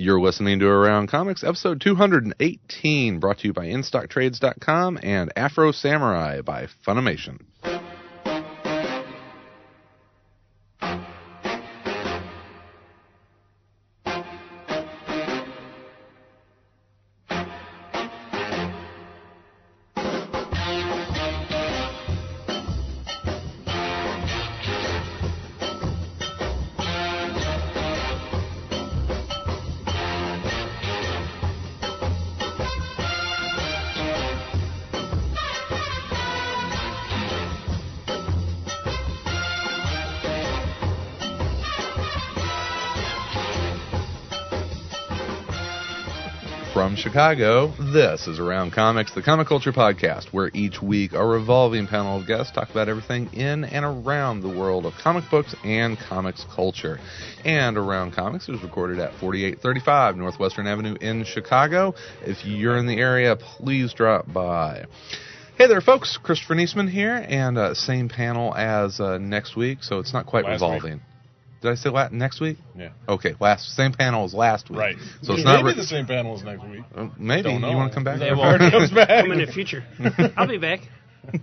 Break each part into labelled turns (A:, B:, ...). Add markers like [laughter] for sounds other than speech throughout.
A: You're listening to Around Comics, episode 218, brought to you by InStockTrades.com and Afro Samurai by Funimation. From Chicago, this is Around Comics, the comic culture podcast, where each week a revolving panel of guests talk about everything in and around the world of comic books and comics culture. And Around Comics is recorded at 4835 Northwestern Avenue in Chicago. If you're in the area, please drop by. Hey there, folks. Christopher Niesman here, and uh, same panel as uh, next week, so it's not quite
B: Last week.
A: revolving. Did I say la- next week?
B: Yeah.
A: Okay, last same panel as last week.
B: Right.
A: So it's
B: Maybe
A: not re-
B: the same panel as next week.
A: Uh, Maybe
B: Don't know.
A: you want to come back?
B: They
A: there?
B: won't. Already [laughs] comes back.
C: Come in the future. I'll be back.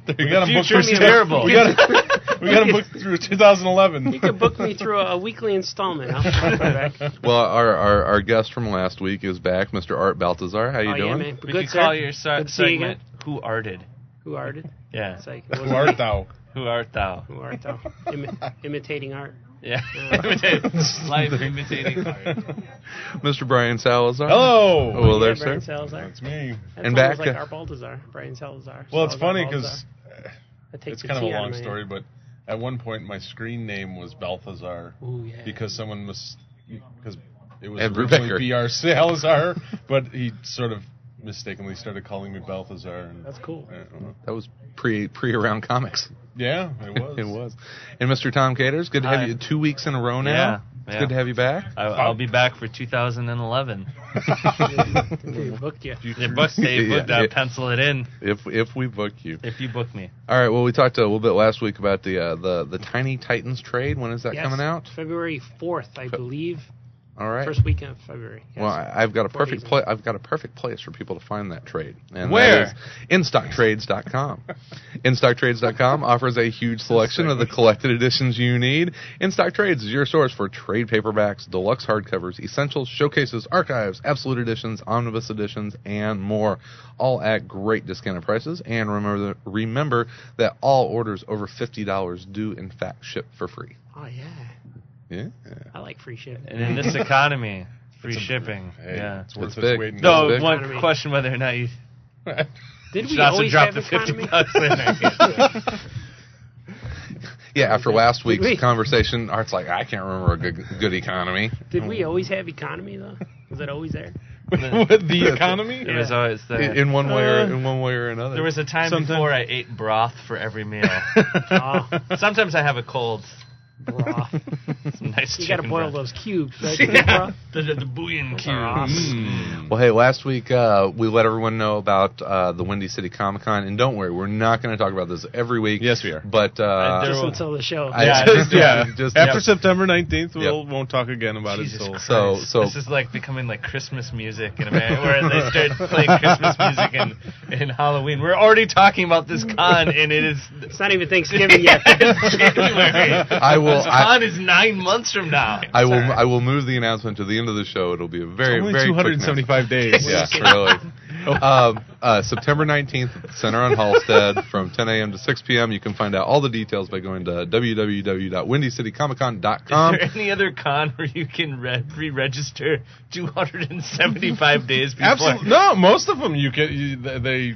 B: We got him booked
C: Future
B: through
C: me available.
B: We got him, Oh, [laughs] we got him booked [laughs] through 2011.
C: You could book me
B: [laughs]
C: through a, a weekly installment. I'll I'll be back.
A: [laughs] Well, our, our our guest from last week is back, Mr. Art Baltazar. How you
C: oh,
A: doing?
C: Yeah, man.
D: We
C: Good,
D: could call
C: sir.
D: your se-
C: Good seeing
D: segment "Who Arted."
C: you. Who arted?
D: Yeah.
C: It's like,
B: Who art [laughs] thou?
D: Who art thou?
C: Who art thou? Imi- imitating art. [laughs]
D: Yeah.
C: Yeah.
B: [laughs]
D: Life [laughs] imitating art.
A: Mr. Brian Salazar.
B: Hello.
A: Oh, well,
C: yeah,
A: there,
C: Brian
A: sir.
C: Salazar.
B: That's me.
C: That's
A: And back,
C: almost like
A: uh,
C: our Baltazar, Brian Salazar.
B: Well, it's
C: Salazar
B: funny
C: Baltazar.
B: because
C: That takes
B: it's
C: the
B: kind of a
C: T out
B: long
C: my
B: story,
C: name.
B: but at one point my screen name was Balthazar
C: Ooh, yeah.
B: because someone mis because it was
A: Ed Brubaker.
B: originally B.R. Salazar, but he sort of mistakenly started calling me Balthazar. And, [laughs]
C: That's cool. [laughs]
B: I don't know.
A: That was pre pre around comics.
B: yeah, it was.
A: [laughs] it was. And Mr. Tom Caters, good to
D: Hi.
A: have you two weeks in a row now.
D: Yeah,
A: It's
D: yeah.
A: good to have you
D: [laughs]
A: back. [laughs]
D: I, I'll be back for 2011.
C: They booked you.
D: They booked,
A: [laughs]
D: they
A: Yeah,
D: booked, uh,
A: yeah.
D: pencil it in
A: If if we book you.
D: if you book me.
A: All right. Well, we talked a little bit last week about the uh, the the Tiny Titans trade. When is that
C: Yes.
A: coming out?
C: February 4th, I believe.
A: All right.
C: First weekend of February. Yes.
A: Well, I- I've got a
C: Four
A: perfect
C: days.
A: pla- I've got a perfect place for people to find that trade. And
D: Where?
A: That is InStockTrades.com. InStockTrades.com offers a huge selection of the collected editions you need. InStockTrades is your source for trade paperbacks, deluxe hardcovers, essentials, showcases, archives, absolute editions, omnibus editions, and more, all at great discounted prices. And remember that, remember that all orders over fifty dollars do in fact ship for free.
C: oh, yeah.
A: Yeah.
C: I like free shit.
D: And
A: [laughs]
D: in this economy, free
B: It's a-
D: shipping.
B: Hey,
D: yeah.
B: It's worth
A: It's
B: its
A: big.
B: weight
A: [laughs]
B: in
D: No,
A: big.
D: one
C: Economy.
D: question whether or not you
B: gold.
C: Did we
D: should also
C: always
D: drop
C: have
D: the 50
C: economy?
D: bucks
C: [laughs]
D: in there.
A: Yeah, after last week's
C: Wait.
A: conversation, Art's like, I can't remember a good good economy.
C: Did we always have economy, though? Was it always there?
B: [laughs] What, the economy?
C: [laughs]
D: It was always the.
A: in, in one way or
B: Uh,
A: in one way or another.
D: there was a time
B: Sometimes-
D: before I ate broth for every meal.
A: [laughs]
C: Oh,
A: Hmm.
D: Sometimes I have a cold.
C: [laughs] broth.
D: Some nice
C: You got to
D: chicken
C: boil
D: broth.
C: those cubes,
D: [laughs]
C: right? [laughs]
D: yeah. the, the, the bouillon cubes.
B: Mm,
A: well, hey, last week uh, we let everyone know about uh, the Windy City Comic Con, and don't worry, we're not going to talk about this every week.
B: Yes, we are.
A: But uh,
D: there
C: Just
D: were-
C: until the show.
A: [laughs] I
D: Yeah,
A: just,
B: yeah.
A: [laughs] just
B: [laughs] After
D: Yep.
B: September 19th, we
A: Yep.
B: will won't talk again about it
D: Jesus
B: until.
D: Christ.
A: So- so-
D: this is like becoming like Christmas music in America, where they start playing Christmas music in, in Halloween. We're already talking about this con, and it is
C: It's not even Thanksgiving yet.
D: [laughs]
C: [laughs]
D: it's January.
A: I will.
D: This
A: I,
D: con is nine months from now.
A: I will. I will move the announcement to the end of the show. It'll be a very
B: only
A: very quick announcement.
B: 275
A: [laughs]
B: days.
A: yeah, really.
B: [laughs] Oh.
A: Um, uh, September 19th, at the Center on Halstead from [laughs] 10 a.m. to 6 p.m. You can find out all the details by going to www.windycitycomiccon.com.
B: [laughs]
D: Is there any other con where you can re- re-register 275 days before?
B: Absolutely. No, most of them you can. You, th- they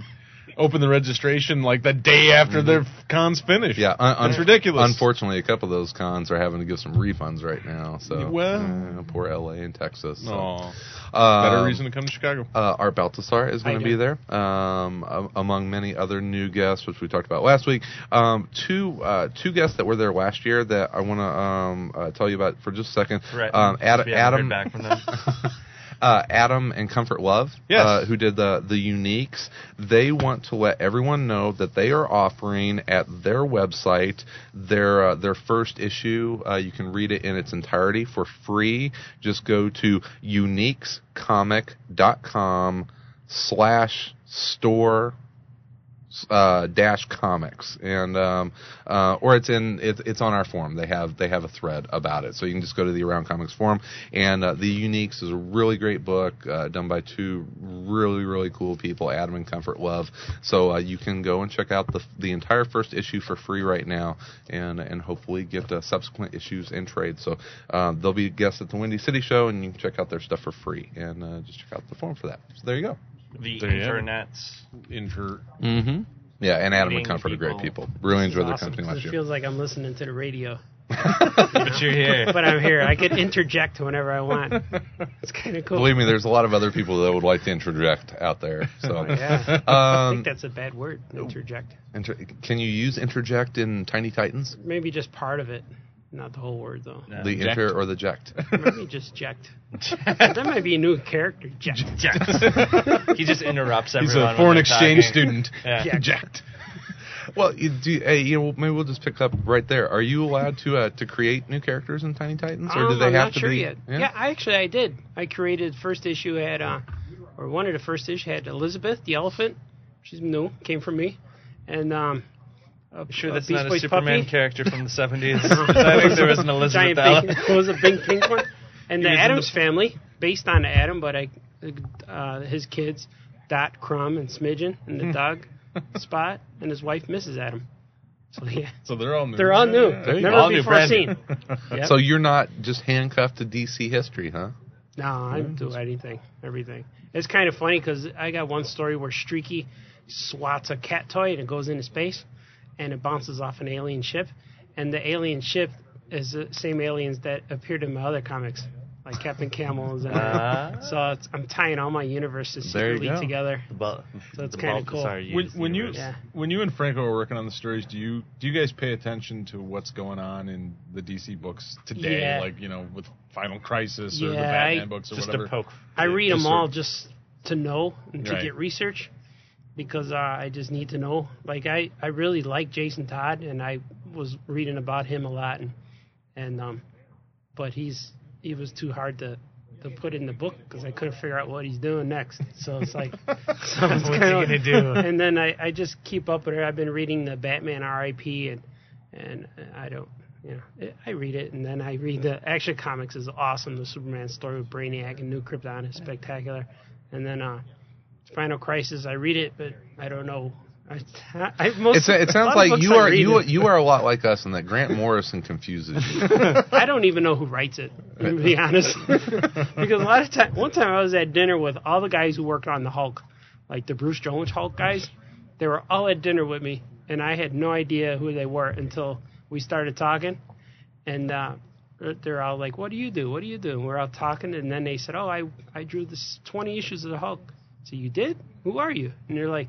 B: open the registration like the day after their con's finished.
A: Mm-hmm. Yeah, un- un-
B: It's ridiculous.
A: Unfortunately, a couple of those cons are having to give some refunds right now. So
B: Well-
A: eh, poor LA and Texas. So.
B: Aw.
A: Um,
B: better reason to come to Chicago.
A: Uh, Art Baltasar is going
C: Hi,
A: to be there, um, a- among many other new guests, which we talked about last week. Um, two uh, two guests that were there last year that I want to um, uh, tell you about for just a second.
D: Right.
A: Um, Ad-
D: We haven't
A: Adam
D: heard back from them.
A: uh, Adam and Comfort Love,
B: Yes.
A: uh, who did the the uniques, they want to let everyone know that they are offering at their website their uh, their first issue. Uh, you can read it in its entirety for free. Just go to uniquescomic.com slash store uh, dash comics and um, uh, or it's in it's it's on our forum they have they have a thread about it so you can just go to the around comics forum and uh, the uniques is a really great book uh, done by two really really cool people adam and comfort love so uh, you can go and check out the the entire first issue for free right now and and hopefully get uh, subsequent issues and trades so uh, they'll be guests at the windy city show and you can check out their stuff for free and uh, just check out the forum for that so there you go
D: The
B: There you go.
D: internets.
B: Inter.
A: Mm-hmm. Yeah, and Adam and
D: Meeting
A: Comfort are great
D: people.
A: people. Really
C: This is
A: enjoyed their
C: awesome.
A: company
C: This
A: last year.
C: feels like I'm listening to the radio,
D: But you're
C: [laughs]
D: here.
C: but I'm here. I could interject whenever I want. It's kind of cool.
A: Believe me, there's a lot of other people that would like to interject out there. So,
C: [laughs] Oh, yeah. I
A: um,
C: think that's a bad word. Interject.
A: inter- can you use interject in Tiny Titans?
C: Maybe just part of it, not the whole word though.
D: No.
A: The
D: Jack-
A: inter or the
C: [laughs]
A: ject? [laughs]
C: Maybe just ject. that might be a new character. Ject.
B: [laughs]
D: Jack. he just interrupts
B: He's
D: everyone.
B: a
D: when
B: foreign
D: they're
B: exchange
D: talking.
B: student.
D: Yeah.
C: Jack.
B: Jacked.
A: well, you do, hey, you know, maybe we'll just pick up right there. Are you allowed to uh, to create new characters in Tiny Titans, or do
C: Um,
A: they
C: I'm
A: have
C: not
A: to
C: sure
A: be?
C: yet. Yeah? I actually I did. I created first issue had uh, or one of the first issue had Elizabeth the elephant. She's new, came from me, and um, a,
D: Sure,
C: a
D: that's
C: Beast
D: not a
C: Boys
D: Superman
C: puppy.
D: character from the
C: [laughs]
D: 70s. I think there was an Elizabeth
C: Giant
D: Allen.
C: [laughs] big, it was a big pink
D: [laughs]
C: one, and the
D: was in
C: Adams family based on Adam, but I uh, his kids Dot Crumb and Smidgen and
D: Hmm. [laughs]
C: the dog Spot and his wife Mrs. Adam.
D: [laughs]
C: So yeah,
B: So they're all new.
C: they're all new,
B: Yeah.
A: There you
C: never
A: go.
D: All new,
C: before
D: brand new. [laughs]
C: seen. Yep.
A: So you're not just handcuffed to DC history, huh?
C: No, I do anything, everything. It's kind of funny because I got one story where Streaky swats a cat toy and it goes into space, and it bounces off an alien ship, and the alien ship is the same aliens that appeared in my other comics, like Captain Camels and.
D: Ah.
C: so it's, I'm tying all my universes
A: Uh-huh. There you
C: secretly
A: go.
C: together.
D: Well,
C: So it's
D: the
C: kinda cool.
D: Balthazar used
B: When, when you
D: universe.
C: Yeah.
B: when you and Franco are working on the stories, do you do you guys pay attention to what's going on in the DC books today?
C: Yeah.
B: Like you know, with Final Crisis or the
C: Yeah,
B: Batman
C: I-
B: books or
D: just
B: whatever.
D: a poke.
C: I read
B: just
C: them
B: sort
C: all
B: of-
C: just to know and to
B: Right.
C: get research because uh, I just need to know. Like I, I really like Jason Todd and I was reading about him a lot and and um, but he's he was too hard to to put in the book because I couldn't figure out what he's doing next. So
A: [laughs]
C: it's like, so it's
D: What's he
C: [laughs] kinda-
D: gonna do?
C: And then I, I just keep up with her. I've been reading the Batman R.I.P. and and I don't. Yeah, I read it, and then I read the Action Comics is awesome. The Superman story with Brainiac and New Krypton is spectacular, and then uh, Final Crisis. I read it, but I don't know. I, [laughs] I most,
A: It's, it
C: a lot
A: sounds
C: of
A: like
C: books
A: you
C: I
A: are
C: read
A: you
C: is-
A: you are a lot like us in that Grant Morrison confuses you.
C: I don't even know who writes it, to be honest. [laughs] because a lot of time, one time I was at dinner with all the guys who worked on the Hulk, like the Bruce Jones Hulk guys. They were all at dinner with me, and I had no idea who they were until we started talking. And uh, they're all like, "What do you do? What do you do?" And we're all talking, and then they said, "Oh, I I drew this 20 issues of the Hulk." So you did? Who are you? And you're like.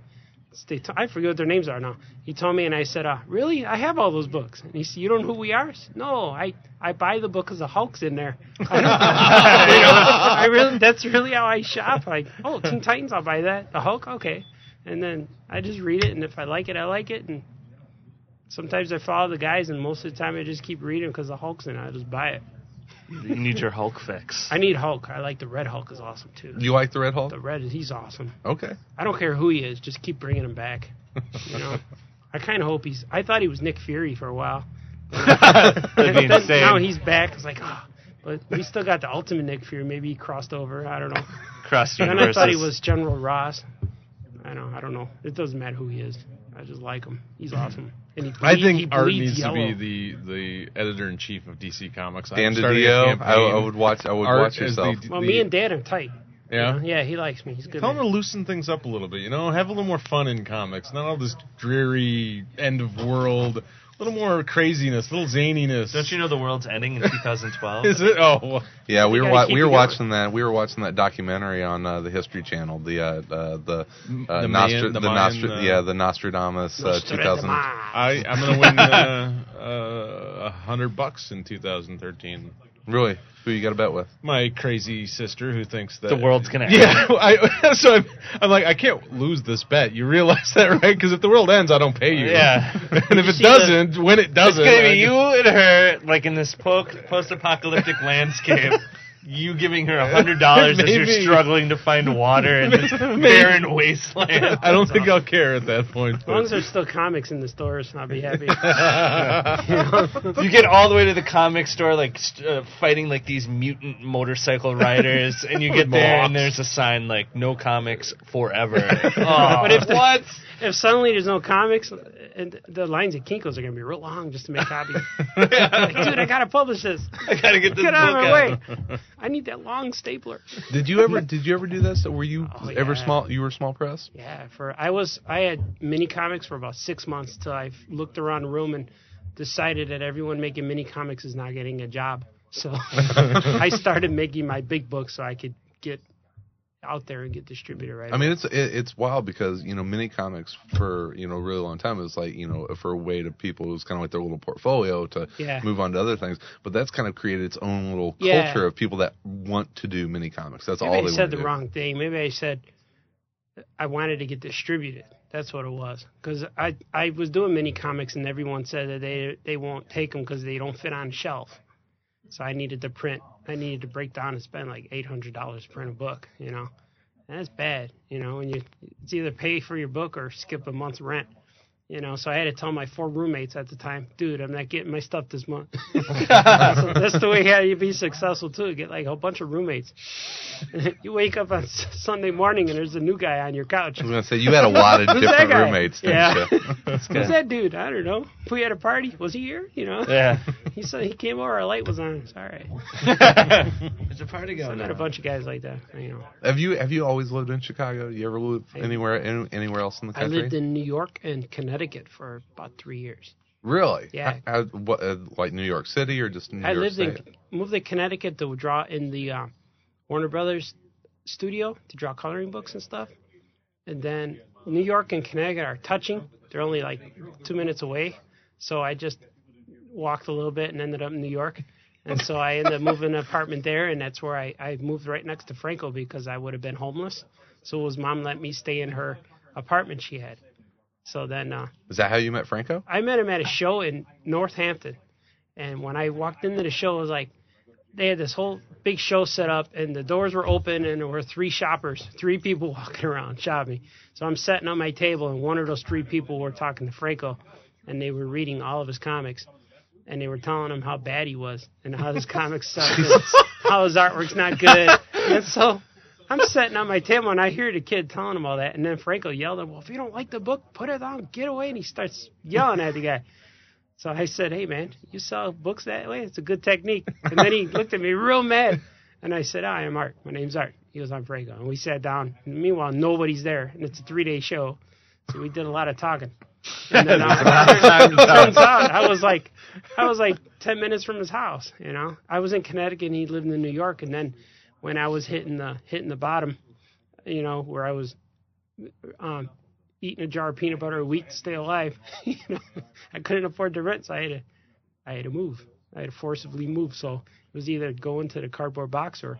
C: They t- I forget what their names are now. He told me, and I said, uh, "Really? I have all those books." And he said, "You don't know who we are?" I said, no, I I buy the book because the Hulk's in there. [laughs] I, don't, you know, I really that's really how I shop. Like, oh, Teen Titans, I'll buy that. The Hulk, okay. And then I just read it, and if I like it, I like it. And sometimes I follow the guys, and most of the time I just keep reading because the Hulk's in it. I just buy it.
D: You need your Hulk fix.
B: [laughs]
C: I [laughs] need Hulk. I like the Red Hulk is awesome too.
A: You like the Red Hulk?
C: The Red, he's awesome.
A: Okay.
C: I don't care who he is, just keep bringing him back.
B: [laughs]
C: You know, I kind of hope he's. I thought he was Nick Fury for a while.
D: That'd be
C: But then
D: insane.
C: Now he's back. It's like, ah, but we still got the ultimate Nick Fury. Maybe he crossed over.
B: [laughs]
C: I don't know.
D: Cross
C: then I thought he
D: universes.
C: was General Ross. I don't. I don't know. It doesn't matter who he is. I just like him. He's awesome. And he
B: Mm-hmm. I
C: ble- he
B: think Art
C: bleeds
B: needs
C: yellow.
B: to be the the editor in chief of DC Comics. I'm
A: Dan
B: starting a
A: DiDio, I,
B: campaign.
A: I would watch. I would
B: Art
A: watch
B: as
A: yourself.
B: the-
C: Well, me and Dan are tight. you
B: Yeah?
C: know? Yeah. He likes me. He's a good.
B: Tell him to
C: man.
B: loosen things up a little bit, you know, have a little more fun in comics, not all this dreary end of world, a little more craziness, a little zaniness.
D: Don't you know the world's ending in 2012?
B: [laughs] Is it? Oh,
A: yeah, we
C: You
A: were
C: gotta
A: wa-
C: keep
A: we
C: it
A: were
C: going.
A: watching that. We were watching that documentary on uh, the History Channel. The uh, uh, the uh,
B: the
A: Nostra-
B: man-
A: the,
B: the man,
A: Nostra-
B: uh,
A: yeah the Nostradamus uh, two thousand.
C: Ah. Nostradamus.
B: I I'm gonna win uh, uh, a hundred bucks in 2013.
A: Really? Who you got to bet with?
B: My crazy sister who thinks that
D: The world's gonna end.
B: Yeah, [laughs] I, so I'm, I'm like, I can't lose this bet. You realize [laughs] that, right? Because if the world ends, I don't pay you.
D: Yeah.
B: [laughs] and if
D: You
B: it
D: see
B: doesn't, when it
D: It's
B: doesn't,
D: gonna
B: I
D: be
B: get-
D: you and her, like in this po- post-apocalyptic landscape. You giving her a hundred dollars as you're
B: Maybe.
D: struggling to find water in [laughs] this
B: Maybe.
D: barren wasteland.
B: I don't think I'll care at that point.
C: As long as
B: but-
C: there's still comics in the stores, I'll
B: [laughs]
C: be happy.
D: [laughs] You get all the way to the comic store, like st- uh, fighting like these mutant motorcycle riders, and [laughs] you get there and
B: Moths.
D: there's a sign like "No comics forever." [laughs]
C: But if the-
D: what?
C: if suddenly there's no comics, and the lines at Kinko's are gonna be real long just to
D: [laughs]
C: make copies. like, dude, I gotta publish this.
D: I gotta get this
C: Get out of
D: book
C: my
D: out.
C: way. I need that long stapler.
A: Did you ever? Did you ever do this? Were you
C: Oh,
A: ever
C: yeah.
A: small? You were small press.
C: Yeah, for I was I had mini comics for about six months till I looked around the room and decided that everyone making mini comics is not getting a job. So [laughs] I started making my big book so I could get out there and get distributed right.
A: I mean, it's it, it's wild because you know mini comics for you know a really long time it was like you know for a way to people it was kind of like their little portfolio to
C: Yeah.
A: move on to other things. But that's kind of created its own little
C: Yeah.
A: culture of people that want to do mini comics. That's all
C: Maybe
A: they
C: I said
A: want
C: the
A: to do.
C: wrong thing. Maybe I said I wanted to get distributed. That's what it was. Because I I was doing mini comics and everyone said that they they won't take them because they don't fit on shelf. So I needed to print. I needed to break down and spend like eight hundred dollars to print a book. You know, and that's bad. You know, and you it's either pay for your book or skip a month's rent. You know, so I had to tell my four roommates at the time, dude, I'm not getting my stuff this month. [laughs] So that's the way how you be successful too. Get like a whole bunch of roommates. [laughs] you wake up on S- Sunday morning and there's a new guy on your couch.
A: I was gonna say you had a
C: [laughs]
A: lot of
C: Who's that
A: different
C: guy?
A: roommates. didn't
C: Yeah. [laughs]
A: you?
C: Who's that dude? I don't know. We had a party. Was he here? You know.
D: Yeah.
C: He said he came over. Our light was on. It's all right.
D: [laughs] There's a party
C: I
D: going
C: met a bunch of guys like that. You know.
A: Have you have you always lived in Chicago? You ever lived
C: I-
A: anywhere any, anywhere else in the
C: I
A: country?
C: lived in New York and Connecticut for about three years.
A: really?
C: Yeah.
A: How- how- what, uh, like New York City or just New
C: I
A: York
C: lived
A: State?
C: in moved to Connecticut to draw in the uh, Warner Brothers studio to draw coloring books and stuff. And then New York and Connecticut are touching. They're only like two minutes away. So I just walked a little bit and ended up in New York. And so I ended up moving an apartment there, and that's where I, I moved right next to Franco because I would have been homeless. So his mom let me stay in her apartment she had. So then uh,
A: Is that how you met Franco?
C: I met him at a show in Northampton, and when I walked into the show, it was like they had this whole big show set up, and the doors were open, and there were three shoppers, three people [laughs] walking around shopping. So I'm setting up my table, and one of those three people were talking to Franco, and they were reading all of his comics, and they were telling him how bad he was, and how his [laughs] comics suck, and how his artwork's not good, and so. I'm setting up my table and I hear the kid telling him all that, and then Franco yelled at him, "Well, if you don't like the book, put it on, get away!" And he starts yelling at the guy. So I said, "Hey, man, you sell books that way? It's a good technique." And then he looked at me real mad, and I said, "I am Art. My name's Art." He goes, "I'm Franco," and we sat down. meanwhile, nobody's there, and it's a three-day show, so we did a lot of talking. And [laughs] then, uh, turns out I was like, I was like ten minutes from his house. You know, I was in Connecticut, and he lived in New York, and then when I was hitting the hitting the bottom, you know, where I was um, eating a jar of peanut butter a week to stay alive, [laughs] you know, I couldn't afford the rent, so I had to I had to move. I had to forcibly move. So it was either go into the cardboard box or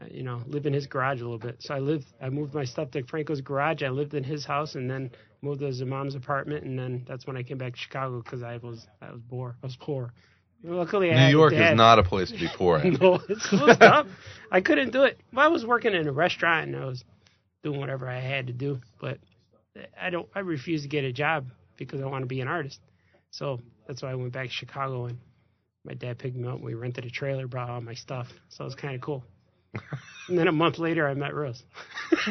C: uh, you know, live in his garage a little bit. So I lived, I moved my stuff to Franco's garage. I lived in his house, and then moved to his mom's apartment, and then that's when I came back to Chicago because I was, I was poor. I was poor. Luckily, I
A: New
C: had a
A: York
C: dad.
A: is not a place to be poor at.
C: [laughs] No, it's it was tough. I couldn't do it. Well, I was working in a restaurant and I was doing whatever I had to do, but I don't. I refused to get a job because I want to be an artist. So that's why I went back to Chicago and my dad picked me up. and We rented a trailer, brought all my stuff. So it was kind
A: [laughs]
C: of cool. And then a month later, I met Rose.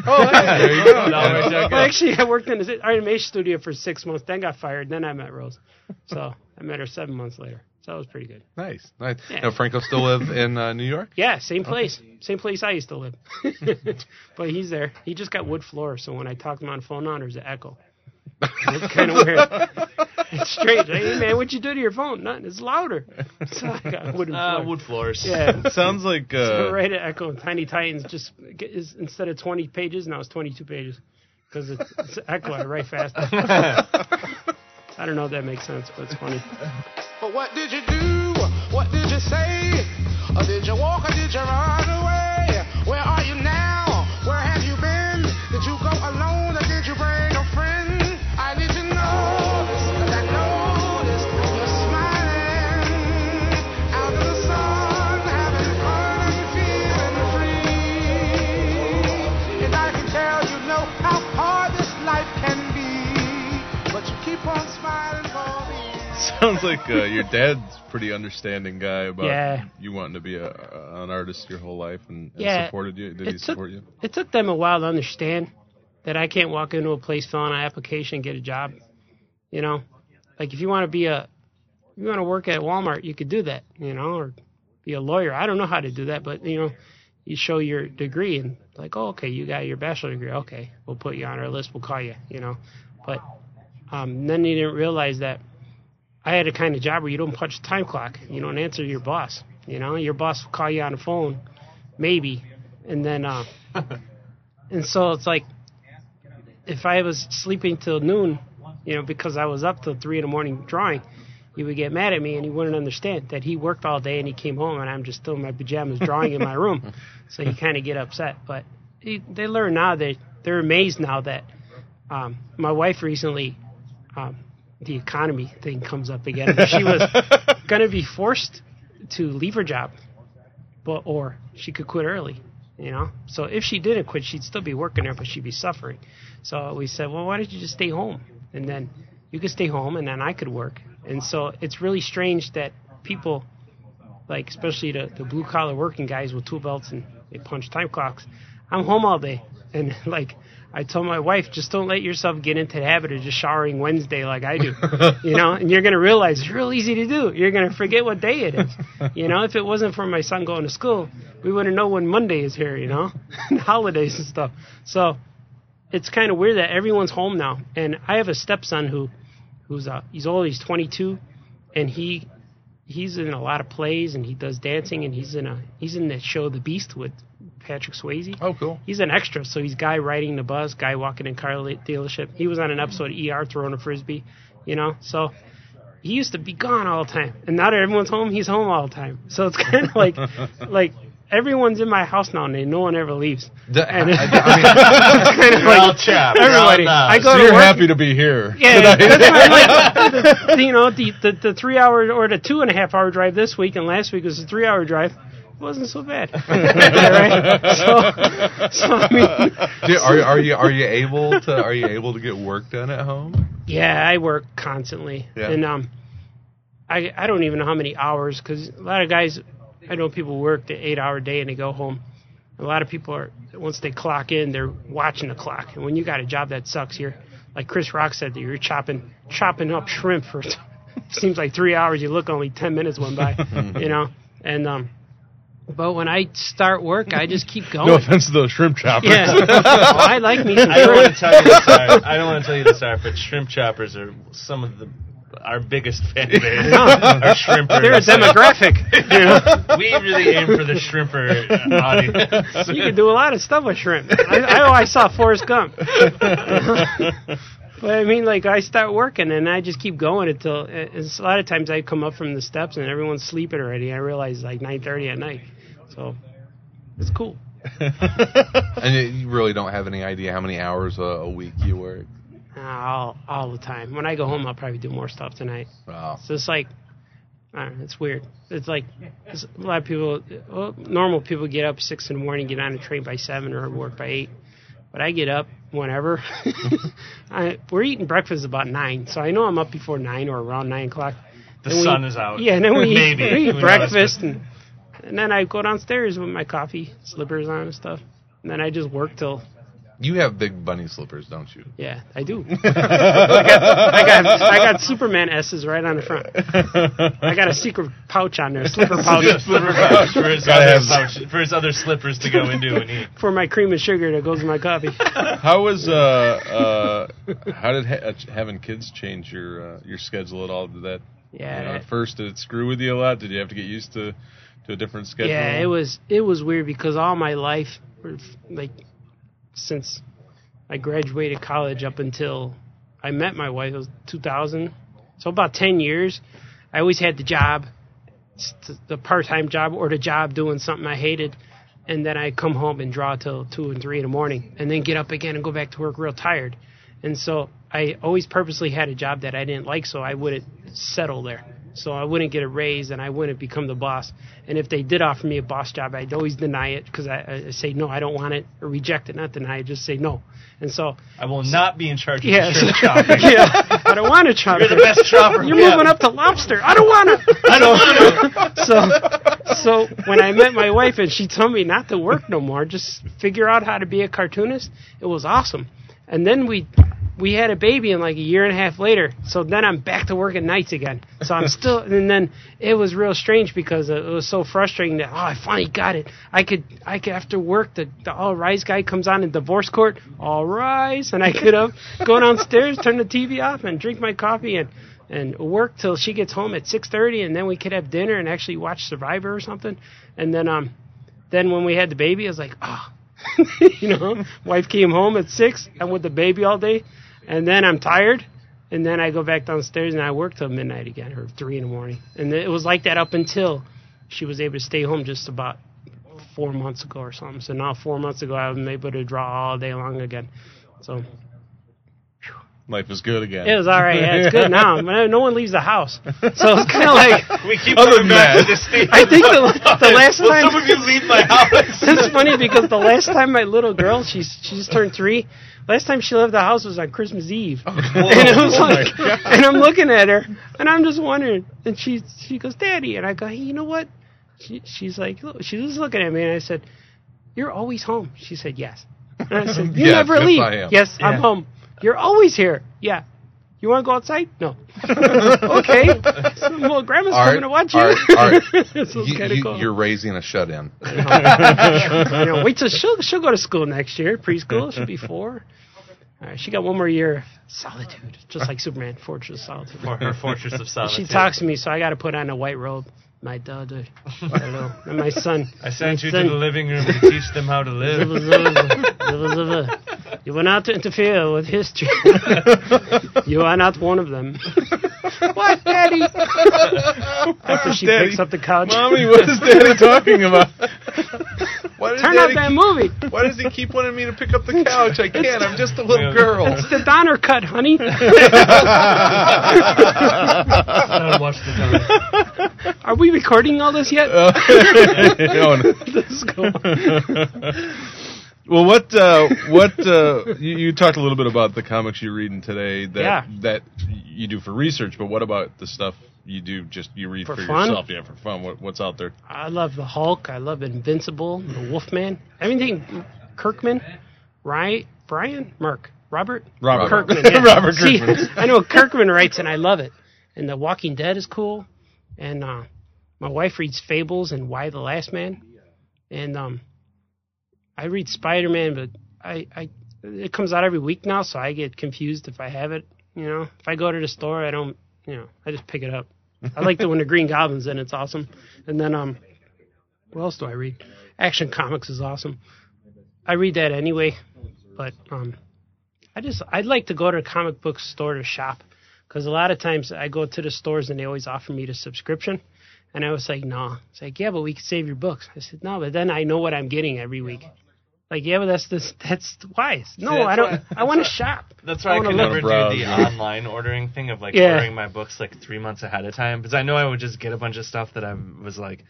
A: Oh, hey, [laughs] there you go.
D: No,
C: Well, actually, I worked in the animation studio for six months, then got fired, then I met Rose. So I met her seven months later. So that was pretty good.
A: Nice, nice.
C: Yeah.
A: Now Franco still live in uh, New York.
C: Yeah, same place. Same place I used to live. [laughs] but he's there. He just got wood floor, so when I talk to him on the phone now, there's an echo. It's kind of weird. It's strange. Hey, man, what'd you do to your phone? Nothing. It's louder. [laughs] So I got wooden floor.
D: Uh, wood floors. [laughs]
C: Yeah.
B: Sounds like
C: So
B: uh,
C: right at Echo and Tiny Titans just get- is, instead of 20 pages, now it's 22 pages. Because it's, it's Echo, I write fast. I don't know if that makes sense, but it's funny.
E: But what did you do? What did you say? Or did you walk or did you run away? Where are you now? Where have you been? Did you go alone or did you bring a friend? I need to know. 'cause I noticed you're smiling out in the sun, having fun and feeling free. And I can tell you know how hard this life can be, but you keep on smiling for me.
B: [laughs] Sounds like uh, your dad's pretty understanding guy about
C: Yeah.
B: you wanting to be a, a- an artist your whole life and, and
C: Yeah.
B: supported you. Did
C: It
B: he
C: took-
B: support you?
C: It took them a while to understand that I can't walk into a place, fill out an application, and get a job. You know, like if you want to be a, if you want to work at Walmart, you could do that. You know, or be a lawyer. I don't know how to do that, but you know, you show your degree and like, oh, okay, you got your bachelor degree. Okay, we'll put you on our list. We'll call you. You know, but um, then they didn't realize that I had a kind of job where you don't punch the time clock. You don't answer your boss. You know, your boss will call you on the phone, maybe, and then uh, and so it's like if I was sleeping till noon, you know, because I was up till three in the morning drawing, he would get mad at me and he wouldn't understand that he worked all day and he came home and I'm just still in my pajamas drawing in my room. So you kind of get upset, but he, they learn now that they're amazed now that um, my wife recently um, the economy thing comes up again. She was going to be forced to leave her job, but or she could quit early. You know, so if she didn't quit, she'd still be working there, but she'd be suffering. So we said, well, why don't you just stay home, and then you could stay home, and then I could work. And so it's really strange that people, like especially the, the blue collar working guys with tool belts and they punch time clocks, I'm home all day. And [laughs] like I told my wife, just don't let yourself get into the habit of just showering Wednesday like I do. you know, and you're gonna realize it's real easy to do. You're gonna forget what day it is. You know, if it wasn't for my son going to school, we wouldn't know when Monday is here, you know? [laughs] and holidays and stuff. So it's kind of weird that everyone's home now. And I have a stepson who who's uh he's old, he's 22 and he he's in a lot of plays and he does dancing and he's in a he's in the show The Beast with Patrick Swayze.
A: Oh, cool.
C: He's an extra, so he's guy riding the bus, guy walking in car le- dealership. He was on an episode of ER throwing a frisbee, you know. So he used to be gone all the time, and now that everyone's home, he's home all the time. So it's [laughs] kind
B: [laughs]
C: of like like everyone's in my house now, and they- no one ever leaves.
A: D-
C: [laughs] And
A: I- I mean, [laughs]
C: it's kind of
D: You're all [laughs]
C: like
D: chapped. You're all
C: everybody.
D: nuts.
C: I go
B: So
C: to
B: you're
C: work.
B: happy to be
C: [laughs]
B: here.
C: Yeah, that's why I'm like, you know, the, the, the three hour or the two and a half hour drive this week, and last week was a three hour drive. It wasn't so bad. [laughs] Yeah, right? So, so I mean,
A: do- are, are you are you able to are you able to get work done at home?
C: yeah, I work constantly,
A: Yeah.
C: and um, I I don't even know how many hours because a lot of guys, I know people work the eight hour day and they go home. A lot of people are once they clock in, they're watching the clock, and when you got a job that sucks, you're like Chris Rock said that you're chopping chopping up shrimp for. [laughs] seems like three hours. You look, only ten minutes went by, you know. And um, but when I start work, I just keep going.
B: No offense to those shrimp choppers. [laughs]
C: yeah, I like me some
D: I don't want
C: shrimp.
D: to tell you this. Art. I don't want to tell you this, Art, but shrimp choppers are some of the our biggest fan base. Our shrimpers.
C: They're a demographic. You
B: [laughs]
C: know?
D: we really aim for the shrimper uh, audience.
C: You can do a lot of stuff with shrimp. I, I always saw Forrest Gump. but I mean, like I start working and I just keep going until. uh, It's a lot of times I come up from the steps and everyone's sleeping already. I realize like 9:30 at night, so it's cool.
A: And you- you really don't have any idea how many hours a, a week you work.
C: Uh, All all the time. When I go home, I'll probably do more stuff tonight.
A: Wow.
C: So it's like, I don't know, it's weird. It's like it's a lot of people, well, normal people get up six in the morning, get on a train by seven, or work by eight. But I get up whenever. [laughs] I, we're eating breakfast about nine, so I know I'm up before nine or around nine o'clock.
D: The
C: Then we-
D: sun is out.
C: Yeah,
D: [laughs]
C: and then we eat,
D: Maybe.
C: we
D: Who
C: eat
D: knows?
C: breakfast, and, and then I go downstairs with my coffee, slippers on and stuff. And then I just work till
A: You have big bunny slippers, don't you?
C: yeah, I do. I got I got I
D: [laughs]
C: got Superman S's right on the front. I got a secret pouch on there, slipper
D: [laughs]
C: pouch
D: Just slipper pouch for his,
B: Gotta
D: other
B: have-
D: pouch- for his other slippers to go into and eat.
C: for my cream and sugar that goes in my coffee.
B: How was uh uh how did ha- having kids change your uh, your schedule at all? Did that you know,
C: [laughs] Yeah,
B: at first did it screw with you a lot? Did you have to get used to to a different schedule?
C: yeah, it was it was weird because all my life, or, like since I graduated college up until I met my wife, it was 2000, so about 10 years. I always had the job, s- t- the part-time job or the job doing something I hated, and then I come home and draw till two and three in the morning, and then get up again and go back to work real tired. And so I always purposely had a job that I didn't like, so I wouldn't settle there. So I wouldn't get a raise, and I wouldn't become the boss. And if they did offer me a boss job, I'd always deny it because I, I- I say no, I don't want it, or reject it, not deny it, just say no. And so
D: I will not be in charge of [laughs]
C: Yes.
D: the shrimp chopping.
C: [laughs] yeah, I don't want to chop.
D: You're the best chopper.
C: You're
D: we have.
C: moving up to lobster. I don't want to.
D: [laughs] I don't.
C: So, so when I met my wife and she told me not to work no more, just figure out how to be a cartoonist. It was awesome. And then we we had a baby and like a year and a half later. So then I'm back to work at nights again. So I'm still and then it was real strange because it was so frustrating that oh I finally got it. I could I could after work the, the all rise guy comes on in divorce court, all rise and I could up go downstairs, turn the TV off and drink my coffee and and work till she gets home at 6:30, and then we could have dinner and actually watch Survivor or something. And then um, then when we had the baby, I was like, ah, [laughs] you know, wife came home at six, I'm with the baby all day, and then I'm tired, and then I go back downstairs and I work till midnight again or three in the morning, and it was like that up until she was able to stay home just about four months ago or something. So now four months ago, I was able to draw all day long again. So
B: Life is good again. [laughs]
C: it was all right. Yeah, it's good now. but No one leaves the house, so it's kind of like
D: We keep
B: Other
D: coming
B: than
D: back
B: that.
D: to this theme.
C: I
D: [laughs]
C: think the, the last
D: Will
C: time
D: some
C: [laughs]
D: of you leave my house? [laughs]
C: That's funny because the last time my little girl, she's she's turned three. Last time she left the house was on Christmas Eve, [laughs] and it was
B: Oh my
C: like, and I'm looking at her, and I'm just wondering. And she she goes, "Daddy," and I go, "Hey, you know what?" She, she's like, look- she was looking at me, and I said, "You're always home." She said, "Yes." And I said, "You
A: Yes,
C: never
A: yes,
C: leave."
A: I am.
C: Yes, I'm
D: Yeah.
C: home. You're always here. Yeah. You want to go outside? No. okay. So, [laughs] well, Grandma's
A: Art,
C: coming to watch you.
A: art,
C: [laughs]
A: art.
C: so it's
A: You,
C: kind of
A: you-
C: cool.
A: You're raising a shut in.
C: You know, wait till she'll she'll go to school next year, preschool. She'll be four. All right, she got one more year of solitude, just like Superman, Fortress of Solitude.
D: For her fortress of
C: She
D: solitude.
C: talks to me, so I got to put on a white robe. My daughter, I don't know, and my son.
D: I sent you to
C: Son.
D: the living room to teach them how to
C: [laughs]
D: live.
C: You were not to interfere with history. [laughs] you are not one of them. what, Daddy? After she
B: Daddy.
C: picks up the couch,
B: Mommy, what is Daddy talking
C: [laughs]
B: about? [laughs] Why does
C: turn off
B: Daddy
C: that
B: keep-
C: movie.
B: Why does he keep wanting me to pick
C: [laughs]
B: up the couch? I can't. I'm just a little girl.
C: It's the
A: [laughs]
C: Donner cut, honey.
D: I watch the time.
C: Are we recording all this yet?
B: Uh, Oh, [laughs] No, no.
C: Let's go.
B: [laughs] Well, what uh, what uh, you, you talked a little bit about the comics you're reading today that
C: Yeah.
B: that you do for research, but what about the stuff you do just you read
C: For
B: for,
C: fun?
B: yourself? Yeah, for fun. What, what's out there?
C: I love the Hulk. I love Invincible, the Wolfman, everything. Kirkman, right? Brian, Merck, Robert,
B: Robert. [laughs]
C: Kirkman. yeah.
B: Robert
C: See,
B: Kirkman.
C: [laughs] I know Kirkman writes, and I love it. And The Walking Dead is cool. And uh, my wife reads Fables and Why the Last Man. And um, I read Spider Man, but I, I it comes out every week now, so I get confused if I have it. You know, if I go to the store, I don't. You know, I just pick it up. I like the one the Green Goblin's in; it's awesome. And then um, what else do I read? Action Comics is awesome. I read that anyway, but um, I just I'd like to go to a comic book store to shop because a lot of times I go to the stores and they always offer me the subscription, and I was like, no. It's like, yeah, but we can save your books. I said, no, but then I know what I'm getting every week. Like, yeah, but that's this that's wise. No,
D: that's
C: I don't.
D: why-
C: I want to shop.
D: That's why I,
C: wanna
D: could
C: look.
D: never do
B: Browse,
D: the
B: yeah.
D: online ordering thing of like
C: Yeah.
D: ordering my books like three months ahead of time because I know I would just get a bunch of stuff that I was like,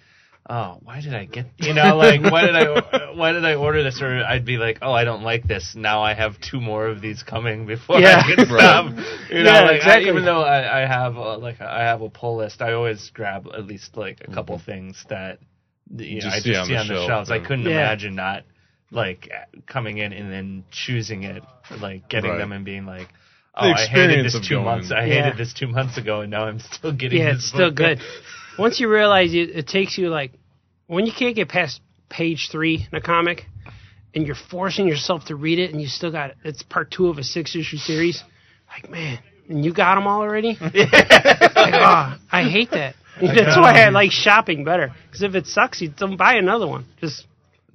D: oh, why did I get you know like why did I why did I order this or I'd be like, oh, I don't like this. Now I have two more of these coming before
C: Yeah.
D: I get
B: Right.
D: them. You know,
C: Yeah,
D: like I-
C: exactly.
D: even though I, I have uh, like I have a pull list, I always grab at least like a couple things that you know,
B: Just
D: I
B: see
D: just
B: on
D: see
B: the
D: on the
B: shelf,
D: shelves. I
B: yeah.
D: couldn't
C: Yeah.
D: imagine not like coming in and then choosing it, like getting
B: Right.
D: them and being like,
B: The
D: "Oh, I hated
B: experience
D: this
B: of
D: two
B: going-
D: months. I
C: Yeah.
D: hated this two months ago, and now I'm still getting
C: Yeah,
D: this."
C: it's still
D: book." [laughs]
C: good. Once you realize it, it takes you like when you can't get past page three in a comic, and you're forcing yourself to read it, and you still got it's part two of a six issue series. Like man, and you got them
D: [laughs]
C: all already. like, oh, I hate that. [laughs] That's why I like shopping better. Because if it sucks, you don't buy another one. Just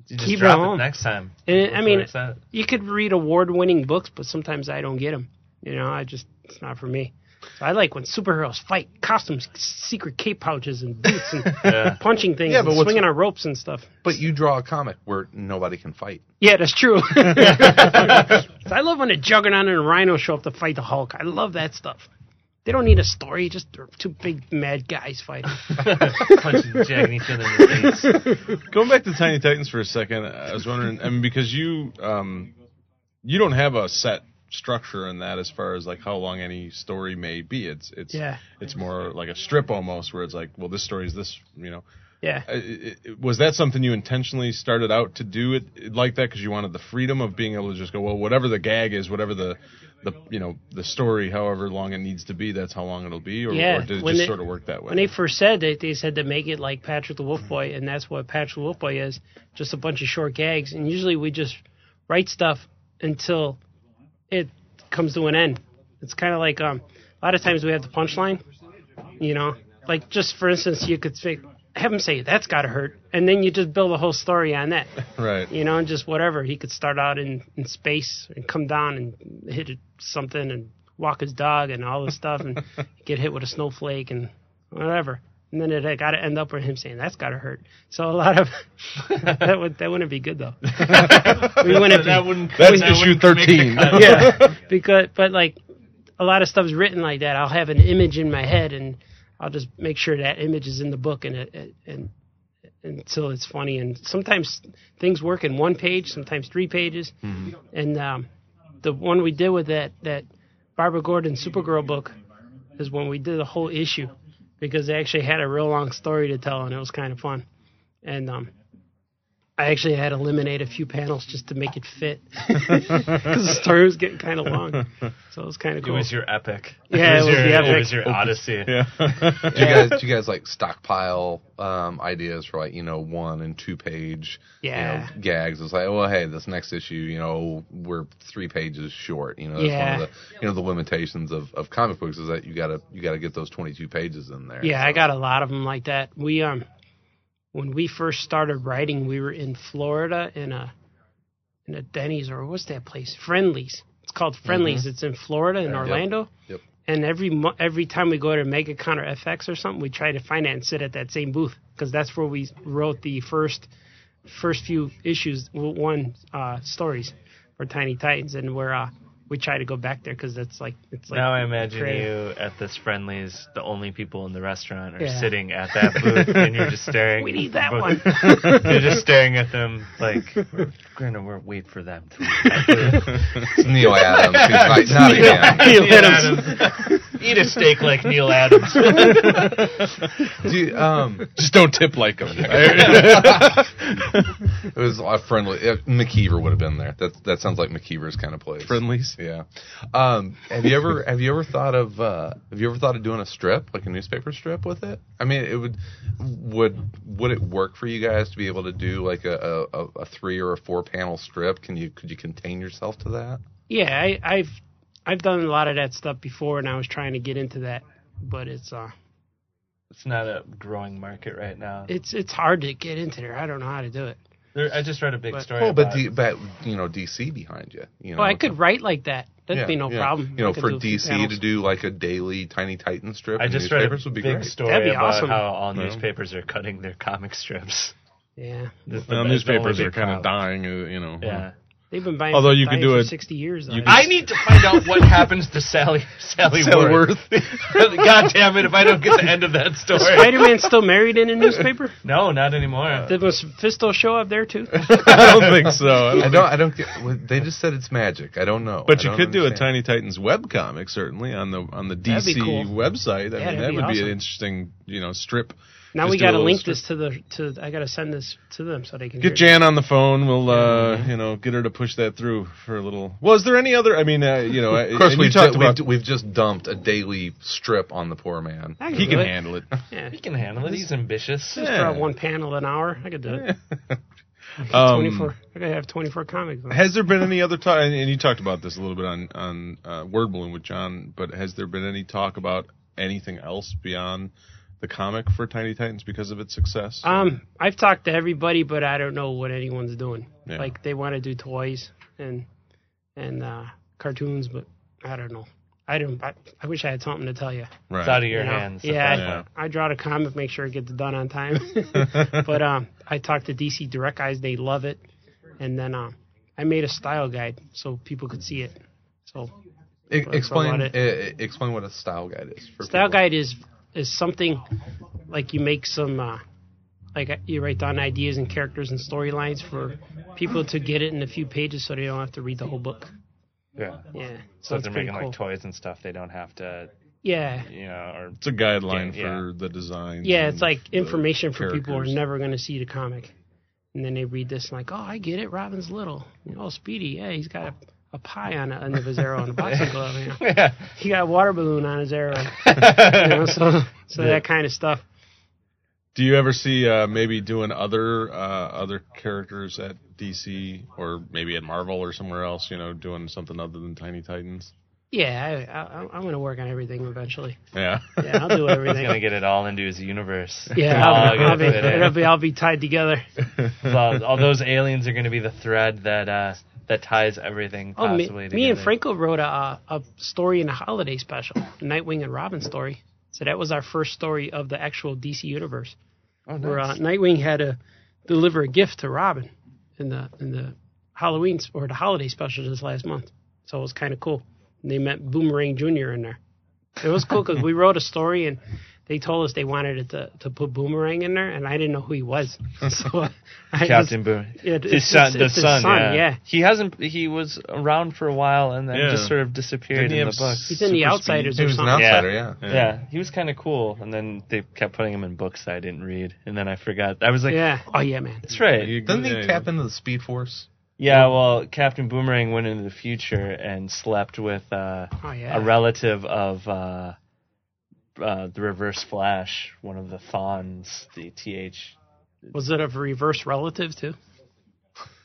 D: You just
C: Keep it
D: drop
C: home.
D: it next time.
C: and I mean,
D: It's not-
C: you could read award winning books, but sometimes I don't get them. You know, I just it's not for me. So I like when superheroes fight, costumes, secret cape pouches, and boots, and
D: Yeah.
C: punching things,
A: Yeah, but
C: and
A: what's-
C: swinging on ropes and stuff.
A: But you draw a comic where nobody can fight.
C: Yeah, that's true. [laughs] So I love when the Juggernaut and Rhino show up to fight the Hulk. I love that stuff. They don't need a story; just they're two big mad guys fighting.
D: punching, jagging each other in the face.
B: Going back to Tiny Titans for a second, I was wondering, I mean, because you um, you don't have a set structure in that as far as like how long any story may be. It's it's
C: Yeah.
B: it's more like a strip almost, where it's like, well, this story is this, you know.
C: yeah,
B: I- I- I- Was that something you intentionally started out to do it like that because you wanted the freedom of being able to just go, well, whatever the gag is, whatever the the you know the story, however long it needs to be, that's how long it'll be, or,
C: Yeah,
B: or did it
C: when
B: just
C: they-
B: sort of work that way?
C: when they first said that, they said to make it like Patrick the Wolf Boy, and that's what Patrick the Wolf Boy is just a bunch of short gags. And usually we just write stuff until it comes to an end. It's kind of like um, a lot of times we have the punchline, you know, like just for instance, you could say, have him say, that's got to hurt, and then you just build a whole story on that.
B: right.
C: you know, and just whatever. He could start out in, in space and come down and hit something and walk his dog and all this stuff and get hit with a snowflake and whatever. And then it got to end up with him saying, that's got to hurt. So a lot of [laughs] that would that wouldn't be good though. [laughs] [laughs] we
D: [laughs]
C: wouldn't
D: That
C: be,
D: wouldn't.
A: That's
D: that
A: issue
D: wouldn't make
A: 13.
D: the cut.
C: yeah, because but like a lot of stuff's written like that. I'll have an image in my head and I'll just make sure that image is in the book and it- it, and until it's funny. And sometimes things work in one page, sometimes three pages. And um, the one we did with that that Barbara Gordon Supergirl book is when we did the whole issue because they actually had a real long story to tell and it was kind of fun. And um, I actually had to eliminate a few panels just to make it fit [laughs] because the story was getting kind of long. So it was kind
D: [laughs]
C: of
D: It
C: cool.
D: was your epic.
C: Yeah, it was
D: your,
C: the epic.
D: It was your odyssey.
B: [laughs] Yeah.
A: Do you guys, do you guys like stockpile um, ideas for like you know one and two page
C: Yeah.
A: you know, gags? It's like, well, hey, this next issue, you know, we're three pages short. You know, that's one
C: Yeah.
A: of the you know the limitations of, of comic books is that you gotta you gotta get those twenty two pages in there.
C: yeah, I
A: So-
C: got a lot of them like that. We um, when we first started writing, we were in Florida in a in a Denny's or what's that place? Friendlies. It's called Friendlies. It's in Florida in Orlando.
A: Mm-hmm. Yep.
C: And every mo- every time we go to MegaCon or FX or something, we try to find that and sit at that same booth because that's where we wrote the first first few issues, w- one uh, stories for Tiny Titans, and where uh, we try to go back there because that's like it's like
D: Now I imagine
C: creative.
D: you at this friendlies, the only people in the restaurant are
C: Yeah.
D: sitting at that booth, and you're just staring.
C: [laughs] We need that
D: But-
A: [laughs]
C: one.
D: You're just staring at them like [laughs] we're gonna we're, wait for them. To
A: It's Neil Adams.
B: [laughs]
A: He's like, not
D: [laughs]
C: Neil
A: again.
C: Neil
D: Adams. Eat a steak like Neil Adams.
A: Do you, um,
B: Just don't tip
A: [laughs]
B: like them.
A: it was a friendly. Uh, McKeever would have been there. That that sounds like McKeever's kind of place.
B: [laughs] Friendlies.
A: Yeah. Um, have you ever have you ever thought of uh, have you ever thought of doing a strip like a newspaper strip with it? I mean, it would would would it work for you guys to be able to do like a, a, a three or a four panel strip? Can you could you contain yourself to that?
C: Yeah, I, I've I've done a lot of that stuff before, and I was trying to get into that, but it's uh,
D: It's not a growing market right now.
C: it's it's hard to get into there. I don't know how to do it.
D: There, I just read a big
C: But-
D: story.
A: Well, Oh, but
D: about
A: D, but you know DC behind you. You know,
B: Oh,
C: Well, I could write like that. That'd
A: Yeah,
C: be no
A: yeah.
C: problem.
A: You know,
C: I could
A: for
C: do a few
A: DC to
C: panels.
A: do like a daily Tiny Titan strip.
D: I
A: in
D: just read a
A: newspapers would
D: big
A: be great.
D: story
C: That'd be
D: about
C: awesome.
D: how all newspapers are cutting their comic strips.
C: Yeah,
D: It's the-
B: Well,
D: it's the only
B: newspapers
D: big
B: are kind of
D: problem.
B: dying, uh, you know.
D: Yeah.
C: they've been buying.
B: Although you
C: buying
B: could do
C: for
B: it-
C: sixty years.
B: you
C: though.
B: [laughs] could-
D: I need to find out what happens to Sally Sally,
B: Sally
D: Worth. [laughs] God damn it! If I don't get the end of [laughs] that story,
C: Spider-Man's still married in a
B: [laughs]
C: newspaper.
D: no, not anymore.
C: Did Mephisto show up there too?
B: [laughs] I don't think so. I don't
A: I
B: think-
A: don't. I don't get. well, They just said it's magic. I don't know.
B: But
A: I
B: you
A: don't
B: could do a
A: understand.
B: Tiny Titans webcomic certainly on the on the
C: That'd be
B: DC
C: cool.
B: website. I
C: Yeah,
B: mean,
C: that'd
B: that would
C: be
B: be an
C: awesome.
B: interesting, you know, strip.
C: Now
B: Just
C: we
B: do a
C: got to
B: little
C: link
B: strip.
C: this to the to. I got to send this to them so they can
B: Get
C: hear it.
B: Jan on the phone. We'll, uh, you know, get her to push that through for a little. Well, is there any other? I mean, uh, you know,
A: Of course,
B: we
A: we've,
B: talked
A: ju-
B: about.
A: we've, we've just dumped a daily strip on the poor man.
C: I
B: he
C: do
B: can
C: it.
B: handle it.
C: Yeah,
D: He can handle it. He's ambitious.
B: Yeah.
C: Throw out one panel an hour. I could do it.
B: Um,
C: Twenty-four. I could have twenty-four comics. on.
B: Has there been any other talk? And and you talked about this a little bit on on uh, Word Balloon with John, but has there been any talk about anything else beyond the comic for Tiny Titans because of its success?
C: Um, I've talked to everybody, but I don't know what anyone's doing.
B: Yeah.
C: Like they want to do toys and and uh, cartoons, but I don't know. I don't. I, I wish I had something to tell you.
B: Right.
D: It's out of your
C: you know?
D: hands. at
C: Yeah,
D: that
B: Yeah.
D: point.
C: I, I draw the comic, make sure it gets done on time. [laughs] but um, I talked to DC Direct guys; they love it. And then um, I made a style guide so people could see it. So
A: E-
C: That's
A: explain
C: about
A: e- e- explain what a style guide is. For
C: style
A: people.
C: guide is is something like you make some uh, like uh, you write down ideas and characters and storylines for people to get it in a few pages so they don't have to read the whole book.
D: Yeah.
C: Yeah,
D: So if
C: it's
D: they're
C: pretty
D: making
C: cool.
D: like toys and stuff, they don't have to,
C: Yeah,
D: you know,
C: [laughs]
D: or [laughs]
B: It's a guideline
D: Yeah, yeah.
B: for the design.
C: yeah, it's like information for people who are
B: characters.
C: never going to see the comic, and then they read this and like, oh, I get it. Robin's little. Oh, Speedy. Yeah, he's got a, a pie on the end of his arrow and a boxing glove.
D: [laughs]
C: You know.
D: yeah.
C: He got a water balloon on his arrow. You
D: [laughs]
C: know, so so that kind of stuff.
B: Do you ever see uh, maybe doing other uh, other characters at DC or maybe at Marvel or somewhere else? You know, doing something other than Tiny Titans.
C: Yeah, I, I, I'm going to work on everything eventually.
B: [laughs] Yeah.
C: Yeah, I'll do
D: He's
C: everything.
D: gonna get Oh, it all into his universe. [laughs]
C: Yeah,
D: All
C: I'll,
D: gonna
C: I'll be,
D: fit in.
C: it'll be, I'll be tied together.
D: So all, all those aliens are gonna be the thread that uh, that ties everything
C: Oh,
D: possibly
C: me,
D: together.
C: me and Franco wrote a, uh, a story in the holiday special, Nightwing and Robin story. So that was our first story of the actual DC universe,
D: Oh,
C: where uh,
D: nice.
C: Nightwing had to deliver a gift to Robin in the in the Halloween s- or the holiday special this last month. So it was kind of cool. And they met Boomerang Jr. in there. It was cool
D: [laughs]
C: because we wrote a story and they told us they wanted it to, to put Boomerang in there, and I didn't know who
D: [laughs]
C: he was. So [laughs] I just-
D: Captain Boom.
C: Yeah, it's-
D: his son,
C: it's-
D: the
C: it's his
D: son,
C: son,
D: yeah.
C: yeah.
D: He hasn't. He was around for a while and then
B: Yeah.
D: just sort of disappeared
B: Didn't he
D: in the
B: have
D: books.
C: He's in the
B: Super
C: Outsiders
A: He
C: or
A: was an
C: something.
A: outsider, yeah.
D: yeah. he was kind of cool, and then they kept putting him in books that I didn't read, and then I forgot. I was like,
C: yeah. Oh yeah, man.
D: that's right.
B: You-
A: Doesn't he
B: yeah,
A: tap into the Speed Force?
D: Yeah, well, Captain Boomerang went into the future and slept with uh,
C: Oh yeah.
D: a relative of uh, uh, the Reverse Flash, one of the Thawns, the TH.
C: Was it a reverse relative too?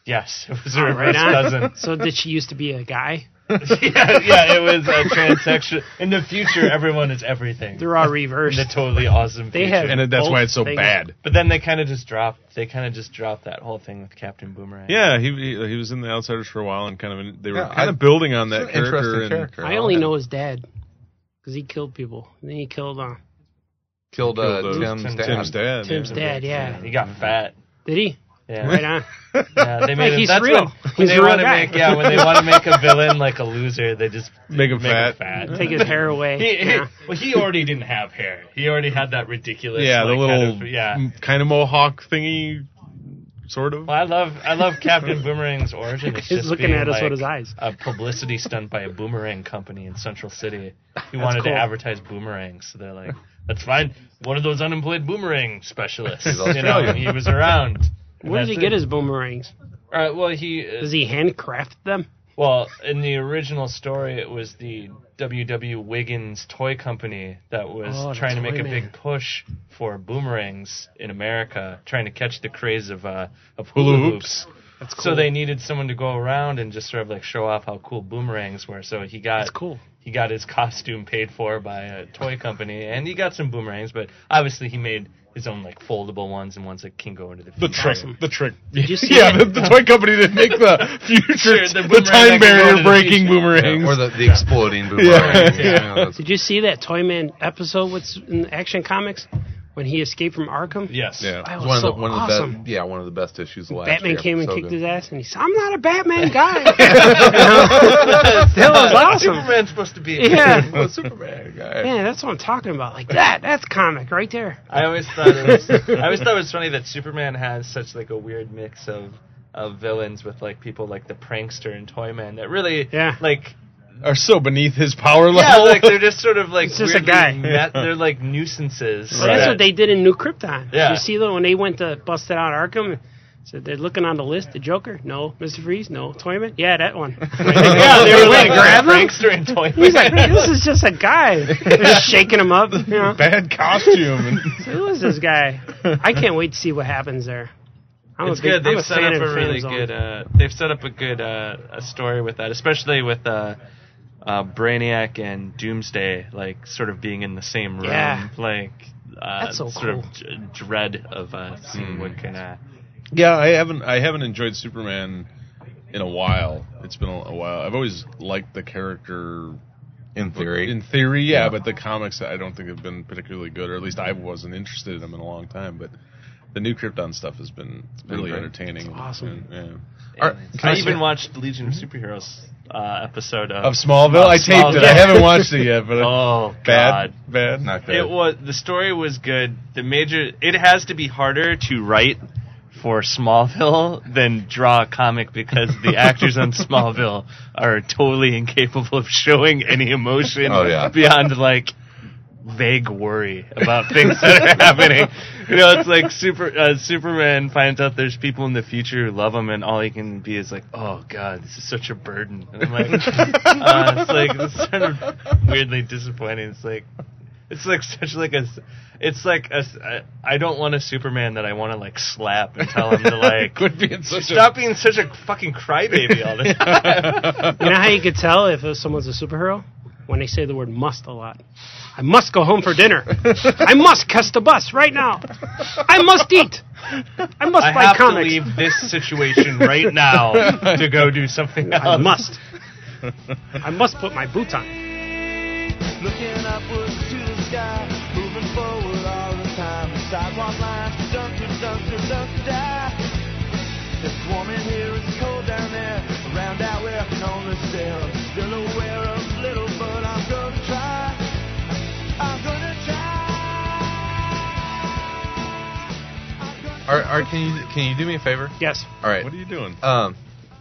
D: Yes, [laughs] it was a
C: Oh, Right
D: reverse
C: on.
D: cousin.
C: [laughs] So did she used to be a guy?
D: yeah, yeah, it was a transsexual. In the future, everyone is everything.
C: They're all
D: In
C: reversed.
D: the totally awesome
C: They
D: future.
C: have-
B: And that's why it's so
C: Both
B: bad.
D: but then they kind of just dropped. They kind of just dropped that whole thing with Captain Boomerang.
B: Yeah, he, he he was in the Outsiders for a while, and kind of they were
A: Yeah,
B: kind
A: I-
B: of building on that
A: It's an
B: character.
A: interesting
B: and-
A: character.
C: I only know his dad because he killed people. And then he killed uh,
A: killed, uh,
B: Killed, uh,
A: Tim's,
D: Tim's
A: dad.
B: Tim's dad.
C: Tim's
B: yeah.
C: dad. Yeah. Mm-hmm.
D: he got fat.
C: Did he?
D: Yeah.
C: Right on.
D: Yeah, they made
C: Like,
D: him,
C: [laughs] he's
D: that's
C: real.
D: When, when
C: He's
D: they
C: a real
D: want to
C: guy.
D: make yeah, when they want to make a villain like a loser, they just
B: Make him
D: make
B: fat.
D: him fat.
C: Take his hair away.
D: He, he,
C: yeah.
D: Well, he already didn't have hair. He already had that ridiculous.
B: Yeah, the
D: like,
B: little
D: Kind of, yeah.
B: m- kind of mohawk thingy, sort of.
D: Well, I love I love Captain Boomerang's origin. It's
C: [laughs] He's
D: just
C: looking
D: being,
C: at us with
D: like,
C: his eyes.
D: A publicity stunt by a boomerang company in Central City. He wanted
C: cool.
D: to advertise boomerangs, so they're like, "Let's find one of those unemployed boomerang specialists."
A: He's
D: you know,
A: Australian.
D: he was around. And
C: Where did he
D: that's
C: get
D: it.
C: his boomerangs?
D: Uh, well, he
C: Does he handcraft them?
D: Well, in the original story, it was the W.W. Wiggins Toy Company that was
C: Oh, the
D: trying to
C: toy
D: make a
C: man.
D: big push for boomerangs in America, trying to catch the craze of uh, of
B: Hula
D: hula
B: hoops.
D: hoops. So they needed someone to go around and just sort of like show off how cool boomerangs were. So he got
C: That's cool.
D: he got his costume paid for by a toy company, and he got some boomerangs. But obviously, he made his own like foldable ones and ones that can go into the
B: The
D: future.
B: trick, the trick. [laughs]
C: you see
B: yeah, the,
C: it?
B: the toy company didn't make
D: [laughs]
B: the future,
D: Sure, the
B: the,
D: boomerang
B: time
D: that can go
B: barrier
D: to the
B: breaking
D: future.
B: boomerangs.
A: Or the, the exploding boomerang.
B: [laughs] Yeah.
A: that's-
C: Did you see that Toyman episode with in Action Comics when he escaped from Arkham?
D: Yes.
B: yeah,
C: That
A: It's
C: was
A: one of the
C: so
A: one of the
C: awesome.
A: best, yeah, one of the best issues of last
C: Batman
A: year.
C: came and
A: So
C: kicked
A: good.
C: his ass, and he said, "I'm not a Batman guy." that
D: [laughs]
C: was awesome.
D: Superman's supposed to be. a
C: Yeah.
A: Well,
B: [laughs]
A: Superman guy.
C: Yeah, that's what I'm talking about. Like that. That's comic right there.
D: I always thought it was, I always thought it was funny that Superman has such like a weird mix of of villains with like people like the prankster and Toyman that really
C: Yeah.
D: like
B: are so beneath his power
D: yeah
B: level.
D: like
B: [laughs]
D: they're just sort of like
C: It's just a
D: weirdly
C: guy.
D: met- they're like nuisances.
C: Well, that's what they did in New Krypton.
D: Yeah.
C: You see though when they went to bust it out Arkham, said they're looking on the list. The Joker, no. Mister Freeze, no. Toyman, yeah, that
D: [laughs]
C: one.
D: [laughs] yeah they were like
C: grab him.
D: prankster and Toyman.
C: [laughs] He's like, this is just a guy. They're just shaking him up. You know?
B: Bad costume.
D: [laughs]
C: Who is this guy? I can't wait to see what happens there. I'm
D: it's
C: a big,
D: good.
C: I'm
D: They've
C: a
D: set
C: fan
D: up
C: of
D: a really
C: Phantom
D: good.
C: Zone.
D: Uh, they've set up a good uh, a story with that, especially with uh, uh, Brainiac and Doomsday, like sort of being in the same room,
C: Yeah.
D: like uh,
C: That's so
D: sort
C: cool.
D: of d- dread of uh, seeing what can. Uh,
B: yeah, I haven't I haven't enjoyed Superman in a while. It's been a, a while. I've always liked the character
A: in theory.
B: In theory, yeah,
A: Yeah.
B: but the comics I don't think have been particularly good, or at least I wasn't interested in them in a long time. But the new Krypton stuff has been
A: been
B: really
A: great.
B: entertaining.
C: It's awesome.
B: And,
A: Are-
D: Aliens.
A: can I
D: I
A: say-
D: even watched Legion of Superheroes uh, episode
B: yeah.
D: of,
B: Of Smallville, I taped it. I
D: Smallville.
B: haven't watched it yet, [laughs] but
D: Oh
B: bad,
D: God.
B: bad.
A: Not good.
B: [laughs]
D: It was the story was good. The major it has to be harder to write for Smallville than draw a comic because the actors on Smallville are totally incapable of showing any emotion
A: Oh, yeah.
D: beyond like vague worry about things that are happening. You know, it's like super uh, Superman finds out there's people in the future who love him, and all he can be is like, "Oh God, this is such a burden." And I'm like, [laughs] uh, it's like it's sort of weirdly disappointing. It's like it's like such like a, s- it's like a, s- I- I don't want a Superman that I want to like slap and tell him to like
B: Quit being such
D: stop being such a fucking crybaby all the time.
C: You know how you could tell if someone's a superhero? When they say the word must a lot. I must go home for dinner. I must cuss the bus right now. I must eat. I must
D: I
C: buy
D: have
C: comics.
D: to leave this situation right now to go do something else.
C: I must. I must put my boots on.
E: Looking upwards to the sky, moving forward all the time. The sidewalk lines, dunk to dunk to dunk to die. It's warm in here, it's cold down there. Around out where I can only stare. I'm still aware of little, but I'm gonna try. I'm gonna try.
A: Art, Art, can you can you do me a favor?
C: Yes.
A: All right.
B: What are you doing?
A: Um,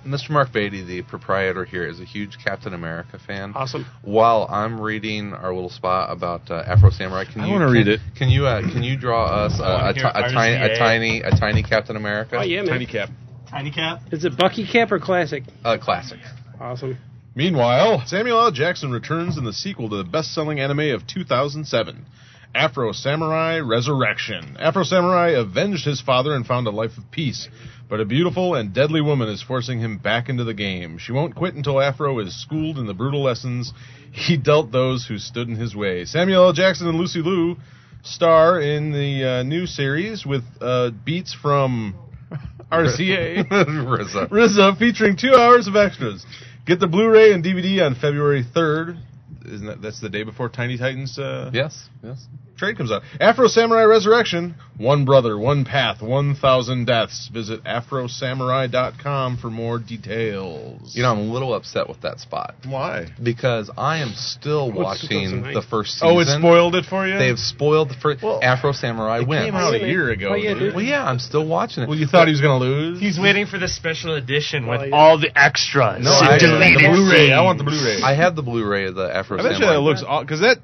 A: Mr. Mark Beatty, the proprietor here, is a huge Captain America fan.
C: Awesome.
A: While I'm reading our little spot about uh, Afro Samurai, can
B: I
A: you
B: wanna
A: can-
B: read it.
A: Can you uh, can you draw us
D: wanna
A: uh, a, ti-
D: hear
A: a, tiny, a
D: RCA.
A: tiny a tiny Captain America?
C: Oh yeah, man.
B: Tiny cap.
D: Tiny cap.
C: Is it Bucky Cap or Classic?
A: Uh,
C: [laughs]
A: classic. [laughs]
C: Awesome.
B: Meanwhile, Samuel L. Jackson returns in the sequel to the best-selling anime of 2007, Afro Samurai Resurrection. Afro Samurai avenged his father and found a life of peace, but a beautiful and deadly woman is forcing him back into the game. She won't quit until Afro is schooled in the brutal lessons he dealt those who stood in his way. Samuel L. Jackson and Lucy Liu star in the uh, new series with uh, beats from RCA.
A: RZA.
B: RZA featuring two hours of extras. Get the Blu-ray and DVD on February 3rd. Isn't that that's the day before Tiny Titans uh,
A: Yes. Yes.
B: trade comes out? Afro Samurai Resurrection. One brother, one path, one thousand deaths. Visit afrosamurai.com for more details.
A: You know, I'm a little upset with that spot
B: why?
A: because I am still
C: What's
A: watching
C: 2008?
A: the first season.
B: Oh, it spoiled it for you.
A: They've spoiled the first
B: Well,
A: Afro Samurai
B: it
A: wins.
B: came out a year ago.
C: Oh, yeah,
B: dude.
C: dude.
A: Well, yeah, I'm still watching it.
B: Well, you thought he was gonna lose.
D: He's waiting for the special edition with
C: Oh, yeah.
D: all the extras.
A: No, I-
D: deleted
B: the Blu-ray. I
D: scenes.
B: want the Blu-ray.
A: I have the Blu-ray of the Afro
B: I bet you
A: Samurai.
B: that looks because that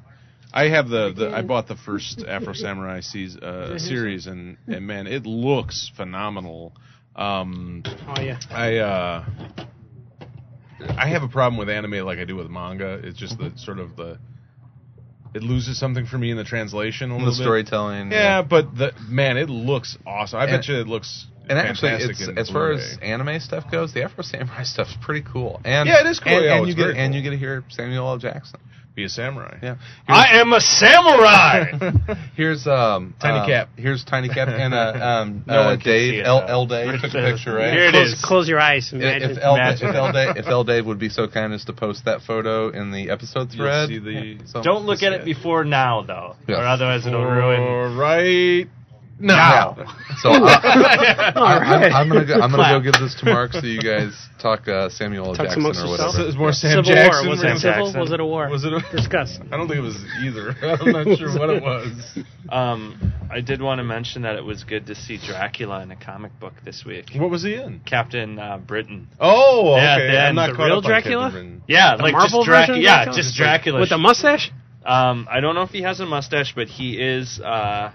B: I have the, the I bought the first Afro Samurai seas, uh, series and and man it looks phenomenal. Um,
C: Oh yeah.
B: I uh, I have a problem with anime like I do with manga. It's just the sort of the it loses something for me in the translation a
A: the
B: little bit.
A: storytelling.
B: Yeah, but the man, it looks awesome. I
A: And-
B: bet you it looks
A: And actually,
B: fantastic
A: it's,
B: in
A: as far as
B: Blu-ray.
A: anime stuff goes, the Afro Samurai [laughs] stuff's pretty cool. And
B: Yeah, it is cool.
A: And,
B: Yeah,
A: and
B: it's
A: you get
B: very
A: and
B: cool.
A: you get to hear Samuel L. Jackson.
B: be a samurai.
A: Yeah,
D: I am
A: [laughs]
B: [laughs]
D: a samurai.
A: here's um
B: Tiny
A: uh,
B: Cap.
A: Here's Tiny Cap and uh,
B: [laughs]
A: um
D: No
A: uh,
D: one can see
A: Dave
D: it,
A: L
D: though.
A: L Day took a picture right.
D: Here it
C: close,
D: is.
C: Close your eyes.
A: If-
C: Imagine.
A: If L
D: Imagine.
A: if L Day if L Day would be so kind as to post that photo in the episode
B: You'll
A: thread,
B: see the-
A: so-
D: Don't look at it before now, though,
A: Yeah.
D: or otherwise it'll
B: [laughs]
D: ruin. [laughs]
B: All right.
A: Yeah. So uh,
B: [laughs]
A: I, I,
C: right.
A: am I'm gonna go, I'm gonna go
D: Clap.
A: give this to Mark so you [laughs] guys talk uh, Samuel L.
C: Talks
A: Jackson
C: amongst
A: or
C: yourselves.
A: whatever.
B: It's more Sam
C: Civil
B: Jackson.
C: War. Was
B: we're gonna
C: it a
D: Sam
C: civil?
D: Jackson.
C: Was it a war?
B: Was it a-
C: Discuss.
B: I don't think it was either. [laughs] I'm not sure what it was.
D: Um, I did want to mention that it was good to see Dracula in a comic book this week.
B: [laughs] What was he in?
D: Captain uh, Britain.
B: Oh,
D: Yeah,
B: okay.
D: then
B: I'm not
D: the
B: caught
C: real
B: up on Captain
C: Dracula? [laughs]
B: Britain.
D: Yeah,
C: The
D: like
C: Marvel
D: just Dracula.
C: version of
D: Yeah,
C: Dracula?
D: just Dracula.
C: With the mustache?
D: um, I don't know if he has a mustache, but he is. Uh,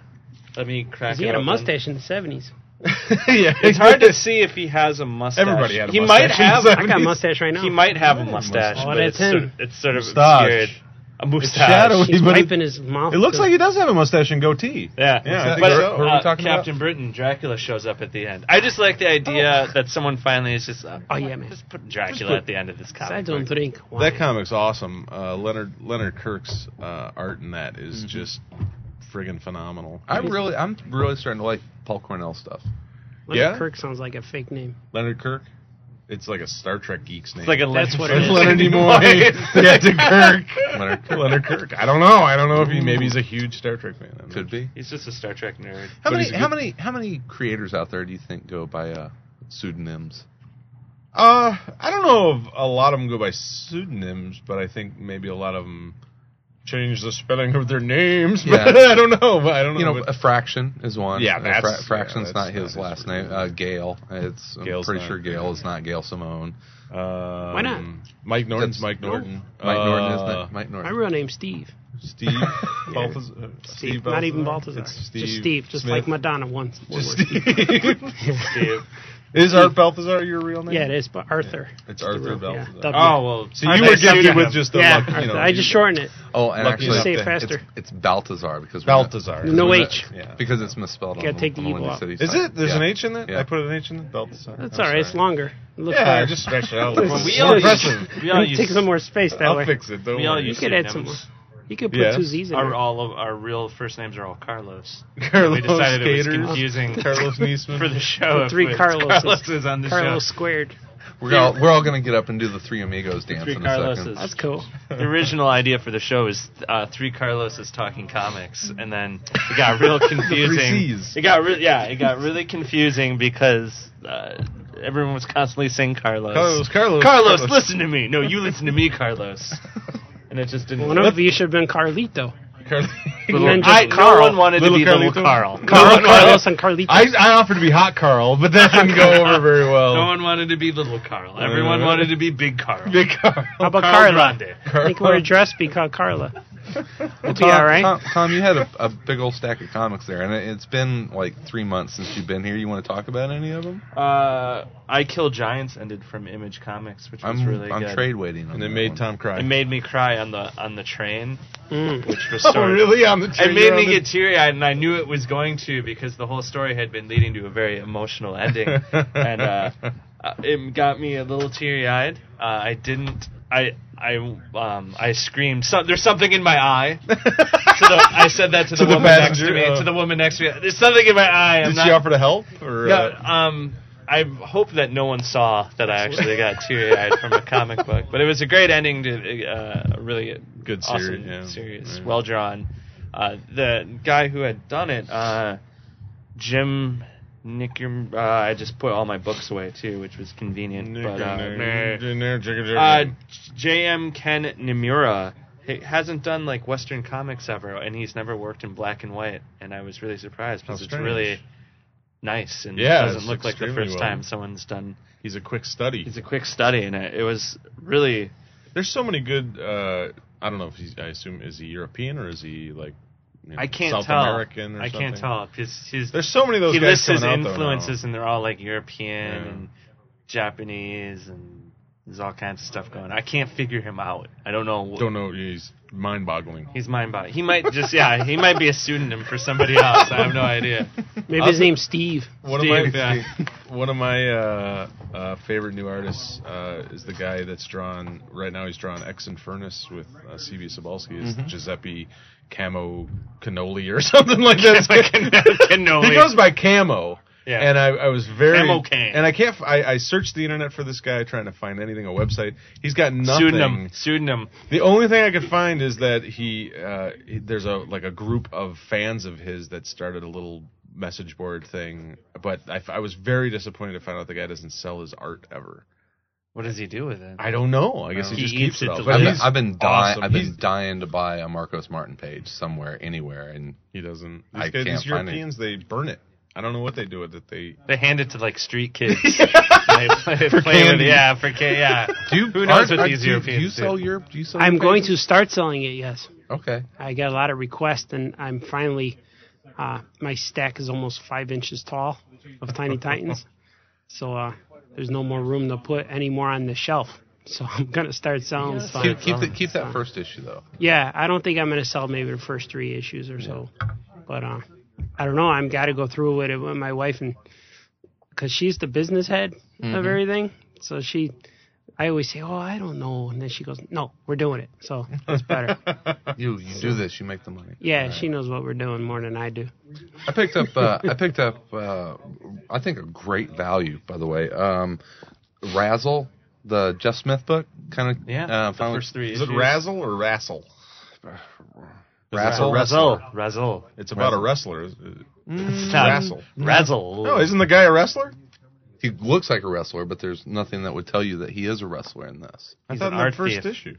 D: let me crack.
C: 'Cause He
D: it
C: had a
D: open.
C: mustache in the 70s.
B: [laughs] yeah,
D: It's hard
C: [laughs]
D: to see if he has a mustache.
B: Everybody had a
D: he
B: mustache
D: Might
B: in the
D: have,
B: 70s.
C: I got a mustache right now.
D: He might have a
B: Yeah,
D: mustache,
C: mustache.
D: but
C: Oh,
D: it's
C: that's
D: sort,
C: him.
D: it's sort of
B: Mustache.
D: obscured. A mustache.
B: shadowy.
C: He's
B: But it-
C: wiping his mouth.
B: It looks like he does have a mustache and goatee.
D: Yeah,
B: Yeah, I think
D: but
B: so.
D: uh,
B: What were we talking about?
D: Captain Britain, Dracula shows up at the end. I just like the
B: Oh.
D: idea that someone finally is just, uh,
C: Oh, yeah, man.
D: just put Dracula
B: put-
D: at the end of this
C: I
D: comic.
C: don't
D: book.
C: drink wine.
B: That comic's awesome. Uh, Leonard Leonard Kirk's uh, art in that is
C: Mm-hmm.
B: just friggin' phenomenal.
A: I really I'm really starting to like Paul Cornell stuff.
C: Leonard
B: yeah.
C: Kirk sounds like a fake name.
B: Leonard Kirk. It's like a Star Trek geek's name.
D: It's like a
C: That's what it
B: It's
C: is.
B: Leonard
C: [laughs]
B: Nimoy. [laughs] yeah, to Kirk. [laughs] Leonard, Leonard Kirk. I don't know. I don't know if he maybe he's a huge Star Trek fan. I don't
A: Could
B: know.
A: be.
D: He's just a Star Trek
B: [laughs]
D: nerd.
A: How
B: But
A: many
B: he's a
A: how
B: good-
A: many how many creators out there do you think go by uh, pseudonyms?
B: Uh, I don't know if a lot of them go by pseudonyms, but I think maybe a lot of them change the spelling of their names. [laughs] But
A: Yeah.
B: I don't know. I don't know.
A: You know,
B: what-
A: a fraction is one.
B: Yeah,
A: Uh,
B: that's- yeah,
A: fraction's
B: that's
A: not his
B: not his
A: last
B: real
A: name. Uh, Gail. It's I'm
B: Gail's
A: pretty
B: not-
A: sure Gail is not Gail Simone.
B: Um,
C: Why not?
B: Mike
A: That's-
B: Norton's Mike Norton.
A: Mike Norton
B: Uh,
A: is not Mike
C: My
A: Norton.
C: real name's Steve.
A: [laughs]
B: Steve Balthazar.
C: Steve. Not even Baltazar.
B: Balthazar. It's
C: Just Steve. Just
B: Smith.
C: like Madonna once.
B: [laughs] Just
C: One word.
B: Steve.
D: Steve.
B: is Art Balthazar your real name?
C: Yeah, it is, but Arthur.
B: It's
C: the
B: Arthur
C: real- yeah,
B: Balthazar.
C: W.
D: Oh well.
B: So you were gifted with just the
C: yeah,
B: luck, you know,
C: Arthur. I just shortened it.
A: Oh, and
B: Lucky
A: actually,
B: enough Say
C: it to- faster.
A: It's, it's Baltazar because we're not-
B: Balthazar.
C: No
A: we're
C: H.
A: not-
B: Yeah.
A: because it's misspelled.
C: Gotta
A: on
C: take
A: the,
C: the
A: on
C: E
A: Windy
C: block.
A: City
B: Is
A: side.
B: it? There's
A: Yeah.
B: an H in it.
A: Yeah.
B: I put an H in it. Balthazar.
C: That's
B: I'm
C: all right. It's
B: sorry.
C: longer. It looks
B: Yeah,
C: better.
B: I just stretched it out.
C: This
B: More
C: is-
D: We all use.
B: impressive. [laughs]
D: We all
C: It
D: use.
C: takes up more space that
B: I'll
C: way.
B: fix it. Don't
D: We all
B: worry.
C: you
D: use
C: could add some.
D: pseudonyms.
C: You could put
B: Yeah.
C: two Z's in
D: Our
C: there.
D: all of our real first names are all Carlos.
B: Carlos
D: we decided it
B: Caters.
D: was confusing
B: [laughs] [laughs] Carlos Niesman.
D: for the show.
C: The three
D: if
C: Carloses.
D: Carlos is on the
C: Carlos squared.
A: We're all we're all gonna get up and do the Three Amigos dance
D: Three
A: in a
D: Carloses.
A: second.
C: That's cool.
D: show. The original idea for the show is uh, three Carloses talking comics, and then it got real confusing.
B: C's.
D: it got re- yeah, it got really confusing because uh, everyone was constantly saying Carlos.
B: Carlos. Carlos.
D: Carlos, listen to me. No, you listen to me, Carlos. And it just didn't.
C: One of you should have been Carlito.
B: Carlos.
D: [laughs] Little-
C: And then
D: I,
C: just
D: no
C: Carl.
D: one wanted
B: Little
D: to be
B: Carlito?
D: little Carl.
C: Carl,
B: no,
C: Carlos, and Carlito.
B: I, I offered to be Hot Carl, but that didn't go over very well.
D: No one wanted to be little Carl. Everyone
B: Uh,
D: wanted to be big
B: [laughs]
D: Carl.
B: Big Carl.
C: How about
D: Carl
C: Carla?
D: Grande.
C: I think we're dressed be called Carla. We'll be all right.
A: Tom, Tom, you had a, a big old stack of comics there, and it, it's been like three months since you've been here. You want to talk about any of them?
D: Uh, I Kill Giants ended from Image Comics, which was
A: I'm
D: really
A: I'm
D: good.
A: trade waiting. On
B: And it
A: that
B: made
A: one.
B: Tom cry.
D: It made me cry on the on the train,
C: Mm.
D: which was
B: [laughs] oh,
D: sort of-
B: really? On the
D: It
B: train
D: made
B: around
D: me
B: the-
D: get teary eyed, and I knew it was going to because the whole story had been leading to a very
B: [laughs]
D: emotional ending, and uh, uh, it got me a little teary eyed. Uh, I didn't. I I um I screamed. So, there's something in
B: [laughs]
D: my eye. to the, I said that to,
B: To
D: the,
B: the
D: woman next to
B: passenger,
D: me.
B: uh,
D: to the woman next to me. There's something in my eye. I'm
B: Did
D: not,
B: she offer to help? Or,
D: yeah,
B: uh,
D: um, I hope that no one saw that I actually got teary-eyed from
B: [laughs]
D: a comic book, but it was a great ending to uh, a really
B: Good
D: awesome
B: series, yeah.
D: series,
B: Yeah.
D: well drawn. Uh, the guy who had done it, uh, Jim Nick, uh, I just put all my books away too, which was convenient. But, uh, uh, J.M. Ken Nimura he hasn't done like Western comics ever, and he's never worked in black and white. And I was really surprised
B: How
D: because it's
B: strange.
D: really nice and
B: Yeah,
D: doesn't
B: it's
D: look like the
B: extremely
D: first
B: well.
D: time someone's done.
B: He's a quick study.
D: It's a quick study, and it, it was really
B: There's so many good. Uh, I don't know if he's. I assume is he European or is he like? you know,
D: I can't
B: South
D: tell.
B: American. Or
D: I can't
B: something?
D: tell because his
B: There's so many of those
D: he
B: guys
D: lists his
B: coming out, though, now.
D: influences, and they're all like European
B: Yeah.
D: and Japanese, and there's all kinds of stuff going. on. I can't figure him out. I don't know. what-
B: Don't know. He's mind-boggling.
D: He's mind boggling. He might just yeah. He might be a pseudonym for somebody else. I have no idea.
C: Maybe his name's Steve.
B: One of
D: Steve,
B: my
D: yeah. [laughs]
B: one of my uh, uh, favorite new artists uh, is the guy that's drawn right now. He's drawn X Infernus with uh, C.B. Sobalski. It's
D: Mm-hmm.
B: Giuseppe Camo Cannoli or [laughs] something like that.
D: Cannoli.
B: He goes by Camo.
D: Yeah.
B: And I, I was very
D: Camo Can.
B: and I can't. f- I, I searched the internet for this guy trying to find anything a website. He's got nothing.
D: Pseudonym. Pseudonym.
B: The only thing I could find is that he, uh, he- there's a like a group of fans of his that started a little message board thing. But I, f- I was very disappointed to find out the guy doesn't sell his art ever.
D: What does he do with it?
B: I don't know. I guess he,
D: He
B: just
D: eats
B: keeps it.
D: it
B: all.
D: to
B: But
A: I've been,
B: he's
A: I've been dying.
B: awesome.
A: I've been
B: He's-
A: dying to buy a Marcos Martin page somewhere, anywhere, and
B: he doesn't. These,
A: I
B: guys,
A: can't
B: these
A: find it.
B: Europeans, they burn it. I don't know what they do with it. They
D: They hand it to like
B: [laughs]
D: street kids. they play,
B: For
D: play with
B: candy.
D: it. Yeah, for ca- yeah.
A: do.
D: Who knows what these
A: do,
D: Europeans
A: do? You
D: do?
A: sell Europe? Do you sell?
C: I'm
A: your
C: going to
A: pages?
C: start selling it. Yes,
A: Okay.
C: I got a lot of requests, and I'm finally. Uh, my stack is almost five inches tall
A: [laughs]
C: of Tiny Titans, so uh, there's no more room to put any more on the shelf. So I'm gonna start selling
D: Yes.
C: some.
A: Keep keep,
D: fine.
A: the, keep that first issue though.
C: Yeah, I don't think I'm gonna sell maybe the first three issues or so, but uh, I don't know. I'm got to go through with it with my wife and because she's the business head of everything, so she. I always say, "Oh, I don't know," and then she goes, "No, we're doing it." So it's [laughs] better.
A: You you do this. You make the money.
C: yeah, she knows what we're doing more than I do.
A: I picked up. Uh, I picked up. Uh, I think a great value, by the way. Um, Razzle, the Jeff Smith book, kind of.
D: Yeah,
A: Uh,
D: the
A: found-
D: first three
B: Is it
D: issues.
B: Razzle or Rassle?
A: Razzle?
D: Razzle. Razzle.
B: It's about a wrestler. is- is-
D: It's not-
B: Razzle.
D: Razzle.
B: No, isn't the guy a wrestler?
A: He looks like a wrestler, but there's nothing that would tell you that he is a wrestler in this.
B: I
D: He's
B: thought
D: an
B: in the
D: art
B: first
D: thief.
B: issue.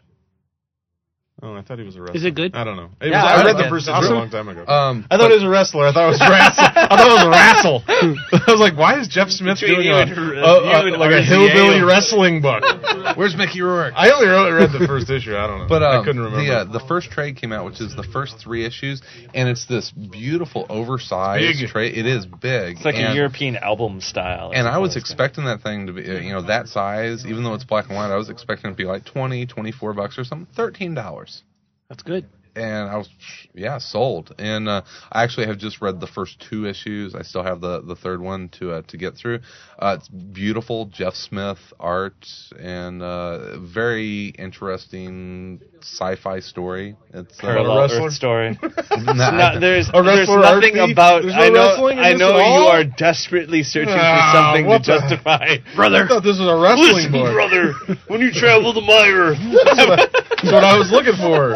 B: Oh, I thought he was a wrestler.
C: Is it good?
B: I don't know. It
D: Yeah,
B: was,
D: I
B: I,
D: like
B: read
D: it.
B: the first issue a
D: Awesome.
B: long time ago.
A: Um,
B: I thought it was a wrestler. I thought it was [laughs] Rassel. I thought it was Rassel. I was like, why is Jeff Smith
D: Between
B: doing
D: you
B: a,
D: and R-
B: a-
D: you
B: a-
D: and
B: like a
D: RZA.
B: hillbilly wrestling book?
A: where's Mickey Rourke?
B: I only wrote, read the first issue. I don't know.
A: But um,
B: I couldn't remember.
A: the uh, the first trade came out, which is the first three issues, and it's this beautiful oversized
B: Big.
A: trade. It is big.
D: It's like
A: and,
D: a European album style.
A: And I was expecting that thing to be, uh, you know, that size, even though it's black and white, I was expecting it to be like 20, 24 bucks or something, $13.
C: That's good.
A: And I was, yeah, sold. And uh, I actually have just read the first two issues. I still have the, the third one to uh, to get through. Uh, it's beautiful Jeff Smith art and uh, very interesting sci-fi story. It's uh,
D: parallel
B: About a wrestler? [laughs]
D: Earth story.
A: [laughs] Nah, I
D: Not,
A: think-
D: there's,
B: A
D: there's
B: wrestler
D: nothing
B: RP?
D: about.
B: There's no
D: I know.
B: wrestling in
D: I
B: this
D: know
B: at
D: you
B: all?
D: are desperately searching
B: Ah,
D: for something to
B: what the-
D: justify.
B: I thought this was a wrestling
D: Listen,
B: book.
D: brother, when you travel to my earth,
B: That's what I was looking for.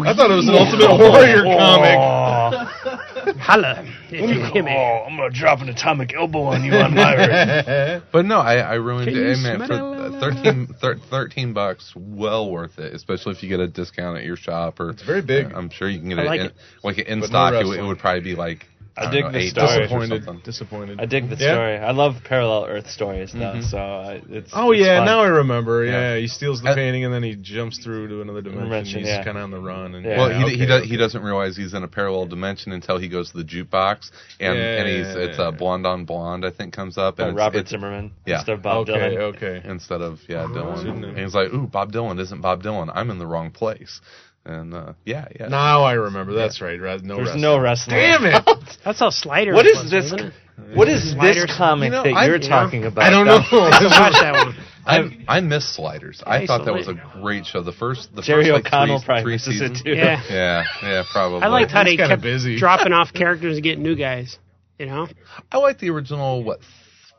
B: I thought it was an Ultimate Warrior comic.
C: Holla if you hear me.
D: I'm gonna drop an atomic elbow on you on my
B: [laughs]
D: earth.
A: But no, I, I ruined
C: Can
A: it.
C: you
A: Hey, man,
C: smell
A: for 13, thir- 13 bucks, well worth it, especially if you get a discount at your shop. Or it's
B: very big.
A: I'm sure you can get
C: I
A: it,
C: like
A: in,
C: it.
A: like it in
B: But no
A: stock. It, would- it
B: wrestling.
A: would probably be like
D: I
A: don't
D: dig
A: know,
D: the
A: eight
D: story.
A: dollars or
B: disappointed.
A: something.
B: Disappointed.
D: I dig the
B: Yeah?
D: story. I love parallel Earth stories though. So I, it's
B: Oh
D: it's
B: yeah,
D: fun.
B: now I remember. Yeah.
A: Yeah.
B: he steals the
A: Uh,
B: painting and then he jumps through to another dimension.
D: Dimension,
B: He's
D: yeah.
B: kind of on the run. And,
D: Yeah.
A: Well, he, he,
B: okay,
A: does, he doesn't realize he's in a parallel dimension until he goes to the jukebox, and, and he's it's a
B: Yeah.
A: blonde on blonde I think comes up,
C: Oh,
D: By
A: and it's,
D: Robert
A: it's
D: Zimmerman
A: yeah.
D: instead of Bob
B: Okay, oh,
D: Dylan.
B: okay.
A: instead of yeah Dylan,
B: Oh, Shouldn't have.
A: and he's like, ooh, Bob Dylan isn't Bob Dylan. I'm in the wrong place, and uh, yeah, yeah.
B: Now I remember. That's right. right, No
D: There's
B: wrestling.
D: no wrestling.
B: Damn
D: [laughs]
B: it!
C: That's how Slider
D: What
C: was,
D: is this? [laughs]
C: wasn't it?
D: What is
C: Sliders.
D: this comic
A: You know,
D: that
A: I-
D: you're
A: yeah.
D: talking about?
B: I don't
D: though?
B: know.
C: Watch that one.
A: I I miss Sliders. I
C: Yeah,
A: thought
C: so
A: that was a
C: late.
A: great show. The first the
D: [laughs] Jerry
A: first, like,
D: O'Connell
A: three,
D: probably
A: three
D: misses
A: seasons.
D: it too.
C: Yeah.
A: Yeah, yeah, probably.
C: I liked how
B: He's
C: they
B: kinda
C: kept
B: busy.
C: dropping off characters and getting new guys. You know,
A: I like the original what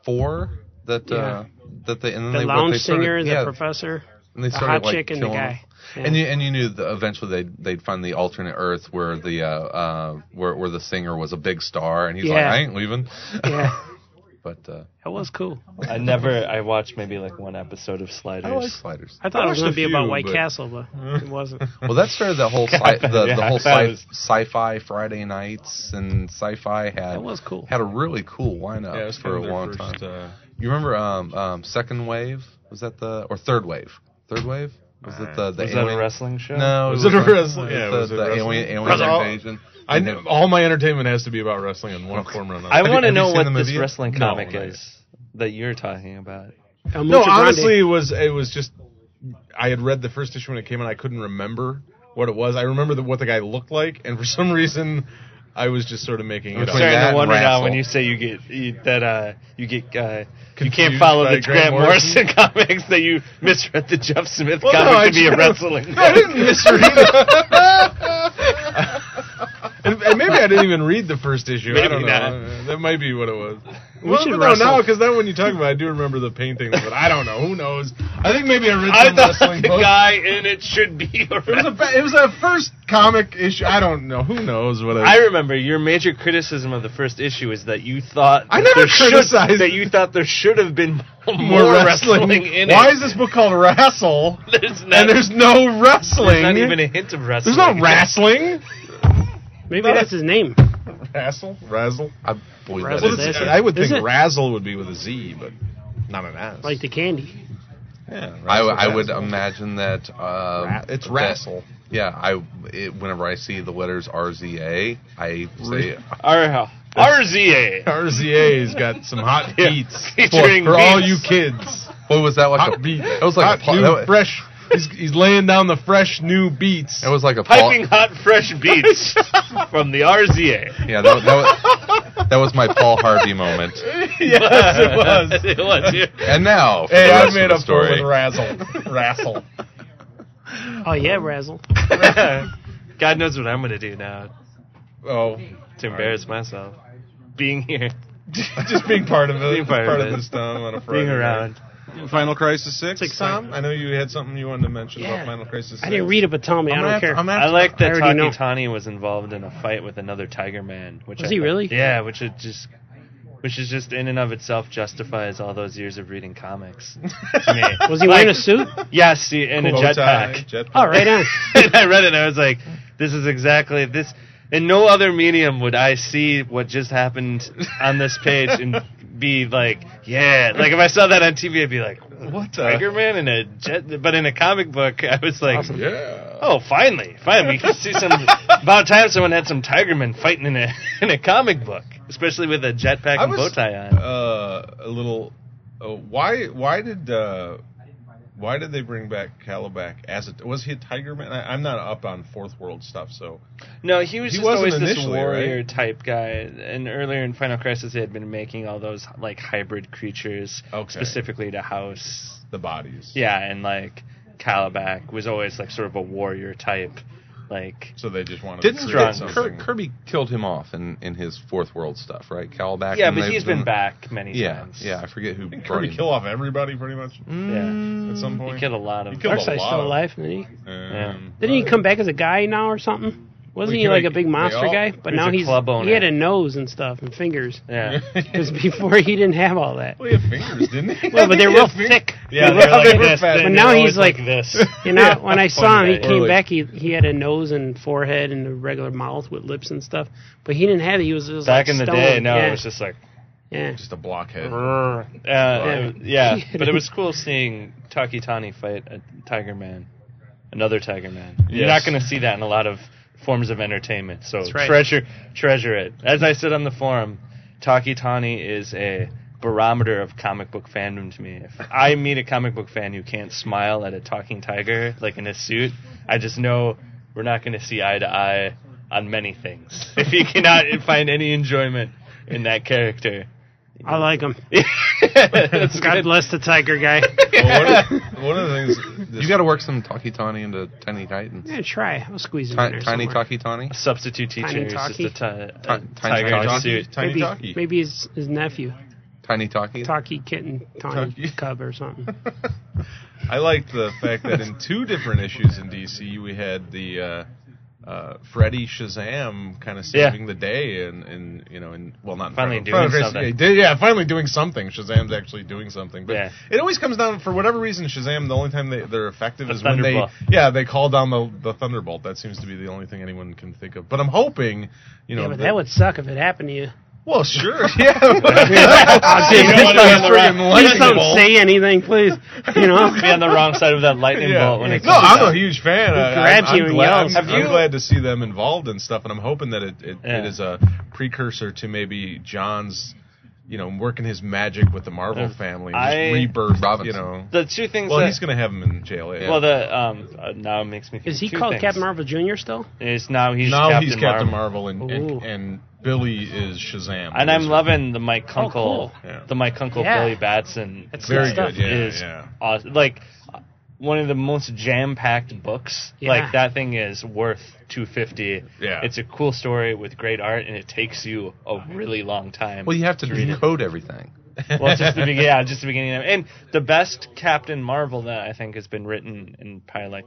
A: four that uh, that they and then
C: the
A: they, what
C: lounge
A: they started,
C: singer,
A: yeah,
C: the professor,
A: and they
C: the
A: started,
C: hot
A: like,
C: chick, and the
A: killing
C: guy. Yeah.
A: And you and you knew that eventually they'd they'd find the alternate Earth where the uh, uh where where the singer was a big star and he's like
C: Yeah.
A: I ain't leaving.
C: yeah,
A: [laughs] but uh,
C: that was cool.
D: I never. I watched maybe like one episode of Sliders.
A: I like Sliders.
C: I thought it was
B: watched
C: going
B: a
C: to be about
B: few,
C: White
B: but-
C: Castle, but
B: [laughs]
C: it wasn't.
A: Well, that started the whole sci- the,
D: yeah,
A: the
D: I
A: whole
D: thought it
A: sci-
D: was-
A: sci-fi Friday nights and sci-fi had
C: That was cool.
A: had a really cool lineup
B: Yeah, it was
A: for a
B: kinda their
A: long
B: first,
A: time.
B: uh,
A: You remember um, um, second wave? Was that the or third wave? Third wave was it the the
D: Was that
A: alien?
D: a wrestling show?
A: No,
B: Was it a
A: wasn't.
B: wrestling- yeah,
A: the,
B: was it
A: the
B: wrestling?
A: alien alien
B: Brother, all-
A: invasion.
B: I kn- all my entertainment has to be about wrestling in one form or another.
D: I
A: you-
D: want to
A: have you
D: know
A: seen
D: what
A: the
D: this
A: movie?
D: wrestling
B: No,
D: comic
B: not
D: is that you're talking about.
C: El
B: no,
C: Mucho Grande.
B: honestly, it was it was just I had read the first issue when it came out. I couldn't remember what it was. I remember the, what the guy looked like, and for some reason, I was just sort of making it
A: Which
B: up.
A: Between one?
D: starting
A: that
D: to
A: and
D: wonder now
A: Rassle.
D: when you say you get you, that uh, you get uh, you can't
B: Confused
D: follow
B: by
D: the
B: Grant
D: Grant Morrison [laughs] comics that you misread the Jeff Smith
B: Well,
D: comic
B: no, I
D: to be a
B: just-
D: wrestling.
B: I didn't misread
D: [laughs]
B: it. and, and maybe I didn't even read the first issue. I
D: Maybe
B: don't know. Uh,
D: not.
B: That might be what it was.
C: We
B: well,
C: should
B: but no, now
C: wrestle.
B: because then when you talk about, it, I do remember the painting, but I don't know. Who knows? I think maybe I read
D: I
B: some
D: thought
B: wrestling
D: the
B: book.
D: guy in it should be
B: It was,
D: a
B: a, [laughs]
D: wrestler.
B: ba- it was a first comic issue. I don't know. Who knows what it
D: I remember your major criticism of the first issue is that you thought
B: I
D: that
B: never
D: there should-
B: criticized-
D: that you thought there should have been more,
B: more
D: wrestling. in
B: Why
D: it.
B: is this book called Wrestle?
D: [laughs] there's not,
B: and there's no wrestling.
D: there's not even a hint of wrestling.
B: There's
D: [laughs]
B: no wrestling.
C: maybe that's his name.
B: Razzle, razzle.
A: I believe that
C: Wrestle
A: is-
C: this. Is it?
B: uh, I would
C: Is
B: think
C: it?
B: razzle would be with a Z, but not an S.
C: Like the candy.
B: yeah,
A: I, I would um,
B: razzle.
A: imagine that uh,
B: Ra- it's
A: that-
B: razzle.
A: Yeah, I it, whenever I see the letters RZA, I say
D: R- [laughs] RZA
B: RZA's got
A: [laughs]
B: some hot beats for,
D: Featuring
B: for all
D: beats.
B: you kids.
A: boy was that like a
B: Hot beat.
A: that was like a
B: hot
A: pol-
B: new
A: that was,
B: fresh. He's, he's laying down the fresh new beats.
A: that was like a pol-
D: piping hot fresh [laughs] beats from the RZA.
A: yeah that, that was that was my Paul Harvey moment.
B: yes, it was.
D: [laughs] it was. yeah.
A: And now for
B: Hey,
A: the
B: I
A: rest of
B: made up
A: the
B: for
A: story.
B: it with razzle,
A: [laughs]
B: razzle.
C: Oh yeah, Razzle.
D: [laughs]
A: [laughs]
D: God knows what I'm gonna do now
B: Oh, [laughs]
D: to embarrass myself. Being here,
B: just being part of it,
D: Being part of
B: part of
D: it.
B: this time on a Friday.
D: being
B: night.
D: around.
B: Final Crisis Six.
C: It's exciting.
B: Tom, I know you had something you wanted to mention
C: Yeah.
B: about Final Crisis. 6.
C: I didn't read it, but tell me.
B: I'm
C: I
B: gonna
C: don't
B: have to-
C: care.
B: I'm gonna
D: I like that
C: I already know.
D: Taki Tani was involved in a fight with another Tiger Man. Which
C: Was
D: I
C: he
D: thought-
C: really?
D: Yeah, which is just, which is just in and of itself justifies all those years of reading [laughs] comics. to me.
B: [laughs]
C: Was he
D: Like,
C: wearing a suit?
D: Yes, he- in a
B: Bow tie,
D: jetpack.
B: jetpack.
C: Oh, right on.
D: [laughs] and I read it and I was like, this is exactly this. In no other medium would I see what just happened on this page [laughs] and be like, yeah. Like if I saw that on TV, I'd be like,
B: What the-
D: Tiger Man in a jet. But in a comic book, I was like,
C: Awesome.
B: Yeah.
D: oh, finally, finally, we can see some. About time someone had some Tiger Man fighting in a [laughs] in a comic book, especially with a jetpack
B: I
D: and
B: was
D: bow tie on.
B: uh, a little. Uh, why? Why did? Uh, why did they bring back Calabac as a? Was he a tiger man? I, I'm not up on fourth world stuff, so
D: No, he was
B: He
D: just
B: wasn't
D: always this
B: initially,
D: warrior
B: right?
D: type guy. And earlier in Final Crisis, they had been making all those like hybrid creatures,
B: Okay.
D: specifically to House.
B: the bodies.
D: Yeah, and like Calabac was always like sort of a warrior type, like
B: So they just wanted
A: Didn't
B: to
D: Strong.
B: create
A: Kir-
B: something.
A: Kir- Kirby killed him off in, in his fourth world stuff, right? Calabac.
D: yeah,
A: and
D: but
A: they've
D: he's been back many
A: Yeah,
D: times.
A: yeah. I forget who.
B: Didn't
A: brought
B: Kirby
A: him-
B: kill off everybody pretty much
C: Mm.
D: Yeah.
B: at some
D: he
B: point.
D: killed a lot of.
B: Mm, He killed a
C: Darkseid's
B: lot
C: still
B: of-
C: alive, isn't he?
B: Um,
C: Didn't [laughs] he come back as a guy now or something? Wasn't
B: Well,
C: he
B: he-
C: like a big
B: they
C: monster
B: all-
C: guy? But
D: he's
C: now
D: a
C: he's
D: club owner.
C: he had a nose and stuff and fingers. [laughs]
B: [laughs]
D: Yeah,
C: Because before he didn't have all that.
B: Well, he had fingers, didn't he?
C: Well, but
B: [laughs]
C: they're
B: He had
C: real
B: fingers.
C: thick.
D: yeah.
B: They
D: they're
B: were- they
D: like
B: were
D: this.
B: fat.
D: they-
C: But
D: they
C: now
D: were
C: he's
D: always like,
C: like-
D: this.
C: You know, when I
D: That's
C: saw
D: funny
C: him, he
D: back.
C: came
B: Or like-
C: back. He he had a nose and forehead and a regular mouth with lips and stuff. But he didn't have it. He was, it
D: [laughs]
C: was
D: Back
C: like
D: in the
C: stone.
D: day, no,
C: yeah.
D: it was just like.
C: yeah.
B: Just a
D: [laughs]
B: blockhead.
D: Uh,
C: Yeah.
D: it- yeah, but it was cool seeing Takitani fight a Tiger Man, another Tiger Man. You're not
B: Yes.
D: going to see that in a lot of forms of entertainment. So
C: right.
D: treasure, treasure it. As I said on the forum, Takitani is a barometer of comic book fandom to me. If I meet a comic book fan who can't smile at a talking tiger like in a suit, I just know we're not going to see eye to eye on many things. [laughs] If he cannot find any enjoyment in that character.
C: I like him. [laughs]
B: [laughs]
D: That's
C: God
D: good.
C: bless the tiger guy.
B: Well, one, of, one of the things this-
A: You got to work some Talkie Tawny into Tiny Titans.
C: yeah, try. I'll squeeze him in
A: Ti-
C: there
A: tiny
C: somewhere.
A: Talkie Tawny.
D: substitute teacher
C: Tiny
D: is just
C: Taki.
D: a, ti- a
A: Tiny
D: tiger in a
A: Taki.
D: suit.
B: Tiny
C: maybe
B: Taki.
C: maybe his his nephew,
A: Tiny Talkie.
C: Taki Kitten, Tawny
B: Taki.
C: Cub
B: [laughs]
C: or something.
B: I liked the fact that in two different issues in DC, we had the uh, uh, Freddy Shazam kind of saving
D: Yeah.
B: the day, and, and you know, and well, not
D: Finally
B: in
D: doing
B: Crisis-
D: something.
B: Yeah, he did- yeah, finally doing something. Shazam's actually doing something, but
D: Yeah.
B: it always comes down for whatever reason. Shazam, the only time they, they're effective
D: The
B: is when they
D: Thunderbolt.
B: yeah they call down the the thunderbolt. That seems to be the only thing anyone can think of. But I'm hoping you know
C: yeah, but that would suck if it happened to you.
B: well sure [laughs] yeah. but- Ah,
D: You don't wanna be on the
B: Friggin'
D: wrong-
C: Please
B: lightning
C: don't
B: bolt.
C: say anything, please. You
D: [laughs]
C: know.
D: be on the wrong side of that lightning
B: Yeah.
D: bolt when it comes.
B: no,
D: to
B: I'm a
D: that.
B: huge fan. I,
C: grabs
B: I'm,
C: you
B: I'm
C: and
B: glad,
C: yells.
B: I'm,
D: Have you-
B: I'm glad to see them involved in stuff, and I'm hoping that it, it,
D: Yeah.
B: it is a precursor to maybe John's, you know, working his magic with the Marvel
D: Yeah.
B: family, and
D: Uh, I-
B: just rebirth.
A: Robinson.
B: You know,
D: The two things.
B: well,
D: that,
B: he's gonna have him in jail. Yeah.
D: Well, the um uh, now it makes me. Think
C: Is he
D: two
C: called
D: things.
C: Captain Marvel Junior still?
D: It's now he's
B: now
D: Captain
B: he's Captain
D: Marvel.
B: Marvel, and,
C: Ooh.
B: and and Billy is Shazam.
D: And I'm
B: Wizard.
D: loving the Mike Kunkel,
C: Oh, cool.
B: Yeah.
D: the Mike Kunkel
C: Yeah.
D: Billy Batson.
C: That's
B: Very
C: good stuff.
B: good, yeah,
D: is
B: yeah.
D: awesome. Like one of the most jam-packed books.
C: Yeah.
D: Like that thing is worth 250.
B: Yeah.
D: It's a cool story with great art, and it takes you a really long time.
A: Well, you have to decode everything.
B: [laughs]
D: Well, it's just the beginning. Yeah, just the beginning. Of, and the best Captain Marvel that I think has been written in probably like.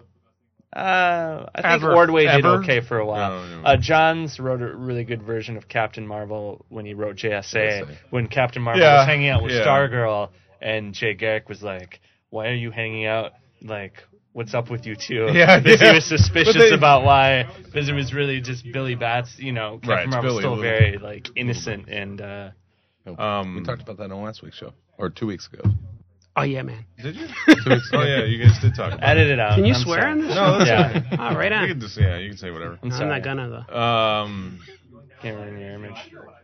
D: Uh, I think
B: Ever.
D: Ordway did
B: Ever?
D: okay for a while.
B: No, no.
D: Uh, Johns wrote a really good version of Captain Marvel when he wrote JSA.
A: JSA.
D: When Captain Marvel
B: Yeah,
D: was hanging out with
B: yeah.
D: Stargirl, and Jay Garrick was like, "Why are you hanging out? Like, what's up with you two?
B: Yeah,
D: because
B: yeah.
D: he was suspicious
B: But they-
D: about why. Because it was really just Billy Bats. You know, Captain
B: Right, it's
D: Marvel's
B: Billy,
D: still
B: Lou-
D: very like innocent and. uh
B: Um,
A: Oh, we talked about that on last week's show or two weeks ago.
C: Oh yeah, man.
B: Did you?
A: Two weeks ago.
B: oh yeah, you guys did talk.
D: [laughs]
B: About
D: Edit it out.
C: Can you
D: I'm
C: swear
D: sorry.
C: on this?
B: No, that's
D: Yeah.
B: fine.
C: Oh, right
B: You
C: on.
B: can just, yeah, you can say whatever.
D: I'm,
C: I'm
D: sorry.
C: not gonna though.
B: Um,
D: Can't ruin your image.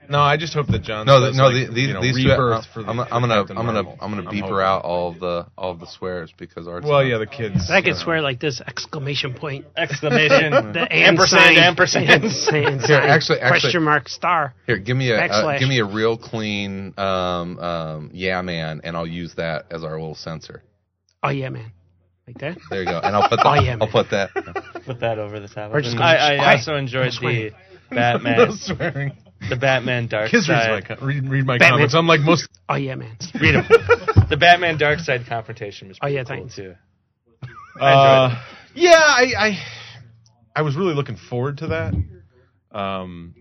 B: no, I just hope that John.
A: No,
B: does,
A: th- no,
B: like,
A: the, the,
B: you know,
A: these two. I'm,
B: rebirth for the
A: I'm,
B: for
A: I'm gonna,
B: Captain
A: I'm gonna,
B: Marvel.
A: I'm gonna
B: I'm
A: beep her
B: hoping.
A: out all the, all the swears because Art's
B: Well,
A: not-
B: yeah, the kids.
C: I
B: [laughs]
C: could swear like this exclamation point.
D: [laughs] Exclamation.
C: [laughs] The and
D: ampersand.
C: sign.
D: Ampersand.
C: And sign, and
A: Here,
C: sign.
A: actually- actually-
C: question mark star.
A: Here, give me a, uh,
C: Backslash.
A: give me a real clean, um, um, yeah, man, and I'll use that as our little censor.
C: Oh yeah, man. Like that.
A: There you go, and
C: [laughs]
A: I'll put that.
C: Oh, yeah,
A: I'll
C: man.
A: put that.
D: [laughs] Put that over the top.
C: We're just gonna-
D: I, I
C: Quiet.
D: also enjoyed the
C: quiet.
B: no [laughs]
D: Batman.
B: swearing.
D: the Batman Dark
B: Kids reads
D: Side.
B: my co- read, read my
C: Batman.
B: comments. I'm like most.
C: Oh yeah, man.
D: [laughs] Read 'em. The Batman Dark Side confrontation was
C: Oh,
D: pretty
C: yeah,
D: cool
C: Titans.
D: too. I enjoyed
B: Uh, yeah, I, I I was really looking forward to that. Um,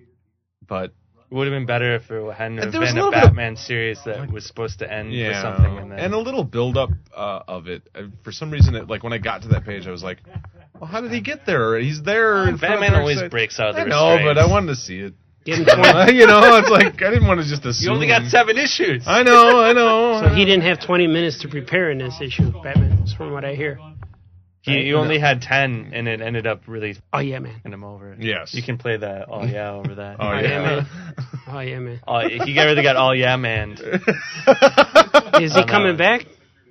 B: but
D: It would have been better if it hadn't have
B: There was
D: been
B: a
D: a
B: little bit of-
D: Batman series that was supposed to end for
B: yeah,
D: something. And, then,
B: and a little buildup uh, of it. Uh, For some reason, it like when I got to that page, I was like, "Well, how did he get there? He's there." in front of
D: Batman
B: Darkseid."
D: always breaks out of the
B: I know, but I
D: restraints.
B: wanted to see it.
C: Give him
B: Uh,
C: 20,
B: you know, it's like I didn't want to just assume.
D: You only got seven issues.
B: I know, I know.
C: [laughs] [laughs] so he didn't have 20 minutes to prepare in this issue of Batman, is from what I hear.
D: He, you only had ten, and it ended up really
C: Oh, yeah, man.
D: f***ing him over.
B: Yes.
D: You can play that. Oh yeah,
B: [laughs]
D: over that.
B: Oh
C: I am
B: yeah.
C: Oh, yeah, man.
D: Oh, he got really got all yeah man.
C: eh?
B: [laughs]
A: [laughs]
C: Is he
D: no.
C: coming back?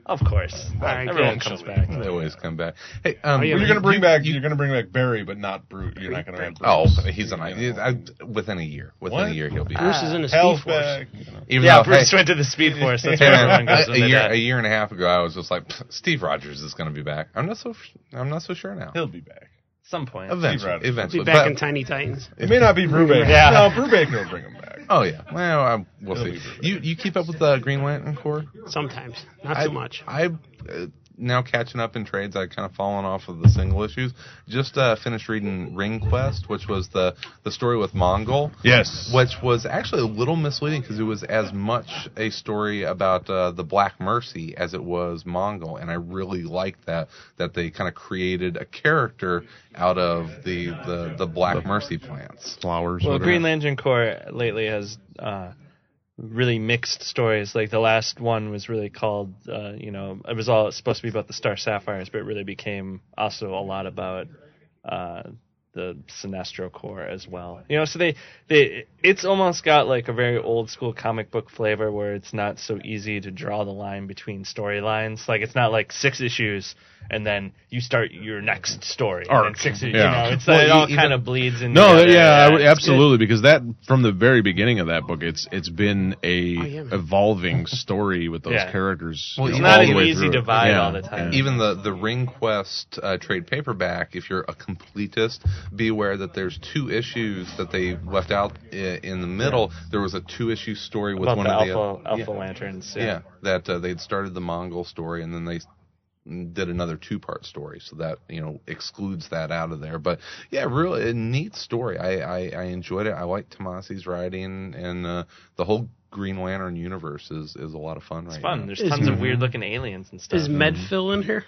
D: Of course,
C: right,
D: everyone
C: good.
D: comes back.
A: [laughs] They always come back. Hey, um,
C: Oh, yeah,
A: you're
C: man.
A: gonna bring back.
B: You're gonna bring back Barry, but not Brute. You're not gonna have.
A: Oh,
B: Bruce.
A: he's an. I, I- within a year. Within a
B: What?
A: year, he'll be.
C: Bruce is in a
B: Hell's
C: Speed Force.
B: back, you know.
A: Even
D: Yeah,
A: though,
D: Bruce
A: hey,
D: went to the Speed
A: [laughs]
D: Force. [laughs] That's
A: Hey
D: where
A: man,
D: everyone goes
A: a, a
D: when they
A: year
D: die.
A: a year and a half ago, I was just like, "Pfft, Steve Rogers is going to be back. I'm not so I'm not so sure now.
B: He'll be back.
D: Some point.
B: Steve
A: Eventually,
B: Rogers.
A: eventually.
C: Be back
A: But-
C: in Tiny Titans.
B: It may not be Brubaker.
D: Yeah.
B: No, Brubaker will bring him back.
A: oh yeah, well I, we'll
B: He'll
A: see.
B: be back.
A: You you keep up with the Green Lantern Corps?
C: Sometimes. Not
A: I-
C: so much.
A: I uh, now catching up in trades. I kind of fallen off of the single issues. Just uh, finished reading Ring Quest, which was the the story with Mongol.
B: Yes.
A: Which was actually a little misleading because it was as much a story about uh, the Black Mercy as it was Mongol, and I really liked that that they kind of created a character out of the the, the Black Mercy plants.
B: Flowers.
D: Well, Green Lantern Corps lately has uh, really mixed stories. Like the last one was really called, uh, you know, it was all supposed to be about the Star Sapphires, but it really became also a lot about uh, the Sinestro Corps as well. You know, so they they it's almost got like a very old school comic book flavor where it's not so easy to draw the line between storylines. Like it's not like six issues and then you start your next story. and
B: Arc.
D: six, You
B: Yeah.
D: know, it's
A: Well,
D: it all
A: e- even-
D: kind of bleeds in.
B: No,
D: together.
B: yeah, I would-
D: It's good.
B: absolutely, because that from the very beginning of that book, it's it's been a
C: yeah, man.
B: evolving story with those
D: Yeah.
B: characters.
A: Well,
B: you
A: it's
B: know,
A: not
B: all the
A: an
B: way
D: easy
B: through.
D: divide
B: Yeah.
D: all the time.
A: Even the the Ring Quest uh, trade paperback, if you're a completist, be aware that there's two issues that they left out i- in the middle. There was a two issue story with
D: about
A: one
D: the
A: of
D: alpha
A: the
D: alpha lanterns.
A: yeah, that uh, they'd started the Mongol story and then they did another two part story, so that you know excludes that out of there. But yeah, really a neat story. I I, I enjoyed it. I like Tomasi's writing and uh, the whole Green Lantern universe is is a lot of fun.
D: it's
A: right
D: fun.
A: Now.
D: There's
C: Is-
D: tons
B: Mm-hmm.
D: of weird looking aliens and stuff.
C: Is Medfill in here?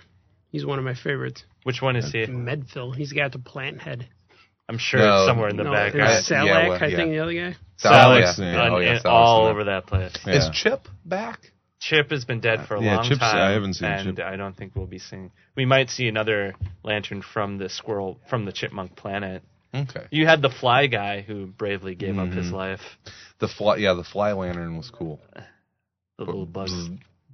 C: He's one of my favorites.
D: Which one is he?
C: Mm. Medfill. He's got the plant head.
D: I'm sure
A: No,
D: it's somewhere in the
C: no,
D: back.
C: there's
A: I-
C: Salak,
A: yeah, well,
C: I
A: yeah.
C: think the other guy.
B: Salix,
A: Oh,
B: yeah.
A: Oh, yeah, Salix
D: all
A: and-
D: over that place.
B: Yeah.
A: Is Chip back?
D: Chip has been dead for a
B: Yeah,
D: long
B: Chip's-
D: time.
B: I haven't seen
D: and
B: Chip.
D: I don't think we'll be seeing. We might see another lantern from the squirrel from the chipmunk planet.
A: Okay.
D: You had the fly guy who bravely gave up his
B: Mm-hmm.
D: life.
A: The fly, yeah, the fly lantern was cool.
D: The little bugs.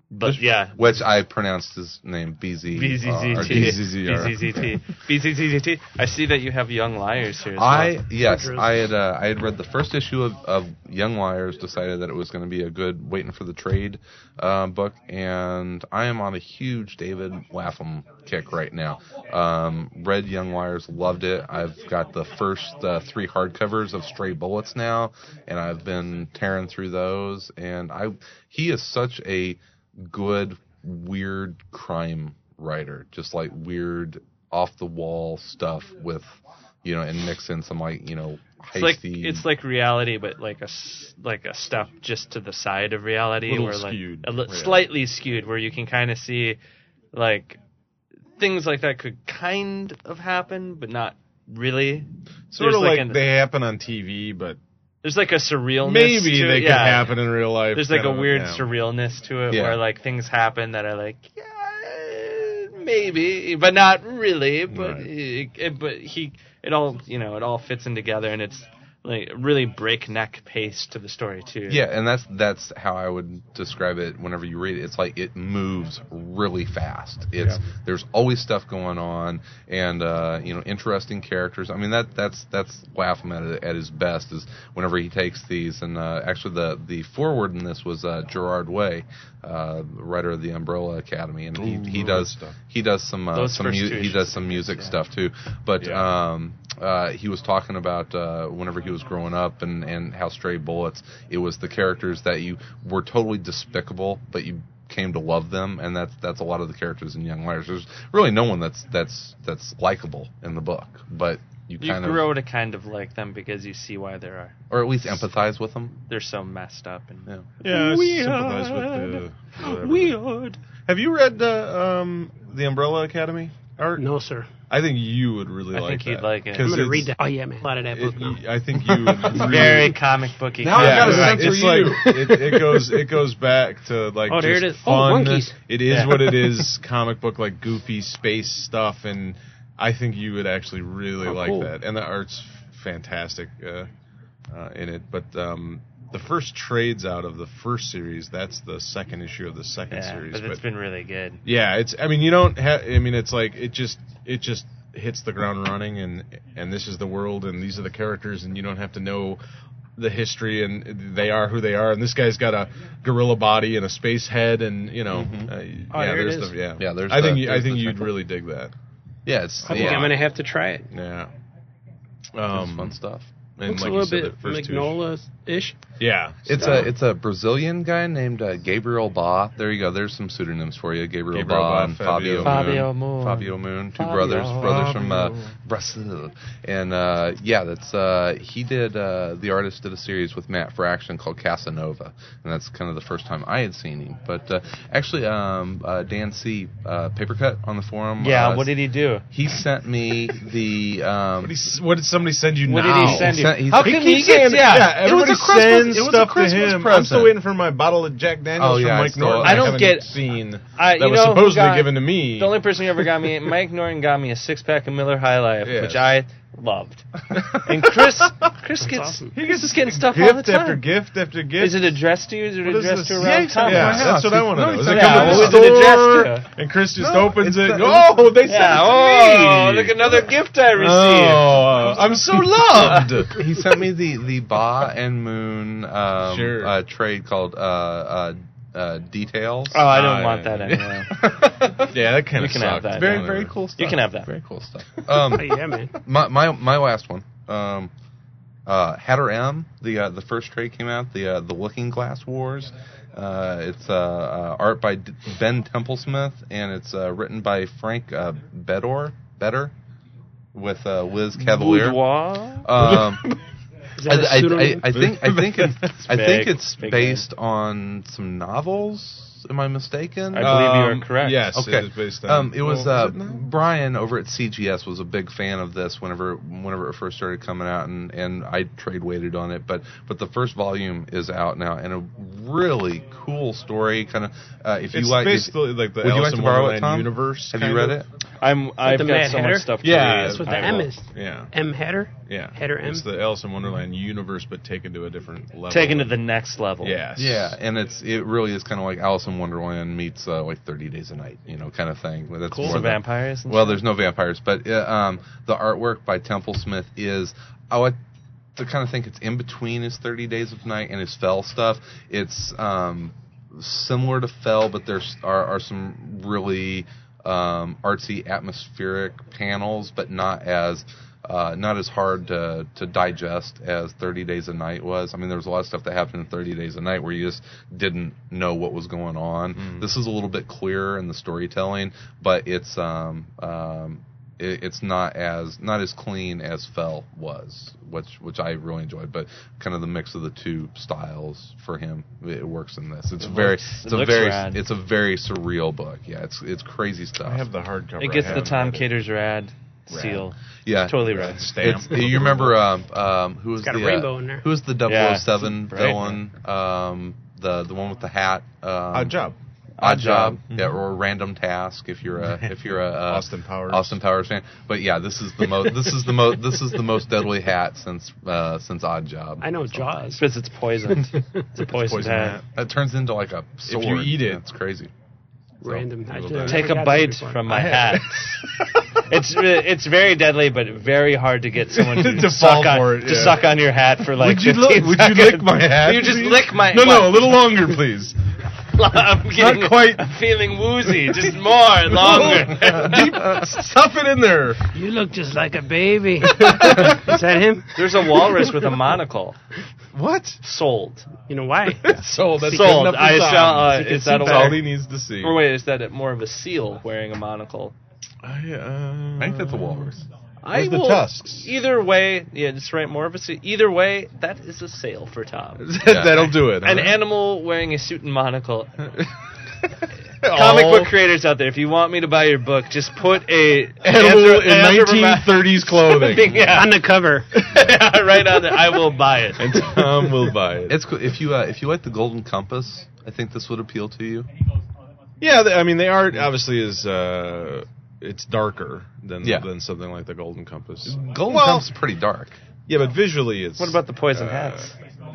D: But yeah,
A: Which I pronounced his name BZ. uh, or DZ.
D: BZZT. BZZT. BZZT. I see that you have young liars here. As
A: I
D: well.
A: yes,
C: True.
A: I had uh, I had read the first issue of, of Young Liars, decided that it was going to be a good waiting for the trade uh, book, and I am on a huge David Lapham kick right now. Um, read Young Liars, loved it. I've got the first uh, three hardcovers of Stray Bullets now, and I've been tearing through those. And I he is such a good weird crime writer, just like weird off the wall stuff with you know, and mix in some like you know
D: It's like
A: hasty.
D: it's like reality, but like a s- like a step just to the side of reality,
B: Little
D: where like
B: skewed
D: a li-
B: reality.
D: slightly skewed, where you can kind of see like things like that could kind of happen, but not really.
B: Sort of
D: There's like
B: like,
D: an-
B: they happen on TV, but
D: There's like a surrealness.
B: maybe
D: to
B: they
D: it.
B: could
D: yeah.
B: happen in real life.
D: There's like a
B: kinda,
D: weird
B: yeah.
D: surrealness to it,
A: Yeah.
D: where like things happen that are like, yeah, maybe, but not really. But
B: Right.
D: it, it- but he, it all you know, it all fits in together, and it's like really breakneck pace to the story too.
A: yeah, and that's that's how I would describe it. Whenever you read it, it's like it moves really fast. It's there's always stuff going on, and uh, you know, interesting characters. I mean, that that's that's Lapham at, at his best is whenever he takes these. And uh, actually, the the forward in this was uh, Gerard Way, uh, writer of the Umbrella Academy, and he, he does he does some uh,
D: Those
A: some
D: first
A: mu-
D: two
A: he
D: issues
A: does some music stuff too. But um, uh, he was talking about uh, whenever he was growing up and and how Stray Bullets it was the characters that you were totally despicable, but you came to love them, and that's that's a lot of the characters in Young Liars. There's really no one that's that's that's likable in the book, but you,
D: You
A: kind
D: grow
A: of
D: to kind of like them because you see why they are.
A: or at least empathize with them.
D: They're so messed up and
A: Yeah.
B: Yeah, I
C: Weird.
B: sympathize with the. with everything.
C: Weird.
B: Have you read the um the Umbrella Academy art?
C: No, sir.
B: I think you would really
D: I
B: like.
D: think you'd
B: that,
D: like it.
B: because
C: I'm gonna
B: it's-
C: read that. Oh yeah, man. A lot of that book. now.
B: it- I think you
D: [laughs]
B: would
D: very
B: really-
D: comic booky.
A: Now I've
D: kind
A: gotta censor
D: of-
B: it's
A: you.
B: like it, it goes it goes back to like
C: Oh, there
B: just
C: it is. Oh,
B: fun.
C: monkeys.
B: it is
D: Yeah.
B: what it
C: [laughs]
B: is, comic book like goofy space stuff, and I think you would actually really
C: Oh,
B: like
C: cool.
B: that. And the art's fantastic uh, uh, in it. But um, the first trades out of the first series, that's the second issue of the second
D: yeah,
B: series.
D: but it's been really good.
B: Yeah, it's. I mean, you don't have. I mean, it's like it just it just hits the ground running, and and this is the world, and these are the characters, and you don't have to know the history, and they are who they are, and this guy's got a gorilla body and a space head, and you know, uh,
C: Oh,
B: yeah,
C: there it
B: there's
C: is.
B: the yeah,
A: Yeah, there's
B: I think
A: the-
B: you, I
A: there's
B: think
A: the
B: you'd
A: temple.
B: really dig that.
A: Yeah, it's
C: I think
A: yeah,
C: I'm gonna have to try it.
B: Yeah.
A: it's
B: Um,
A: fun stuff.
B: and
C: Looks
B: like
C: a
B: you
C: little
B: said,
C: bit
B: the first two issues-
C: Magnola-ish.
B: Yeah,
A: It's
B: so-
A: a it's a Brazilian guy named uh, Gabriel Ba. There you go. There's some pseudonyms for you. Gabriel,
B: Gabriel
A: Ba
B: Ba,
A: and Fabio
B: Fabio
D: Fabio
A: Moon.
D: Moon.
A: Fabio Moon, two
D: Fabio,
A: brothers, brothers from uh,
D: Fabio.
A: Brazil. And uh, yeah, that's uh, he did uh, the artist did a series with Matt Fraction called Casanova, and that's kind of the first time I had seen him. But uh, actually, um, uh, Dan C. Uh, Papercut on the forum.
D: Yeah,
A: uh,
D: what did he do?
A: he sent me the um,
B: [laughs] What, did he- what did somebody send you
D: What
B: now?
D: did he send
A: He
D: you?
A: sent- he
D: How
A: sent-
D: come
B: He
D: he
B: gets-
D: gets yeah?
B: yeah, everybody
A: was a Christmas-
B: sends
A: it was a
B: stuff
A: Christmas
B: to him. I'm
A: present.
B: still waiting for my bottle of Jack Daniels
A: Oh, yeah,
B: from
A: I
B: Mike
A: still-
B: Norton.
A: I
D: don't
B: haven't
D: get-
B: seen
D: I-
B: that
D: you
B: was
D: know who
B: supposedly
D: got-
B: given to me.
D: The only person who ever got
B: [laughs]
D: me, Mike Norton, got me a six pack of Miller High Life,
B: Yes.
D: which I loved.
A: um,
D: And Chris, Chris gets
C: awesome.
D: Chris is getting stuff all the
B: gift
D: time.
B: after gift after gift.
D: Is it addressed to you? Is it
B: What is
D: addressed
B: this?
D: to
B: Yeah,
D: around
B: it's
D: town?
B: at my house. that's what I want to
A: No,
B: know.
A: it's
B: Is it
A: not-
B: come
A: yeah,
B: to
A: what
B: the
A: was
D: it
B: store?
D: addressed
B: And Chris just
A: No,
B: opens
A: it's
B: it. and,
A: not-
B: oh, they sent
D: Yeah.
B: it
D: Oh,
B: to me.
D: look another gift I received.
B: Oh, I'm so
D: [laughs]
B: loved.
A: [laughs] he sent me the the Ba and Moon um,
B: Sure.
A: uh, trade called uh, uh, uh, Details.
D: Oh, I don't
B: Oh,
D: want
B: yeah.
D: that anyway.
B: [laughs] yeah, that kind
D: You
B: of
D: can have
B: sucked.
D: that.
A: very
B: Whatever.
A: very cool stuff.
D: You can have that.
A: Very cool stuff.
B: [laughs]
C: Oh,
A: Um,
C: yeah, man.
A: my my my last one. Um, uh, Hatter M. The uh, the first trade came out. The uh, the Looking Glass Wars. Uh, it's uh, uh, art by D- Ben Templesmith and it's uh, written by Frank uh, Bedore Better with uh, Liz Cavalier.
D: Boudoir?
B: [laughs]
A: Um,
C: Is
A: I,
C: that a
A: I-
C: pseudonym?
A: I- I think I think it's, I think
D: Big,
A: it's
D: big
A: based on some novels. Am I mistaken?
D: [laughs]
A: Uh,
D: I believe you are
B: Um,
D: correct.
B: Yes,
A: okay.
B: it is based on.
A: um, it was
B: Well,
A: uh,
B: is it not?
A: Brian over at CGS was a big fan of this whenever whenever it first started coming out, and, and I trade waited on it. But but the first volume is out now, and a really cool story. Kind of uh, if you
B: It's
A: like, if-
B: basically like the
A: would you
B: Alice
A: like
B: in
A: to borrow it,
B: Wonderland
A: Tom?
B: universe,
A: Have you
B: kind
A: read
B: of.
A: it?
D: I'm I've
C: the
D: got
C: Mad
D: so
C: Hatter?
D: much stuff to
B: Yeah,
D: read.
B: that's
C: That's what
B: I
C: the M
B: will.
C: is.
B: Yeah.
C: M header.
B: Yeah.
C: Header M.
B: It's the Alice in Wonderland universe, but taken to a different level.
D: Taken to the next level.
B: Yes.
A: Yeah, and it's it really is kind of like Alice in Wonderland meets uh, like Thirty Days a Night, you know, kind of thing. That's
D: Cool.
A: more
D: Some
A: the-
D: vampires. and
A: Well,
D: stuff.
A: there's no vampires, but uh, um, the artwork by Temple Smith is oh, I would to kind of think it's in between his Thirty Days of Night and his Fell stuff. It's um, similar to Fell, but there's are, are some really um, artsy, atmospheric panels, but not as uh, not as hard to, to digest as 30 Days a Night was. I mean, there was a lot of stuff that happened in 30 Days a Night where you just didn't know what was going on. This is a little bit clearer in the storytelling, but it's um, um, it, it's not as not as clean as Fell was, which which I really enjoyed. But kind of the mix of the two styles for him, it works in this. It's
D: It
A: very,
D: looks-
A: it's
D: it
A: a
D: looks
A: very,
D: rad.
A: it's a very surreal book. Yeah, it's it's crazy stuff.
B: I have the hardcover.
D: It
B: I
D: gets the
B: haven't
D: Tom
B: read it.
D: Cater's rad seal.
A: yeah,
D: Totally rad.
B: Stamp.
A: It's, you remember um, um, who was
C: got a
A: the
C: rainbow
A: uh,
C: in there.
A: who was the 007
D: Yeah, right.
A: villain? Um, the the one with the hat. Um,
B: Odd job. Mm-hmm.
A: Odd
D: Odd
A: job.
D: Job.
A: Yeah, or random task if you're
B: [laughs]
A: a if you're a uh,
B: Austin Powers.
A: Austin Powers fan. But yeah, this is
B: [laughs]
A: the most this is the most this is the most deadly hat since uh, since Odd Job.
C: I know Jaws.
D: Because it's poisoned. it's a poisoned
B: poison
D: hat.
A: That turns into like a sword.
B: eat it.
A: it's crazy.
C: Random. I
B: Little
C: just-
B: bit.
C: I
D: Take a
C: forgot
D: bite
C: this before.
D: from my hat.
B: [laughs]
D: it's it's very deadly, but very hard to get someone to,
B: [laughs] To fall
D: suck on
B: for it,
D: to
B: yeah.
D: suck on your hat for like.
B: Would you,
D: 15
B: look, would you lick
D: seconds.
B: my hat?
D: Will you just
B: please?
D: lick my.
B: No, no, a
D: what?
B: little longer, please.
D: I'm getting,
B: quite.
D: I'm feeling woozy.
B: [laughs]
D: Just more, [laughs] [laughs] longer.
B: Deep, stuff it in there.
C: [laughs] You look just like a baby. Is that him?
D: There's a walrus with a monocle.
B: What?
D: Sold.
C: You know [laughs] why?
B: Sold. That's
D: Sold.
B: good enough
D: I
B: design.
D: saw, uh,
B: He can
D: it's
B: see
D: out of
B: all
D: order.
B: he needs to see.
D: Or wait, is that it more of a seal wearing a monocle?
B: I, uh, I think that's a [laughs] walrus.
D: I
F: Where's the
D: will.
F: tusks?
D: Either way, yeah, just right. More of a seal. Either way, that is a sale
B: [laughs]
D: for Tom.
B: That'll do it.
D: An
B: huh?
D: animal wearing a suit and monocle. [laughs] Comic
B: Oh.
D: book creators out there, if you want me to buy your book, just put a
B: [laughs] Animal in
D: anthropo- [laughs]
B: 1930s
C: [laughs]
B: clothing. [laughs]
D: yeah,
C: On the cover.
D: right on it. I will buy it.
B: and Tom will buy it.
A: It's cool if you uh, if you like the Golden Compass. I think this would appeal to you.
B: Yeah, th- I mean the art obviously is uh, it's darker than
A: Yeah.
B: than something like the Golden Compass.
A: Golden
B: Well-
A: Compass is pretty dark.
B: Yeah, but visually it's.
D: What about
B: [laughs]
D: the
B: Uh,
D: poison hats?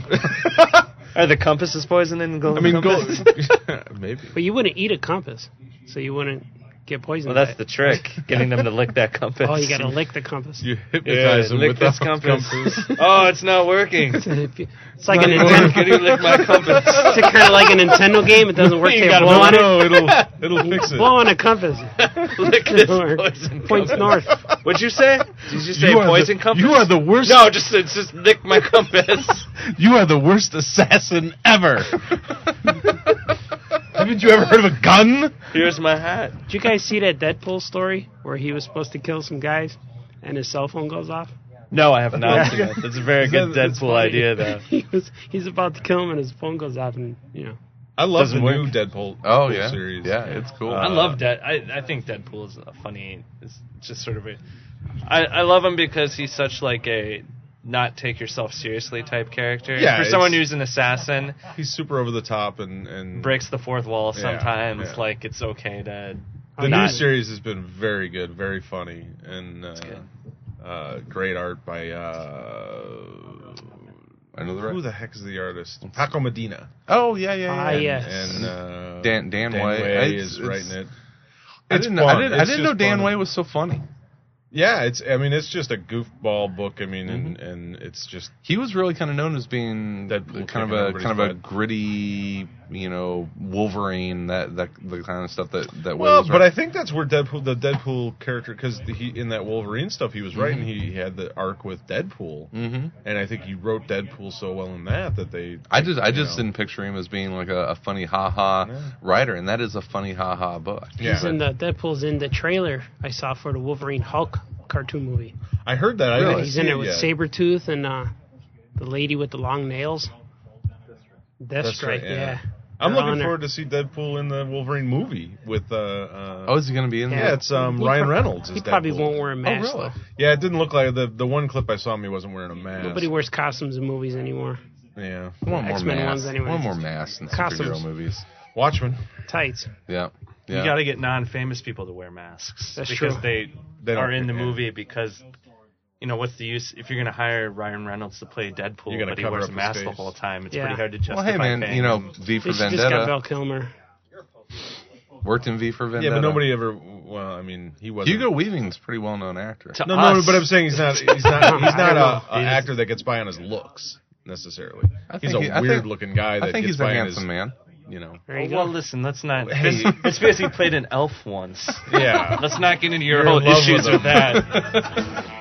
B: the?
D: Are the compasses poison in
B: I
D: golden
B: mean, gold.
D: compass?
B: [laughs] Maybe.
C: But you wouldn't eat a compass, so you wouldn't get
D: [laughs]
C: poisoned.
D: well, that's
C: by
D: the trick, getting them to
B: [laughs]
D: lick that compass.
C: it. oh, you gotta lick the [laughs] compass.
B: You
D: Yeah,
B: hypnotize him
D: lick
B: with
D: this
B: the
D: compass.
B: [laughs]
D: oh, it's not working.
C: It's like a
D: Can
C: Nintendo.
D: you lick my compass?
B: [laughs]
C: It's kind of like a Nintendo game. It doesn't work.
D: You
C: You
D: gotta
C: blow
B: No,
C: on it.
B: Oh, no, [laughs] it'll it'll fix it.
C: Blow on a compass.
D: lick
C: [laughs]
D: this poison
C: Points
D: compass.
C: north.
D: What'd you say? Did you say
B: You are
D: poison
B: the,
D: compass?
B: You are the worst.
D: no, just it's just lick
B: [laughs]
D: my compass.
B: You are the worst assassin [laughs] ever. Haven't you ever heard of a gun?
D: Here's my hat.
C: Did you guys see that Deadpool story where he was supposed to kill some guys and his cell phone goes off?
D: No, I have not
C: Yeah.
D: seen it. That's a very good
B: [laughs] That- that's
D: Deadpool idea, though.
C: [laughs] He was he's about to kill him and his phone goes off and you know
B: I love
D: Doesn't
B: the
D: work.
B: new Deadpool.
A: Oh
B: Deadpool
A: yeah,
B: series.
A: yeah, it's cool.
D: I
B: Uh,
D: love Dead. I, I think Deadpool is a funny. It's just sort of a. I, I love him because he's such like a not take yourself seriously type character.
B: Yeah,
D: For someone
B: it's-
D: who's an assassin,
B: He's super over the top and and
D: breaks the fourth wall
B: Yeah,
D: sometimes.
B: yeah.
D: Like it's okay to.
B: The
C: not-
B: new series has been very good, very funny, and uh, uh, great art by uh,
A: I know the
B: who
A: right.
B: the heck is the artist? Paco Medina.
A: Oh yeah, yeah, yeah.
C: Ah,
A: yeah.
C: yes.
B: And uh,
A: Dan- Dan Way. It's-
B: is
A: it's-
B: writing it.
A: I
B: It's
A: didn't,
B: fun.
A: I didn't, I
B: It's
A: didn't
B: just
A: know Dan
B: fun.
A: Way was so funny.
B: Yeah, it's. I mean, it's just a goofball book. I mean, and
A: Mm-hmm.
B: and it's just
A: He was really kind of known as being
B: Deadpool
A: kind
B: kicking
A: of a
B: everybody's
A: kind of a
B: butt.
A: gritty, you know, Wolverine that that the kind of stuff that that Way
B: Well,
A: was
B: but I
A: writing.
B: think that's where Deadpool, the Deadpool character, because he in that Wolverine stuff he was writing,
A: Mm-hmm.
B: he had the arc with Deadpool,
A: Mhm.
B: and I think he wrote Deadpool so well in that that they.
A: I just I
B: you
A: just
B: know.
A: didn't picture him as being like a, a funny ha ha
B: Yeah.
A: writer, and that is a funny ha ha book.
B: Yeah.
C: he's in the Deadpool's in the trailer I saw for the Wolverine Hulk cartoon movie.
B: I heard that. I
A: Really?
B: didn't
C: He's
B: see
C: in it with
B: yet.
C: Sabretooth and uh, the lady with the long nails. Deathstrike,
B: right, yeah.
C: yeah.
B: I'm
C: They're on
B: looking
C: there.
B: forward to see Deadpool in the Wolverine movie with. Uh, uh,
A: Oh, is he going to be in
C: Yeah.
B: yeah,
A: there?
B: it's um,
C: He
B: Ryan
C: prob-
B: Reynolds.
C: He
B: is
C: probably
B: Deadpool. Oh,
C: won't wear a mask.
A: really?
C: though.
B: Yeah, it didn't look like the the one clip I saw him. He wasn't wearing a mask.
C: Nobody wears costumes in movies anymore.
B: yeah,
A: I want more
C: X-Men ones
A: masks.
C: anyway.
A: I want more masks in
C: Costumes.
A: superhero movies.
B: Watchmen.
C: Tights.
A: Yeah, yeah.
D: You got to get non-famous people to wear masks
C: That's
D: because
C: true.
D: they,
B: They don't
D: are in the
B: care, yeah.
D: movie because. You know what's the use if you're going to hire Ryan Reynolds to play Deadpool,
B: You're gonna
D: but he
B: cover
D: wears a
B: up his
D: mask the
B: face.
D: whole time? It's
C: Yeah.
D: pretty hard to justify.
A: well, hey man,
D: paying
A: you know,
D: him.
A: V
C: They
A: for
C: should just got
A: Vendetta
C: Val Kilmer.
A: worked in V for Vendetta.
B: Yeah, but nobody ever. Well, I mean, he wasn't.
A: Hugo Weaving's a pretty well known actor.
D: To
B: No,
D: us-
B: no, but I'm saying he's not.
C: [laughs]
B: He's not. He's
C: I
B: not
C: don't know.
B: a, a actor that gets by on his looks necessarily.
A: I think
B: He's a
A: he- I think-
B: weird-looking guy that
A: I think
B: gets
A: he's a
B: by on
A: handsome
B: his,
A: man.
B: you know.
C: There you
D: well,
C: go.
D: listen, let's not.
B: Hey.
D: This, it's because he played an elf
B: [laughs]
D: once.
C: [laughs]
B: Yeah.
D: Let's not get into your
B: You're in
D: whole
B: love
D: issues
B: with him. [laughs]
D: with that.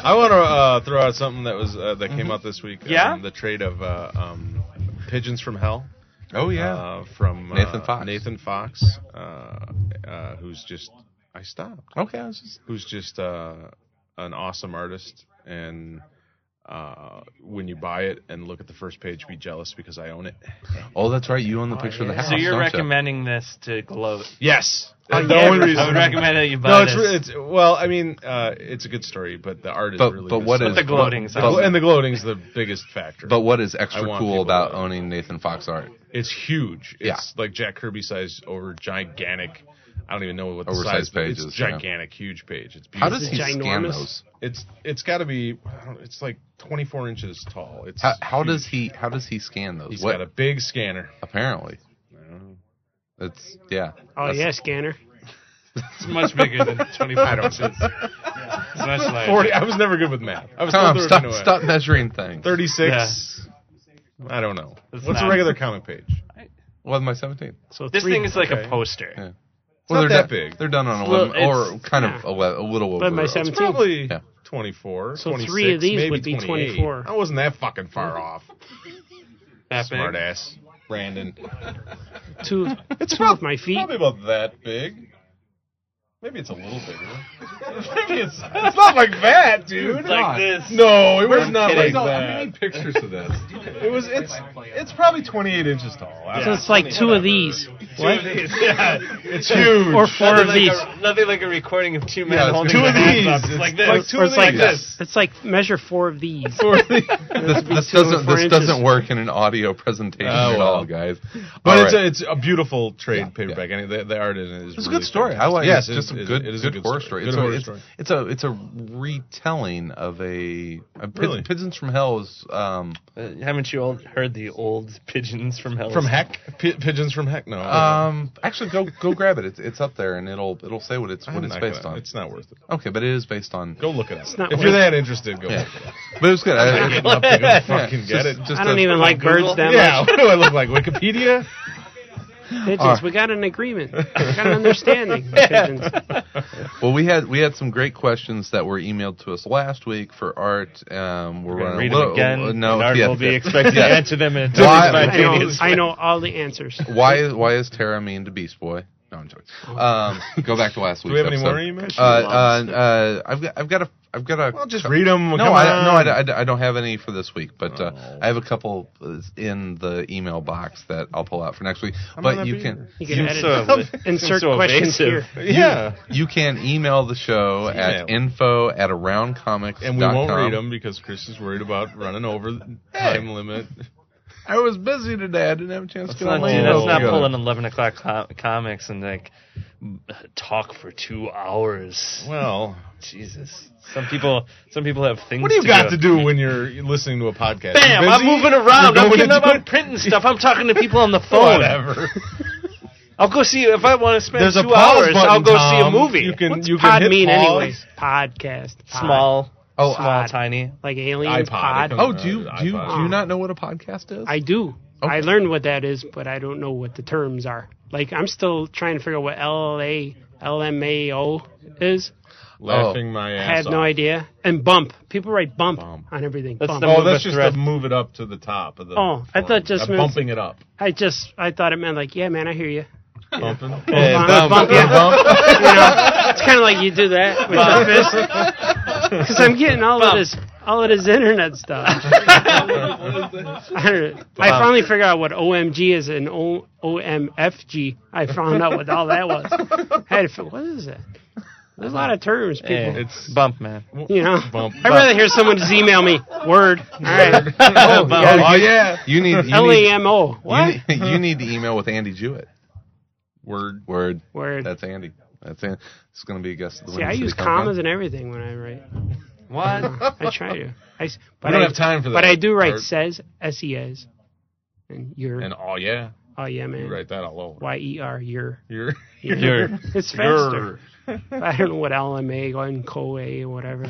B: I want to uh, throw out something that was uh, that came
C: Mm-hmm.
B: out this week.
D: Yeah?
B: um, the trade of uh, um, pigeons from hell.
A: Oh yeah.
B: uh, from uh,
A: Nathan Fox.
B: Nathan Fox, uh, uh, who's just I stopped.
A: okay. I was just,
B: Who's just uh, an awesome artist, and uh, when you buy it and look at the first page, be jealous because I
D: [laughs]
B: own it.
A: oh, that's right. You own the picture of the
C: yeah.
A: house.
D: So you're
A: don't ya?
D: recommending this to gloat.
B: Yes,
C: Oh,
B: the
C: yeah.
B: only reason
D: I would recommend that you
B: [laughs] No,
D: buy this.
B: it's, re- it's well. I mean, uh, it's a good story, but the art is
A: But-
B: really.
A: but
B: good
A: what
B: stuff.
A: is-
D: The gloating's
B: The
A: but-
B: glo- and the gloating's the biggest factor.
A: But what is extra
B: I want
A: cool
B: people
A: about
B: to-
A: owning Nathan Fox art?
B: it's huge.
A: Yeah.
B: It's like Jack Kirby size over gigantic. I don't even know what the
A: Oversized
B: size but
A: pages,
B: It's
A: yeah.
B: gigantic, huge page. It's
A: How
B: beautiful.
A: does
C: it
A: he scan
C: ginormous?
A: those?
B: it's it's got to be. I don't- It's like 24 inches tall. It's
A: How, how does he?
B: huge.
A: How does he scan those?
B: He's
A: what?
B: got a
A: [laughs]
B: big scanner.
A: apparently, it's yeah.
C: Oh
A: That's- [laughs]
C: yeah, scanner.
D: It's much bigger than 25 inches. It's much
B: 40.
D: larger.
B: I was never good with math. I was
A: Tom,
B: still
A: stop,
B: throwing it away.
A: stop measuring things.
B: 36. I don't know.
D: It's
B: What's a
D: not-
B: regular comic page?
D: I-
B: Eleven by seventeen.
C: So
D: This
C: three-
D: thing is like
B: okay.
D: a poster.
B: Yeah.
A: It's well,
B: not
A: they're
B: that
A: done-
B: big.
A: They're done on
D: It's
A: eleven,
D: little-
A: or kind of
C: yeah.
A: ele- a little over.
C: But by
A: eleven.
C: 17
B: Probably
A: Yeah.
B: 24.
C: So
B: 26,
C: three of these
B: maybe
C: would be
B: 28.
C: 24.
B: I wasn't that fucking far off.
D: That big.
B: Smart ass. Brandon.
C: two,
D: [laughs]
C: two of my feet.
B: Probably about that big. Maybe it's a little bigger. Maybe it's, it's not like that, dude.
D: like
A: God.
D: this.
B: no, it was
D: I'm
B: not like
D: kidding.
A: I
B: that.
A: need pictures of this.
B: It was. It's. It's probably 28 inches tall. I
C: So
B: don't
C: it's like
B: know.
C: two of these.
D: What? yeah.
B: [laughs] It's huge.
C: Or four
D: Nothing
C: of
D: like,
C: these.
D: a, nothing like a recording of two men
B: Yeah, it's
D: holding
B: two
D: their
B: of
D: hands
B: these.
D: up.
B: It's
D: like
B: like
D: this.
B: two
C: Or
B: of
C: it's like
B: these.
C: this. It's like measure four of these.
A: this this
C: two or
A: doesn't.
C: four
A: This
C: inches.
A: doesn't work in an audio presentation
B: Oh,
A: at
B: well.
A: all, guys.
B: [laughs] But
A: All
B: it's
A: right.
B: a, it's a beautiful trade
A: Yeah,
B: paperback. I mean, the, the art in it is.
A: It's a
B: really
A: good story. I
B: fantastic.
A: like
B: Yes,
A: it. It's just a
B: is-
A: good,
B: it is a
A: good, horror story.
B: Good
A: It's,
B: horror
A: a, it's,
B: story.
A: it's a it's a retelling of a, a Pid-
B: Really?
A: Pigeons from Hell is um
D: Uh, haven't you all heard the old pigeons from hell?
B: From Heck, Uh, P- pigeons from Heck. No,
A: um actually go go grab it. It's it's up there and it'll it'll say what it's
B: I'm
A: what it's
B: not
A: based
B: gonna-
A: on.
B: It's not worth it.
A: okay, but it is based on.
B: Go look it up.
C: not
B: If
C: worth
B: you're
C: it.
B: that interested, go.
A: Yeah,
B: Look it up.
A: [laughs] but it was good. I, I-
B: Not to
A: [laughs]
B: go fucking
A: yeah,
B: get
A: just-
B: it.
A: just
C: I don't
A: a-
C: even like
D: Google?
C: birds that
B: yeah, [laughs]
D: [laughs]
C: much.
B: what do I look like? Wikipedia?
C: Pigeons,
A: Alright.
C: we got an agreement. We got an understanding. Pigeons.
A: Well, we had we had some great questions that were emailed to us last week for art. Um, we're,
D: We're gonna
A: running
D: read
A: a
D: them
A: little,
D: again.
A: uh, no,
D: Bernard
A: yeah.
D: will be expected to
A: Yeah.
D: answer them in a
A: Why-
C: I know,
D: spontaneous.
C: I know all the answers.
A: Why is why is Tara mean to Beast Boy? No, I'm joking. Um, go back to last
B: Do
A: week's.
B: we have any
A: episode.
B: more emails?
A: Uh, uh, uh, I've got I've got a I've got a.
B: well, just read them.
A: no, I no, I, I- I don't have any for this week, but uh,
B: Oh.
A: I have a couple uh, in the email box that I'll pull out for next week.
B: I'm
A: but
B: on that
A: you
B: beat.
A: can
C: You can edit.
D: so, ev-
C: insert
D: so
C: questions
D: evasive.
C: here.
B: yeah,
A: you can email the show at
B: Email.
A: info at aroundcomics
B: and we won't read them because Chris is worried about running over the time limit.
A: I was busy today. I didn't have a chance
D: Let's
A: to get
D: not,
A: my
D: do,
A: email
D: let's not
A: together.
D: pull an 11 o'clock co- comics and like m- talk for two hours.
B: Well,
D: Jesus. Some people, some people have things.
B: what do you
D: to
B: got to do when you're listening to a podcast?
D: Bam!
B: You're
D: I'm
B: busy?
D: moving around.
B: You're
D: I'm
B: going
D: getting
B: to
D: up.
B: do
D: I'm
B: it?
D: printing stuff. I'm talking to people on the phone.
B: Whatever.
D: I'll go see if I want to
B: [laughs]
D: spend
B: There's a
D: two
B: pause
D: hours.
B: button,
D: I'll go see a
B: Tom. Oh.
D: movie.
B: You can
C: What's
B: you can
C: pod
B: hit
C: mean
B: pause.
C: anyway? Podcast. pod.
D: small,
A: Oh,
D: small,
C: pod.
D: tiny.
C: Like aliens
B: iPod.
C: pod.
B: It
A: Oh, do you,
B: Uh,
A: do you,
B: iPod.
A: do you not know what a podcast is?
C: I do.
A: Okay.
C: I learned what that is, but I don't know what the terms are. Like I'm still trying to figure out what LA LMAO is.
B: Laughing my
C: I
B: ass
C: had no
B: off.
C: idea. And bump. People write bump,
B: Bump.
C: on everything.
D: That's
C: bump.
D: the-
B: Oh,
D: Move
B: that's
D: a
B: just
D: thread.
B: to move it up to the top of the.
C: Oh, I thought just
B: Uh,
C: meant-
B: bumping it up.
C: I just I thought it meant like, yeah, man, I hear you.
B: Bumping.
D: Hey,
C: Bump,
B: [laughs]
D: bump.
C: bump, yeah. You know, it's kind of like you do that with your fist. Because I'm getting all
D: Bump.
C: of this, all of this internet stuff. I, don't
B: [laughs]
C: know. I finally figured out what OMG is and o- OMFG. I found out what all that was. I had to fi- what is that? There's a lot of terms, people.
D: Hey,
B: It's-
D: it's bump, man.
C: [laughs]
A: [laughs]
C: you know,
B: Bump.
C: I'd rather hear someone just email me
B: [laughs]
C: word. All right, [laughs]
D: Bump.
A: Oh, yeah. You need you
C: L A
A: need,
C: M O.
A: you
C: What
A: need you need to email with Andy Jewett.
B: Word.
A: Word.
C: word?
A: That's Andy. That's Andy. It's going to be a guest. Of the
C: See, I
A: Windy City
C: use
A: Comic-Con.
C: commas and everything when I write.
D: What?
C: I try to. I, s- but
B: I don't
C: I-
B: have time for that.
C: But I do write
B: Or-
C: says S E S, and your
B: And oh yeah,
C: oh yeah
B: you
C: man
B: write that all over.
C: Y E R your
B: You're
D: Your
C: it's [laughs] faster. [laughs] I don't know what LMA and CoA
D: [laughs]
C: or whatever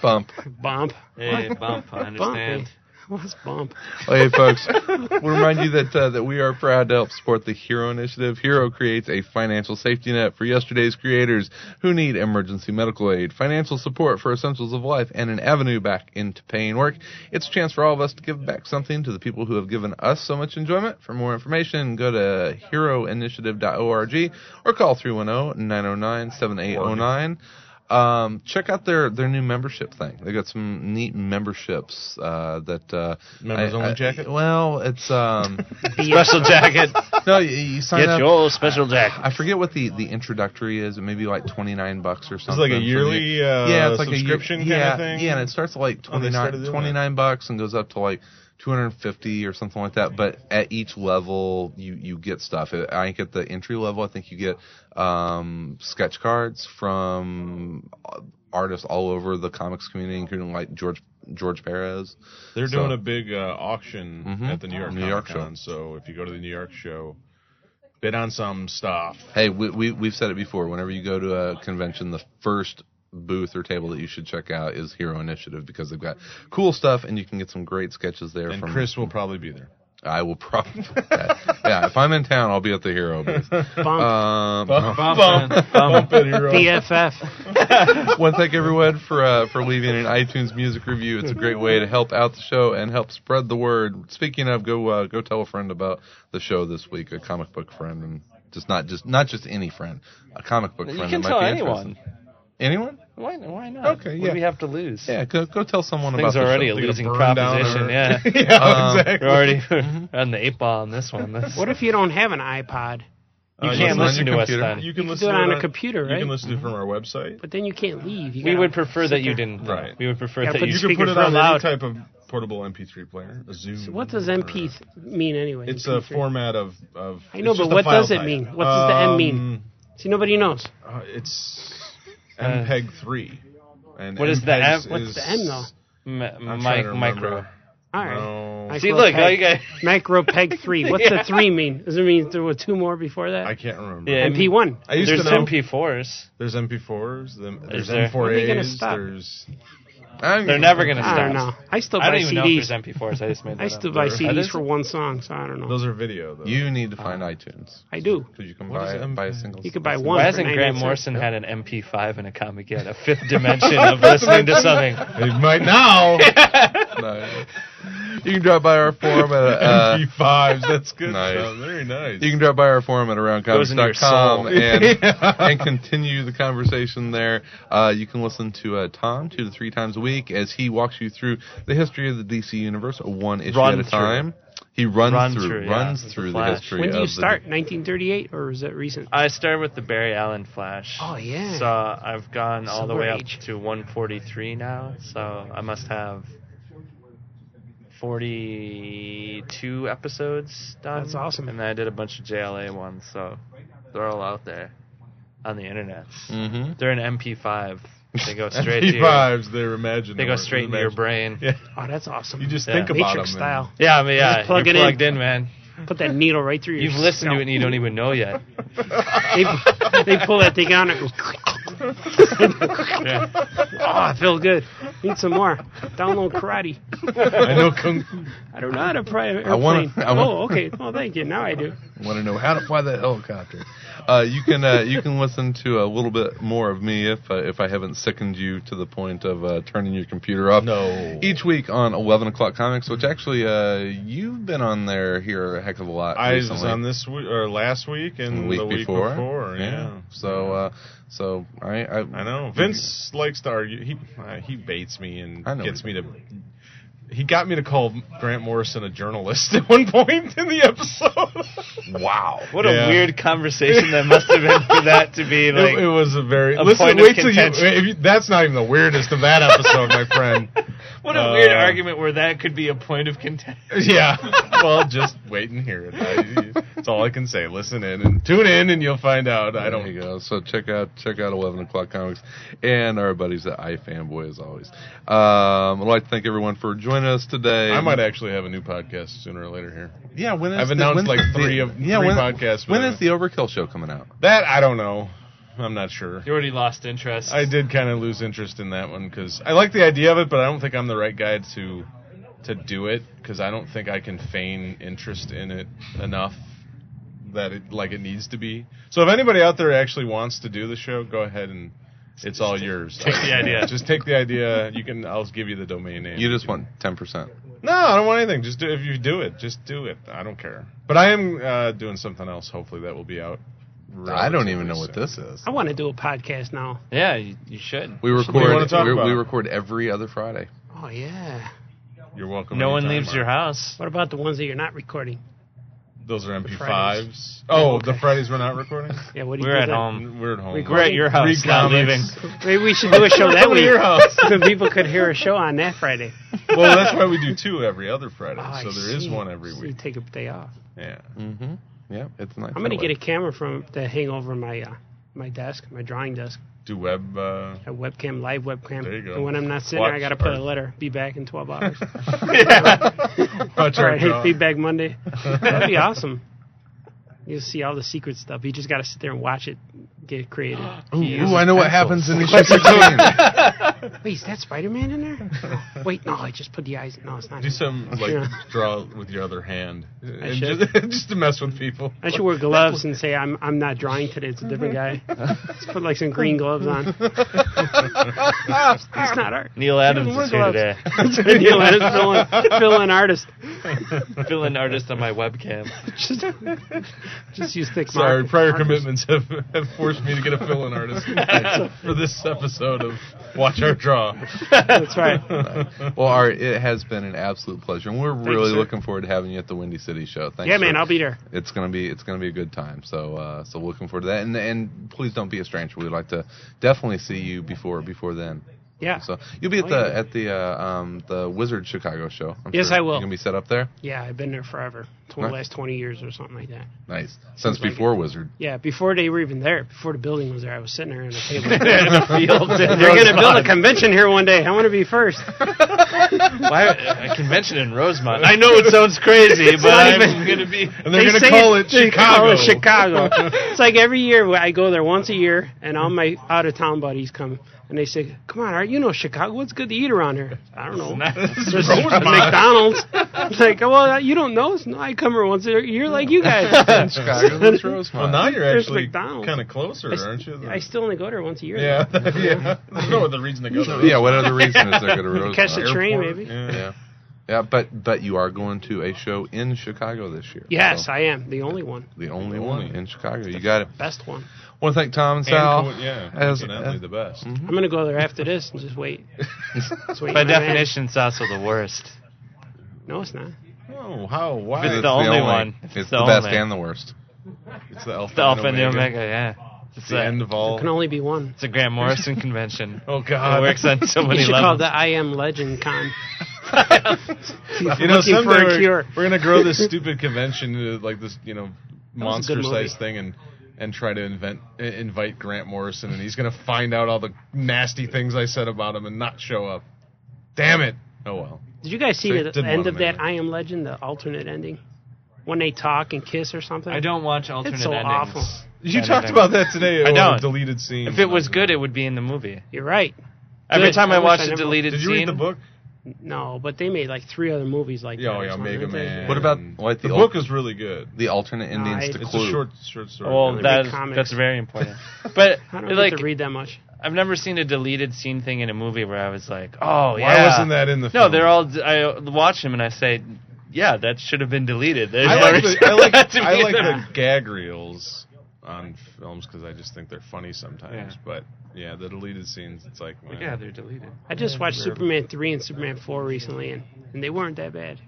A: Bump.
C: bump.
D: hey, bump. I
C: Bump.
D: understand.
C: [laughs] eh? What's
D: [laughs]
C: bump?
A: Well, hey, folks, we remind you that uh, that we are proud to help support the Hero Initiative. Hero creates a financial safety net for yesterday's creators who need emergency medical aid, financial support for essentials of life, and an avenue back into paying work. It's a chance for all of us to give back something to the people who have given us so much enjoyment. For more information, go to heroinitiative.org or call 310 909 7809. Um, check out their, their new membership thing. They got some neat memberships uh, that uh,
B: Members
A: I-
B: only
A: I-
B: jacket?
A: Well, it's
B: [laughs]
A: um
D: Special jacket.
A: no, you, you sign
D: Get
A: up.
D: your special jacket.
A: I forget what the the introductory is. It may be like twenty nine bucks or
B: It's
A: something.
B: like a
A: for the-
B: yearly uh,
A: yeah, it's like
B: subscription
A: a year, yeah,
B: kind of thing.
A: Yeah, and it starts at like
B: Oh, they
A: 29,
B: started doing
A: 29 bucks and goes up to like 250 or something like that. But at each level, you you get stuff. I- I think at the entry level, I think you get um, sketch cards from uh, artists all over the comics community, including like George George Perez.
B: They're
A: So-
B: doing a big uh, auction
A: Mhm.
B: at the New York
A: New York
B: Comic-Con, So if you go to the New York show, bid on some stuff.
A: Hey, we, we we've said it before. Whenever you go to a convention, the first booth or table that you should check out is Hero Initiative because they've got cool stuff and you can get some great sketches there.
B: And
A: from
B: Chris will probably be there.
A: I will probably. yeah, if I'm in town, I'll be at the Hero
B: [laughs]
A: booth.
C: Bump.
A: Um, [laughs]
G: Bump, bump,
B: it, hero.
C: BFF.
A: want to thank everyone for uh, for leaving an iTunes music review. It's a great way to help out the show and help spread the word. Speaking of, go uh, go tell a friend about the show this week, a comic book friend, and just not just not just any friend, a comic book
D: You
A: friend.
D: can
A: that
D: tell
A: might be
D: anyone.
A: interested. Anyone?
D: Why, why not?
A: Okay,
D: What
A: yeah.
D: do we have to lose?
A: Yeah, go go tell someone
D: Thing's
A: about the
D: already
A: show.
D: a losing
B: burn down
D: proposition.
B: or-
D: Yeah.
B: [laughs]
D: [laughs]
B: yeah,
A: Um,
D: We're
B: exactly.
D: already [laughs] on the eight ball on this one. That's-
C: What if you don't have an iPod?
D: you
B: Uh,
A: listen
D: can't
A: on
D: listen
A: your
D: to us
A: computer.
B: You
D: then.
B: can
C: You can
B: listen
C: do it
B: to
C: on
B: it
C: a computer,
B: You
C: right?
B: can listen to it from our website.
C: But then you can't leave. You
D: we
C: gotta
D: would prefer that
C: sit
D: you
C: there.
D: didn't. though.
B: Right.
D: We would prefer
C: Gotta
D: that
C: put
D: you.
B: You can put
C: Speakers
B: it on
C: real
B: any
C: loud.
B: type of portable MP3 player, a Zoom.
C: So what does
B: or-
C: MP mean anyway?
B: It's a
C: MP3?
B: format of of.
C: I know,
B: it's just
C: but
B: a
C: what
B: file
C: does it
B: type.
C: mean? What does the M mean?
B: Um,
C: See, nobody knows.
B: Uh, it's
D: Uh,
B: MPEG three. And
D: What is the
B: MPEGs
D: M-
C: what's the M though?
D: M-
B: I'm
D: mic-
B: trying to
D: micro.
B: remember.
C: All right.
B: No,
C: I-
D: See, look, all you got.
C: Macro peg three.
D: [laughs]
C: What's the three mean? Does it mean there were two more before that?
B: I can't remember.
D: Yeah.
C: MP one.
B: I used
D: There's
B: to know.
D: MP4s.
B: There's MP4s. then- There's
D: there-
C: When are they gonna
B: M4As.
C: stop?
B: There's
A: I'm-
D: They're never gonna
C: I
D: stop.
C: don't know. I still
D: I
C: buy
D: don't even know if
C: CDs.
D: there's MP4s. I just made that
C: I
D: up.
C: still buy
D: Are there
C: CDs for one song, so I don't know.
B: those are video though.
A: You need to find iTunes.
C: I do.
A: Could you can
B: What is
A: buy
B: it?
A: buy a single?
C: You could buy
A: single-
C: one.
D: Why
C: for
D: hasn't
C: 99
D: Grant
C: cents?
D: Morrison had an MP5 and a comic yet? A
C: [laughs]
D: fifth dimension of listening to something.
B: It might now.
A: No. You can drop by our forum
D: [laughs]
A: at uh,
B: MP5s. That's good.
A: Nice.
B: stuff. Very nice. [laughs]
A: You can drop by our forum at
D: Goes in your
A: aroundcomics.com
D: soul.
A: and,
D: [laughs]
B: Yeah.
A: and continue the conversation there. Uh, you can listen to uh, Tom two to three times a week as he walks you through the history of the DC universe, one issue
D: Run
A: at a
D: through.
A: time. He runs
D: Run
A: through,
D: through, yeah.
A: runs
D: It's a
A: through the
D: flash.
A: history.
C: When did
A: of
C: you
A: the-
C: start? 1938 or is that recent?
D: I started with the Barry Allen Flash.
C: Oh, yeah.
D: So I've gone all the
C: Similar
D: way up
C: age.
D: to 143 now. So I must have 42 episodes done.
C: That's awesome.
D: And then I did a bunch of JLA ones. So they're all out there on the internet.
C: Mm.
A: Mhm.
D: They're an MP5.
A: [laughs]
D: They
C: [laughs]
D: go straight to your,
B: MP5s. They're imagined.
D: they go straight into your brain.
B: Yeah.
C: Oh, that's awesome.
B: You just
D: Yeah.
B: think about
C: Matrix
B: them.
C: style.
D: Yeah, I mean, yeah.
C: Just plug
D: you're
C: it in.
D: plugged in, man.
C: Put that needle right through your.
D: You've listened to
C: scalp.
D: it and you don't even know
C: [laughs]
D: yet.
C: They, they pull that thing out and it goes. [laughs]
D: Yeah.
C: Oh, I feel good. Need some more. Download karate.
B: [laughs] I know Kung Fu.
C: I don't know how to fly an airplane.
A: I wanna- I wanna-
C: oh, okay. Well, thank you. Now I do.
A: Want to know how to fly that helicopter? Uh, you can uh, you can listen to a little bit more of me if uh, if I haven't sickened you to the point of uh, turning your computer off.
B: No.
A: Each week on eleven o'clock comics, which actually uh, you've been on there here a heck of a lot.
B: I was
A: recently.
B: on this week or last week and
A: the week,
B: the week
A: before.
B: before, Yeah.
A: So, uh, so I, I,
B: I know Vince likes to argue. He uh, he baits me and
A: I know.
B: gets me to. He got me to call Grant Morrison a journalist [laughs] at one point in the [laughs] episode.
A: Wow.
D: What
B: Yeah.
D: a weird conversation that must have been for that to
C: [laughs]
D: be like.
B: it, it was a very
D: a
B: listen.
D: point of
B: Wait till you,
D: contention.
B: if you. That's not even the weirdest of that episode, my friend.
D: What a weird
B: Uh,
D: argument where that could be a point of contention.
B: [laughs] Yeah. Well, just wait and hear it. I, it's all I can say. Listen in and tune in, and you'll find out. I
A: There
B: don't.
A: you go. So check out check out eleven o'clock comics and our buddies at iFanboy as always. Um, I'd like to thank everyone for joining us today.
B: I might actually have a new podcast sooner or later here.
A: Yeah, when is
B: I've
A: the-
B: announced
A: when's
B: like
A: the-
B: three of-
A: yeah,
B: three
A: when,
B: podcasts,
A: When
B: but-
A: is the Overkill show coming out?
B: That I don't know. I'm not sure.
D: You already lost interest.
B: I did kind of lose interest in that one because I like the idea of it, but I don't think I'm the right guy to to do it because I don't think I can feign interest in it enough that it like it needs to be. So if anybody out there actually wants to do the show, go ahead and it's all yours.
D: Take the
B: [laughs]
D: idea.
B: Just take the idea. You can. I'll give you the domain name.
A: You just want ten percent.
B: No, I don't want anything. Just do, if you do it, just do it. I don't care. But I am uh, doing something else. Hopefully that will be out.
A: I don't even
B: relatively
A: know what
B: soon.
A: this is.
C: I want to do a podcast now.
D: Yeah, you, you should.
A: We
B: do you wanna
A: record
B: talk
A: we, we
B: about?
A: record every other Friday.
C: Oh yeah.
B: You're welcome.
D: No one
B: anytime,
D: leaves
B: Mark.
D: your house.
C: What about the ones that you're not recording?
B: Those are
C: Fridays.
B: MP5s. Oh,
C: Okay. Um,
B: the Fridays we're not recording.
C: [laughs] Yeah. What do you
D: We're
C: do
D: at
C: then?
D: home.
B: We're at home.
C: We
D: We're at your house,
B: Free
D: not leaving.
B: comics.
C: Maybe we should do
D: [laughs]
C: a show that
B: Come to
C: week.
B: your house.
C: [laughs] so people could hear a show on that Friday.
B: [laughs] well, that's why we do two every other Friday.
C: Oh,
B: so
C: I
B: there is
C: see.
B: one every
C: So
B: week.
C: You take a day off.
B: Yeah.
A: Mm-hmm. Yeah, it's nice.
C: I'm gonna get a camera from to hang over my uh, my desk, my drawing desk,
B: Do web.
C: [laughs]
B: Uh, [laughs]
C: a webcam, live webcam.
B: There you go.
C: And when I'm not sitting,
B: Watch
C: there, I gotta put
B: our-
C: a letter. Be back in 12
B: [laughs]
C: hours.
B: Watch
C: All
B: our Oh,
C: right, hey,
B: drawing. [laughs]
C: feedback Monday. That'd be awesome. You'll see all the secret stuff. You just got to sit there and watch it
B: [gasps]
C: get created.
B: Ooh,
C: He uses
B: ooh, I know what
C: pencils.
B: happens
C: [laughs]
A: [laughs]
B: in the
C: Wait, is that Spider Man in
B: [laughs]
C: there? Wait, no, I just put the eyes. No, it's not.
B: [laughs] Do
C: him.
B: some like
C: Yeah.
B: draw with your other hand, And
C: should.
B: just, [laughs] just to mess with people.
C: I should
B: [laughs]
C: wear gloves and say I'm I'm not drawing today. It's a different guy. Let's put like some green gloves
B: [laughs]
C: on. it's not art. [laughs]
D: Neil Adams is here
C: Look,
D: today. [laughs]
C: Neil Adams fill in, fill in artist.
D: Fill in artist on my [laughs] webcam.
C: Just, just use thick.
B: Sorry,
C: mark-
B: prior
C: markers.
B: commitments have, have forced me to get a fill-in artist for this episode of Watch Our Draw.
C: [laughs] [laughs]
B: [laughs]
C: That's right.
A: Well, Art, it has been an absolute pleasure, and we're really
C: sir.
A: looking forward to having you at the Windy City show. Thanks.
C: Yeah, man,
A: sir.
C: I'll be there.
A: It's gonna be it's gonna be a good time. So uh, so looking forward to that. And and please don't be a stranger. We'd like to definitely see you before before then.
C: Yeah.
A: So you'll be at
C: Oh,
A: the
C: yeah.
A: at the uh, um the Wizard Chicago show. I'm
C: Yes,
A: sure.
C: I will.
A: You gonna be set up there?
C: Yeah, I've been there forever. Twenty
A: Nice.
C: last twenty years or something like that.
A: Nice. Since
C: like
A: before
C: [laughs]
A: Wizard.
C: Yeah, before they were even there, before the building was there, I was sitting there on a
B: [laughs]
C: table.
D: In a field.
C: They're going to build a convention here one day. I want to
B: [laughs]
C: be first.
D: Why, a convention in Rosemont. I know it sounds crazy, but
C: not
D: I'm
C: even-
D: going to be.
B: And they're
C: They
B: gonna
C: say
B: call it
C: they call it
B: Chicago.
C: Chicago.
B: [laughs]
C: it's like every year I go there once a year, and all my out of town buddies come and they say, "Come on, Art, you know Chicago. What's good to eat around here?" I don't know.
B: [laughs]
C: There's [laughs] a McDonald's. It's like, well, you don't know? No, I come here once a year, like
B: [laughs]
C: you guys.
A: Chicago, that's Rosemont.
B: Well, now you're
C: There's
B: actually
C: McDonald's.
B: kind of closer, aren't you?
C: I still only go there once a year.
B: [laughs] yeah,
A: [laughs]
B: yeah. There's no other reason to go there.
A: yeah. What other reason is there
C: [laughs]
A: going to Rosemont?
C: Catch the train,
B: Airport.
C: maybe.
B: Yeah.
A: Yeah. Yeah, but but you are going to a show in Chicago this year.
C: Yes,
A: So,
C: I am the only one,
A: the only
B: The
A: one
B: only.
A: in Chicago. You got it.
C: best one.
A: want to thank Tom and
B: And
A: Sal.
B: co-
A: [laughs]
B: yeah,
A: As-
B: incidentally, the best.
C: I'm gonna go there after this and just wait. Just wait
D: By
C: my man.
D: definition, it's also the worst.
C: no, it's not.
A: Mm-hmm.
B: Oh, how? Why?
D: It's the only one.
A: It's,
D: It's
A: the,
D: the
A: best
D: only.
A: and the worst.
B: It's the Alpha,
D: The Alpha and the
B: Omega.
D: Omega, yeah. It's
B: It's the
D: a-
B: end of all.
C: Can only be one.
D: It's a Grant Morrison [laughs] convention.
B: Oh
D: It
B: God!
D: works on
B: [laughs]
D: so
C: You
D: many
C: should call
D: levels.
C: it the I Am Legend Con.
B: you know,
C: looking for
B: someday
C: a
B: we're,
C: cure.
B: we're gonna grow this stupid convention into like this, you know,
C: was a good
B: monster-sized thing, and and try to invent i- invite Grant Morrison, and he's gonna find out all the nasty things I said about him and not show up. Damn it! Oh well.
C: Did you guys see
B: They
C: the
B: didn't
C: end
B: wanna
C: of that
B: make it.
C: I Am Legend, the alternate ending? When they talk and kiss or something?
D: I don't watch alternate
C: It's so
D: endings.
C: awful.
B: You
D: Kinda
B: talked
D: thing.
B: about that today.
D: I
B: oh,
D: don't.
B: Deleted scene.
D: If it was good, it would be in the movie.
C: You're right.
D: Every
C: Good.
D: time
C: I
D: I
C: wish
D: watch
C: I
D: a
C: never-
D: deleted
B: Did you
D: scene,
B: read the book?
C: No, but they made like three other movies like
B: Yeah,
C: that.
B: oh,
C: or
B: yeah,
C: something,
B: Mega
C: didn't they?
B: Man.
A: What about like the
B: The
A: al-
B: book is really good.
A: the alternate endings
C: I-
A: to
B: It's
A: Clue?
B: a short short story.
D: well,
C: read
D: that,
C: comics.
D: that's very important. But
C: [laughs] I don't
D: like,
C: get to read that much.
D: I've never seen a deleted scene thing in a movie where I was like, "Oh
B: Why
D: yeah."
B: wasn't that in the?
D: No,
B: film?
D: they're all. I watch them and I say, "Yeah, that should have been deleted." There's
B: I
D: no
B: like
D: reason
B: the, I like,
D: for that [laughs] to
B: I
D: be
B: like
D: there.
B: the gag reels on films because I just think they're funny sometimes.
D: Yeah.
B: But yeah, the deleted scenes, it's like man.
D: Yeah, they're deleted.
C: I just watched Superman 3 and Superman 4 recently, and, and they weren't that bad.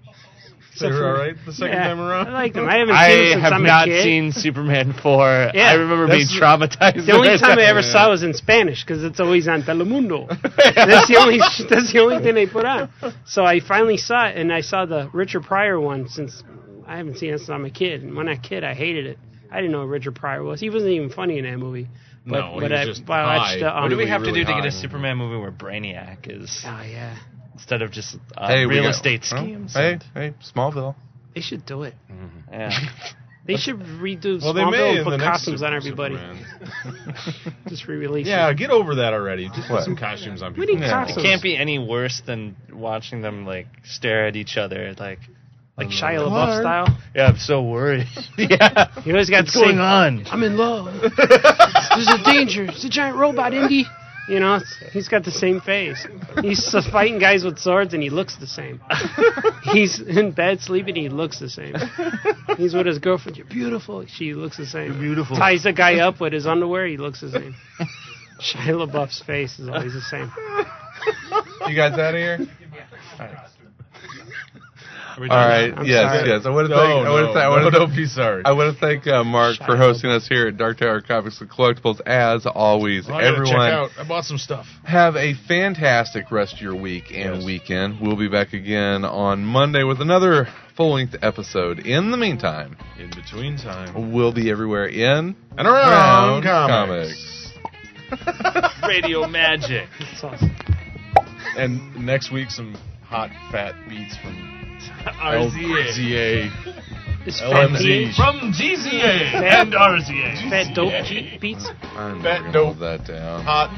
B: they were all right the second
C: Yeah,
B: time around.
C: I liked them. I
D: [laughs]
C: haven't
D: I
C: seen it since
D: have
C: I'm
D: not
C: a kid.
D: seen Superman four.
C: Yeah,
D: I remember being
B: that's- [laughs]
D: traumatized.
C: the only time I ever
B: Yeah.
C: saw was in Spanish because it's always on Telemundo.
B: [laughs]
C: that's the only that's the only thing they put on. So I finally saw it, and I saw the Richard Pryor one since I haven't seen it since I'm a kid. And when I kid, I hated it. I didn't know who Richard Pryor was. He wasn't even funny in that movie. But,
B: No, he
C: but
B: was
C: I,
B: just
C: but I watched
B: high.
C: the, um,
D: What do we
B: really,
D: have to
B: really
D: do to get
B: high.
D: a Superman movie where Brainiac is
C: Oh yeah,
D: instead of just uh,
A: Hey, we
D: real
A: got-
D: estate
A: well,
D: schemes?
A: Hey, hey, Smallville.
C: they should do it.
D: Yeah.
C: They should redo
B: Well, they may
C: Smallville
B: in
C: and
B: the
C: put
B: next
C: costumes on
B: Super-
C: everybody.
B: Superman.
C: Just
B: [laughs]
C: re-release.
B: Yeah,
C: it.
B: get over that already. Just put
A: What?
B: some costumes on
C: We
B: people.
C: need
A: Yeah.
C: costumes.
D: It can't be any worse than watching them like stare at each other like
C: like Shia LaBeouf style.
D: yeah i'm so worried [laughs] yeah
C: You always got
D: what's
C: to sing,
D: going on
C: I'm in love. There's a danger. It's a giant robot, Indy. You know, it's- he's got the same face. He's s- fighting guys with swords, and he looks the same. He's in bed sleeping, he looks the same. He's with his girlfriend. You're beautiful. She looks the same.
D: beautiful.
C: Ties a guy up with his underwear. He looks the same. Shia LaBeouf's face is always the same.
A: You guys out of here?
D: We're
A: All right.
C: I'm
A: yes,
C: sorry.
A: yes. I want to
B: No,
A: thank. I want to
B: no,
A: thank. I want
B: no,
A: to
B: don't be sorry.
A: I want to thank uh, Mark
C: Shut
A: for
C: up.
A: hosting us here at Dark Tower Comics and Collectibles. As always,
B: Oh, I gotta
A: everyone.
B: check out. I bought some stuff.
A: Have a fantastic rest of your week and
B: Yes.
A: weekend. We'll be back again on Monday with another full length episode. In the meantime,
B: In between time
A: we'll be everywhere in
B: and around,
A: Around
B: comics.
D: radio magic
C: It's awesome.
B: And next week, some hot fat beats from
D: RZA.
B: LZA.
C: Is
B: LMZ.
D: From GZA and RZA.
C: Fat dope cheap beats.
A: I'm
B: Fat
A: gonna
B: dope.
A: hold that down.
B: Hot.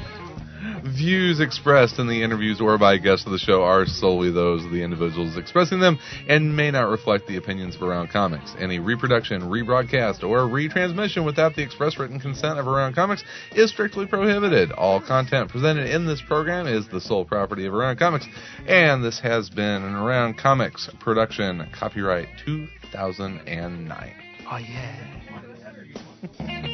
A: Views expressed in the interviews or by guests of the show are solely those of the individuals expressing them and may not reflect the opinions of Around Comics. Any reproduction, rebroadcast, or retransmission without the express written consent of Around Comics is strictly prohibited. All content presented in this program is the sole property of Around Comics, and this has been an Around Comics production, copyright 2009.
C: Oh yeah.
H: Thank you.